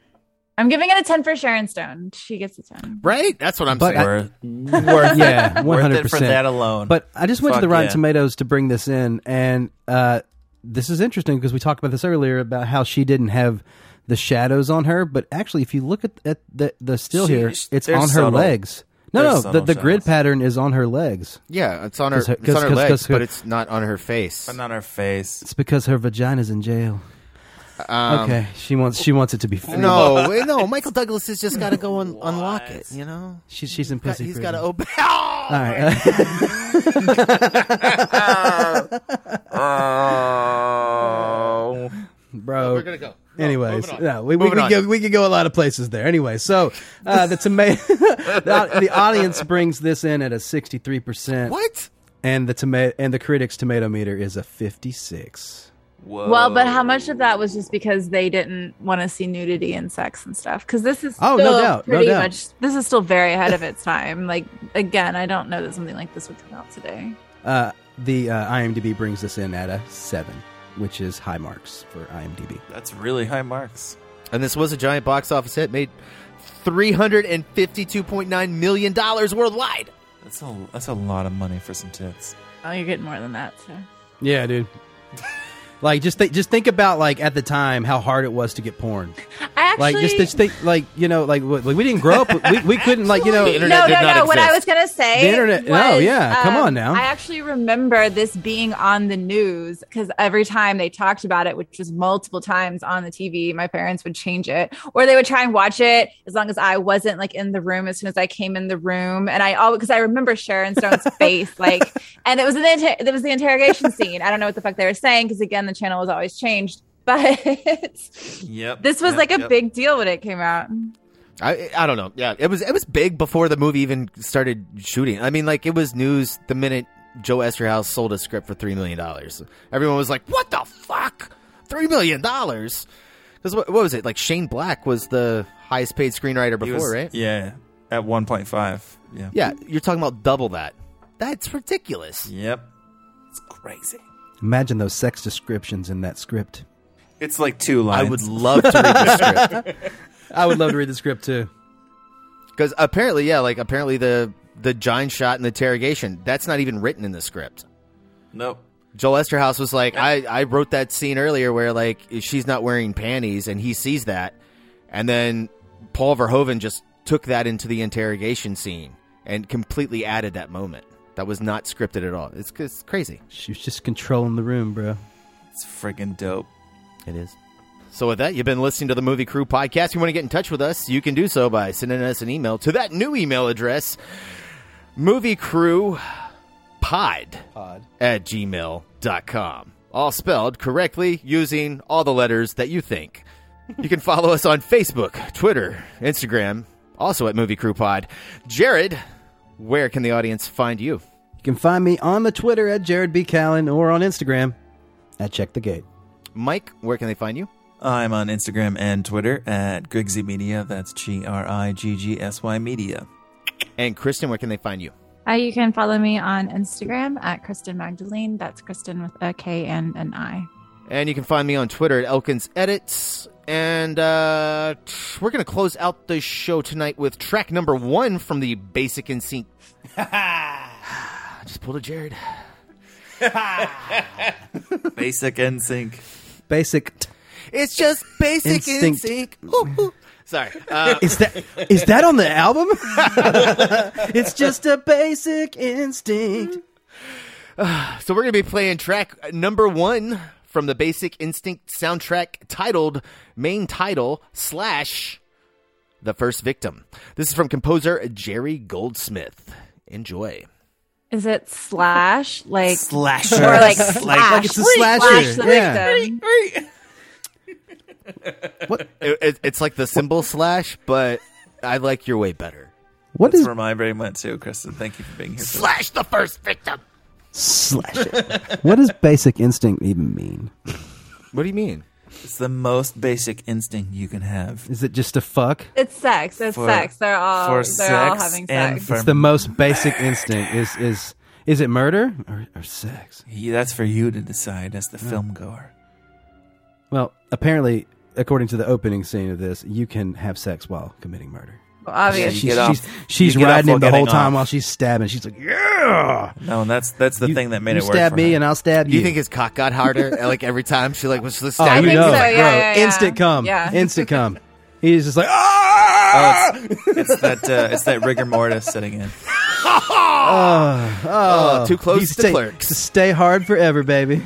Speaker 9: I'm giving it a 10 for Sharon Stone. She gets a 10.
Speaker 7: [laughs] Right? That's what I'm
Speaker 1: But I-
Speaker 7: saying.
Speaker 8: Worth
Speaker 1: [laughs]
Speaker 8: it.
Speaker 1: yeah, one
Speaker 8: Worth
Speaker 1: hundred
Speaker 8: it for
Speaker 1: percent
Speaker 8: that alone.
Speaker 1: But I just went
Speaker 8: Fuck
Speaker 1: to the Rotten
Speaker 8: yeah.
Speaker 1: Tomatoes to bring this in, and uh, this is interesting because we talked about this earlier about how she didn't have the shadows on her, but actually, if you look at, at the the still
Speaker 7: She-
Speaker 1: here,
Speaker 7: sh-
Speaker 1: it's
Speaker 7: they're
Speaker 1: on her
Speaker 7: subtle.
Speaker 1: legs. No,
Speaker 7: They're
Speaker 1: no, the,
Speaker 7: subtle
Speaker 1: the grid pattern is on her legs.
Speaker 7: Yeah, it's on her,
Speaker 1: 'Cause
Speaker 7: it's on her
Speaker 1: 'cause- 'cause-
Speaker 7: legs,
Speaker 1: 'cause-
Speaker 7: but it's not on her face. But
Speaker 8: not her face.
Speaker 1: it's because her vagina's in jail.
Speaker 7: Um,
Speaker 1: okay, she wants she wants it to be free.
Speaker 7: [laughs] No, wait, no. Michael Douglas has just got to go
Speaker 8: [laughs]
Speaker 7: and unlock it. You know,
Speaker 1: [laughs] she's she's in
Speaker 7: He's got-
Speaker 1: pussy.
Speaker 7: he's
Speaker 1: prison.
Speaker 7: got to open. [laughs] Ah,
Speaker 1: All right. Bro,
Speaker 7: We're gonna go. No,
Speaker 1: Anyways,
Speaker 7: moving on.
Speaker 1: no, we, we,
Speaker 7: Moving
Speaker 1: we,
Speaker 7: on.
Speaker 1: go, we could go a lot of places there. Anyway, so uh, the tomato, [laughs] the, the audience brings this in at a sixty-three percent.
Speaker 7: What?
Speaker 1: And the tomato and the critics' tomato meter is a fifty-six.
Speaker 8: Whoa.
Speaker 9: Well, but how much
Speaker 1: Oh.
Speaker 9: of that was just because they didn't want to see nudity and sex and stuff? Because this is
Speaker 1: Oh,
Speaker 9: still
Speaker 1: no doubt, no
Speaker 9: pretty
Speaker 1: doubt.
Speaker 9: much this is still very ahead of its time. Like again, I don't know that something like this would come out today.
Speaker 1: Uh, the uh, IMDb brings this in at a seven, which is high marks for IMDb.
Speaker 8: That's really high marks.
Speaker 7: And this was a giant box office hit, made three hundred and fifty-two point nine million dollars worldwide.
Speaker 8: That's a that's a lot of money for some tits.
Speaker 9: Oh, you're getting more than that. So
Speaker 1: Yeah, dude. like just th- just think about like at the time how hard it was to get porn.
Speaker 9: I actually
Speaker 1: like just, just think like you know like, w- like we didn't grow up we, we couldn't like you know
Speaker 9: no, no, no. What I was gonna say,
Speaker 1: The internet-
Speaker 9: was, um,
Speaker 1: no, yeah, come on now.
Speaker 9: I actually remember this being on the news because every time they talked about it, which was multiple times on the TV, my parents would change it, or they would try and watch it as long as I wasn't like in the room. As soon as I came in the room, and I always because I remember
Speaker 1: [laughs]
Speaker 9: Sharon Stone's face, like, and it was in the inter- it was the interrogation scene. I don't know what the fuck they were saying because again, the channel was always changed. [laughs] But
Speaker 8: Yep.
Speaker 9: this was
Speaker 7: yep,
Speaker 9: like a
Speaker 7: yep.
Speaker 9: big deal when it came out.
Speaker 7: I I don't know. Yeah, it was it was big before the movie even started shooting. I mean, like it was news the minute Joe Esterhaus sold a script for three million dollars. Everyone was like, "What the fuck? Three million dollars?" Because what, what was it? Like Shane Black was the highest paid screenwriter
Speaker 8: He
Speaker 7: before,
Speaker 8: was-
Speaker 7: right?
Speaker 8: Yeah, at one point five. Yeah.
Speaker 7: Yeah, you're talking about double that. That's ridiculous.
Speaker 8: Yep. It's crazy.
Speaker 1: Imagine those sex descriptions in that script.
Speaker 8: It's like two lines.
Speaker 7: I would love to read [laughs] the script.
Speaker 1: I would love to read the script too.
Speaker 7: Because apparently, yeah, like apparently the the giant shot in the interrogation that's not even written in the script.
Speaker 8: Nope.
Speaker 7: Joel Esterhaus was like, I, I wrote that scene earlier where like she's not wearing panties and he sees that, and then Paul Verhoeven just took that into the interrogation scene and completely added that moment. That was not scripted at all. It's, it's crazy.
Speaker 1: She was just controlling the room, bro.
Speaker 8: It's freaking dope.
Speaker 7: It is. So with that, you've been listening to the Movie Crew podcast. If you want to get in touch with us, you can do so by sending us an email to that new email address, Movie Crew Pod, pod. at gmail.com. All spelled correctly using all the letters that you think. You can follow us on Facebook, Twitter, Instagram, also at Movie Crew Pod. Jared, where can the audience find you?
Speaker 1: You can find me on the Twitter at Jared B. Callen or on Instagram at Check the Gate.
Speaker 7: Mike, where can they find you?
Speaker 8: I'm on Instagram and Twitter at Grigsy Media. That's G R I G G S Y Media.
Speaker 7: And Kristen, where can they find you?
Speaker 9: Uh, you can follow me on Instagram at Kristen Magdalene. That's Kristen with a K and an I.
Speaker 7: And you can find me on Twitter at Elkins Edits. And uh, tch, we're going to close out the show tonight with track number one from the Basic in Sync. I [sighs] just pulled a Jared.
Speaker 8: Basic and sync.
Speaker 1: Basic. T-
Speaker 7: It's just basic
Speaker 1: Instinct.
Speaker 7: instinct. Ooh, ooh. Sorry. Uh, [laughs]
Speaker 1: is that is that on the album? [laughs] it's just a basic instinct.
Speaker 7: so we're going to be playing track number one from the Basic Instinct soundtrack titled Main Title slash The First Victim. This is from composer Jerry Goldsmith. Enjoy.
Speaker 9: Is it slash like
Speaker 7: Slasher.
Speaker 9: or like
Speaker 7: Like-
Speaker 9: slash?
Speaker 7: like it's a
Speaker 9: Slash
Speaker 7: slasher,
Speaker 9: the
Speaker 7: yeah.
Speaker 9: victim.
Speaker 7: What? It, it- it's like the symbol slash, but I like your way better.
Speaker 1: What
Speaker 8: That's where my brain went to, Kristen. Thank you for being here.
Speaker 7: Slash the first victim.
Speaker 1: Slash it. [laughs] what does basic instinct even mean?
Speaker 7: What do you mean?
Speaker 8: It's the most basic instinct you can have.
Speaker 1: Is it just a fuck?
Speaker 9: It's sex. It's
Speaker 8: For-
Speaker 9: sex. They're all
Speaker 8: for
Speaker 9: they're all
Speaker 8: sex
Speaker 9: having
Speaker 8: and
Speaker 9: sex.
Speaker 8: for-
Speaker 1: It's the most basic instinct. Is is is it murder or, or sex?
Speaker 8: Yeah, that's for you to decide as the film goer.
Speaker 1: Well, apparently, according to the opening scene of this, you can have sex while committing murder.
Speaker 9: Well, obviously.
Speaker 1: she's,
Speaker 8: Yeah, you get
Speaker 1: she's,
Speaker 8: off-
Speaker 1: she's
Speaker 8: you get off
Speaker 1: riding
Speaker 8: while
Speaker 1: him the whole
Speaker 8: getting
Speaker 1: time
Speaker 8: off.
Speaker 1: while she's stabbing. She's like, yeah.
Speaker 8: No, and that's that's the
Speaker 1: You-
Speaker 8: thing that made
Speaker 1: you
Speaker 8: it work.
Speaker 1: stab
Speaker 8: for
Speaker 1: me
Speaker 8: her.
Speaker 1: and I'll stab
Speaker 7: Do you
Speaker 1: you.
Speaker 7: think his cock got harder? like every time she like was just
Speaker 1: Oh,
Speaker 7: stabbing
Speaker 1: you know,
Speaker 7: him?
Speaker 1: it, bro. instant come,
Speaker 9: Yeah.
Speaker 1: instant come. He's just like,
Speaker 8: Oh,
Speaker 1: ah!
Speaker 8: it's, it's that uh, it's that rigor mortis setting in.
Speaker 1: Oh,
Speaker 8: Oh, too close
Speaker 1: He's
Speaker 8: to
Speaker 1: stay,
Speaker 8: clerks.
Speaker 1: Stay hard forever,
Speaker 8: [laughs]
Speaker 1: baby.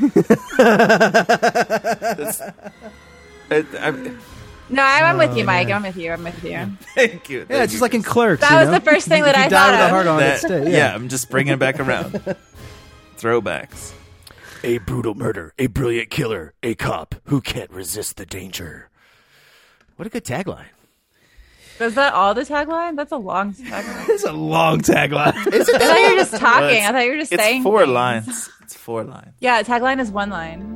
Speaker 8: It, I,
Speaker 9: No, I'm, I'm with you,
Speaker 1: Oh,
Speaker 9: Mike.
Speaker 1: man.
Speaker 9: I'm with you. I'm with you.
Speaker 8: [laughs] thank you.
Speaker 1: Yeah, it's just like in Clerks.
Speaker 9: That
Speaker 1: you
Speaker 9: was
Speaker 1: know?
Speaker 9: the first thing
Speaker 1: You-
Speaker 9: that
Speaker 1: you
Speaker 9: I
Speaker 1: die with
Speaker 9: thought
Speaker 1: a heart
Speaker 9: of.
Speaker 1: on.
Speaker 8: That-
Speaker 1: it's stay-
Speaker 8: yeah, I'm just bringing it
Speaker 1: [laughs]
Speaker 8: back around. Throwbacks.
Speaker 7: A brutal murder, a brilliant killer, a cop who can't resist the danger. What a good tagline.
Speaker 9: Was that all the tagline? That's a long tagline.
Speaker 1: It's a long tagline.
Speaker 9: I thought you were just talking. I thought you were just
Speaker 8: it's
Speaker 9: saying.
Speaker 8: four
Speaker 9: things.
Speaker 8: lines. It's four lines.
Speaker 9: Yeah, tagline is one line.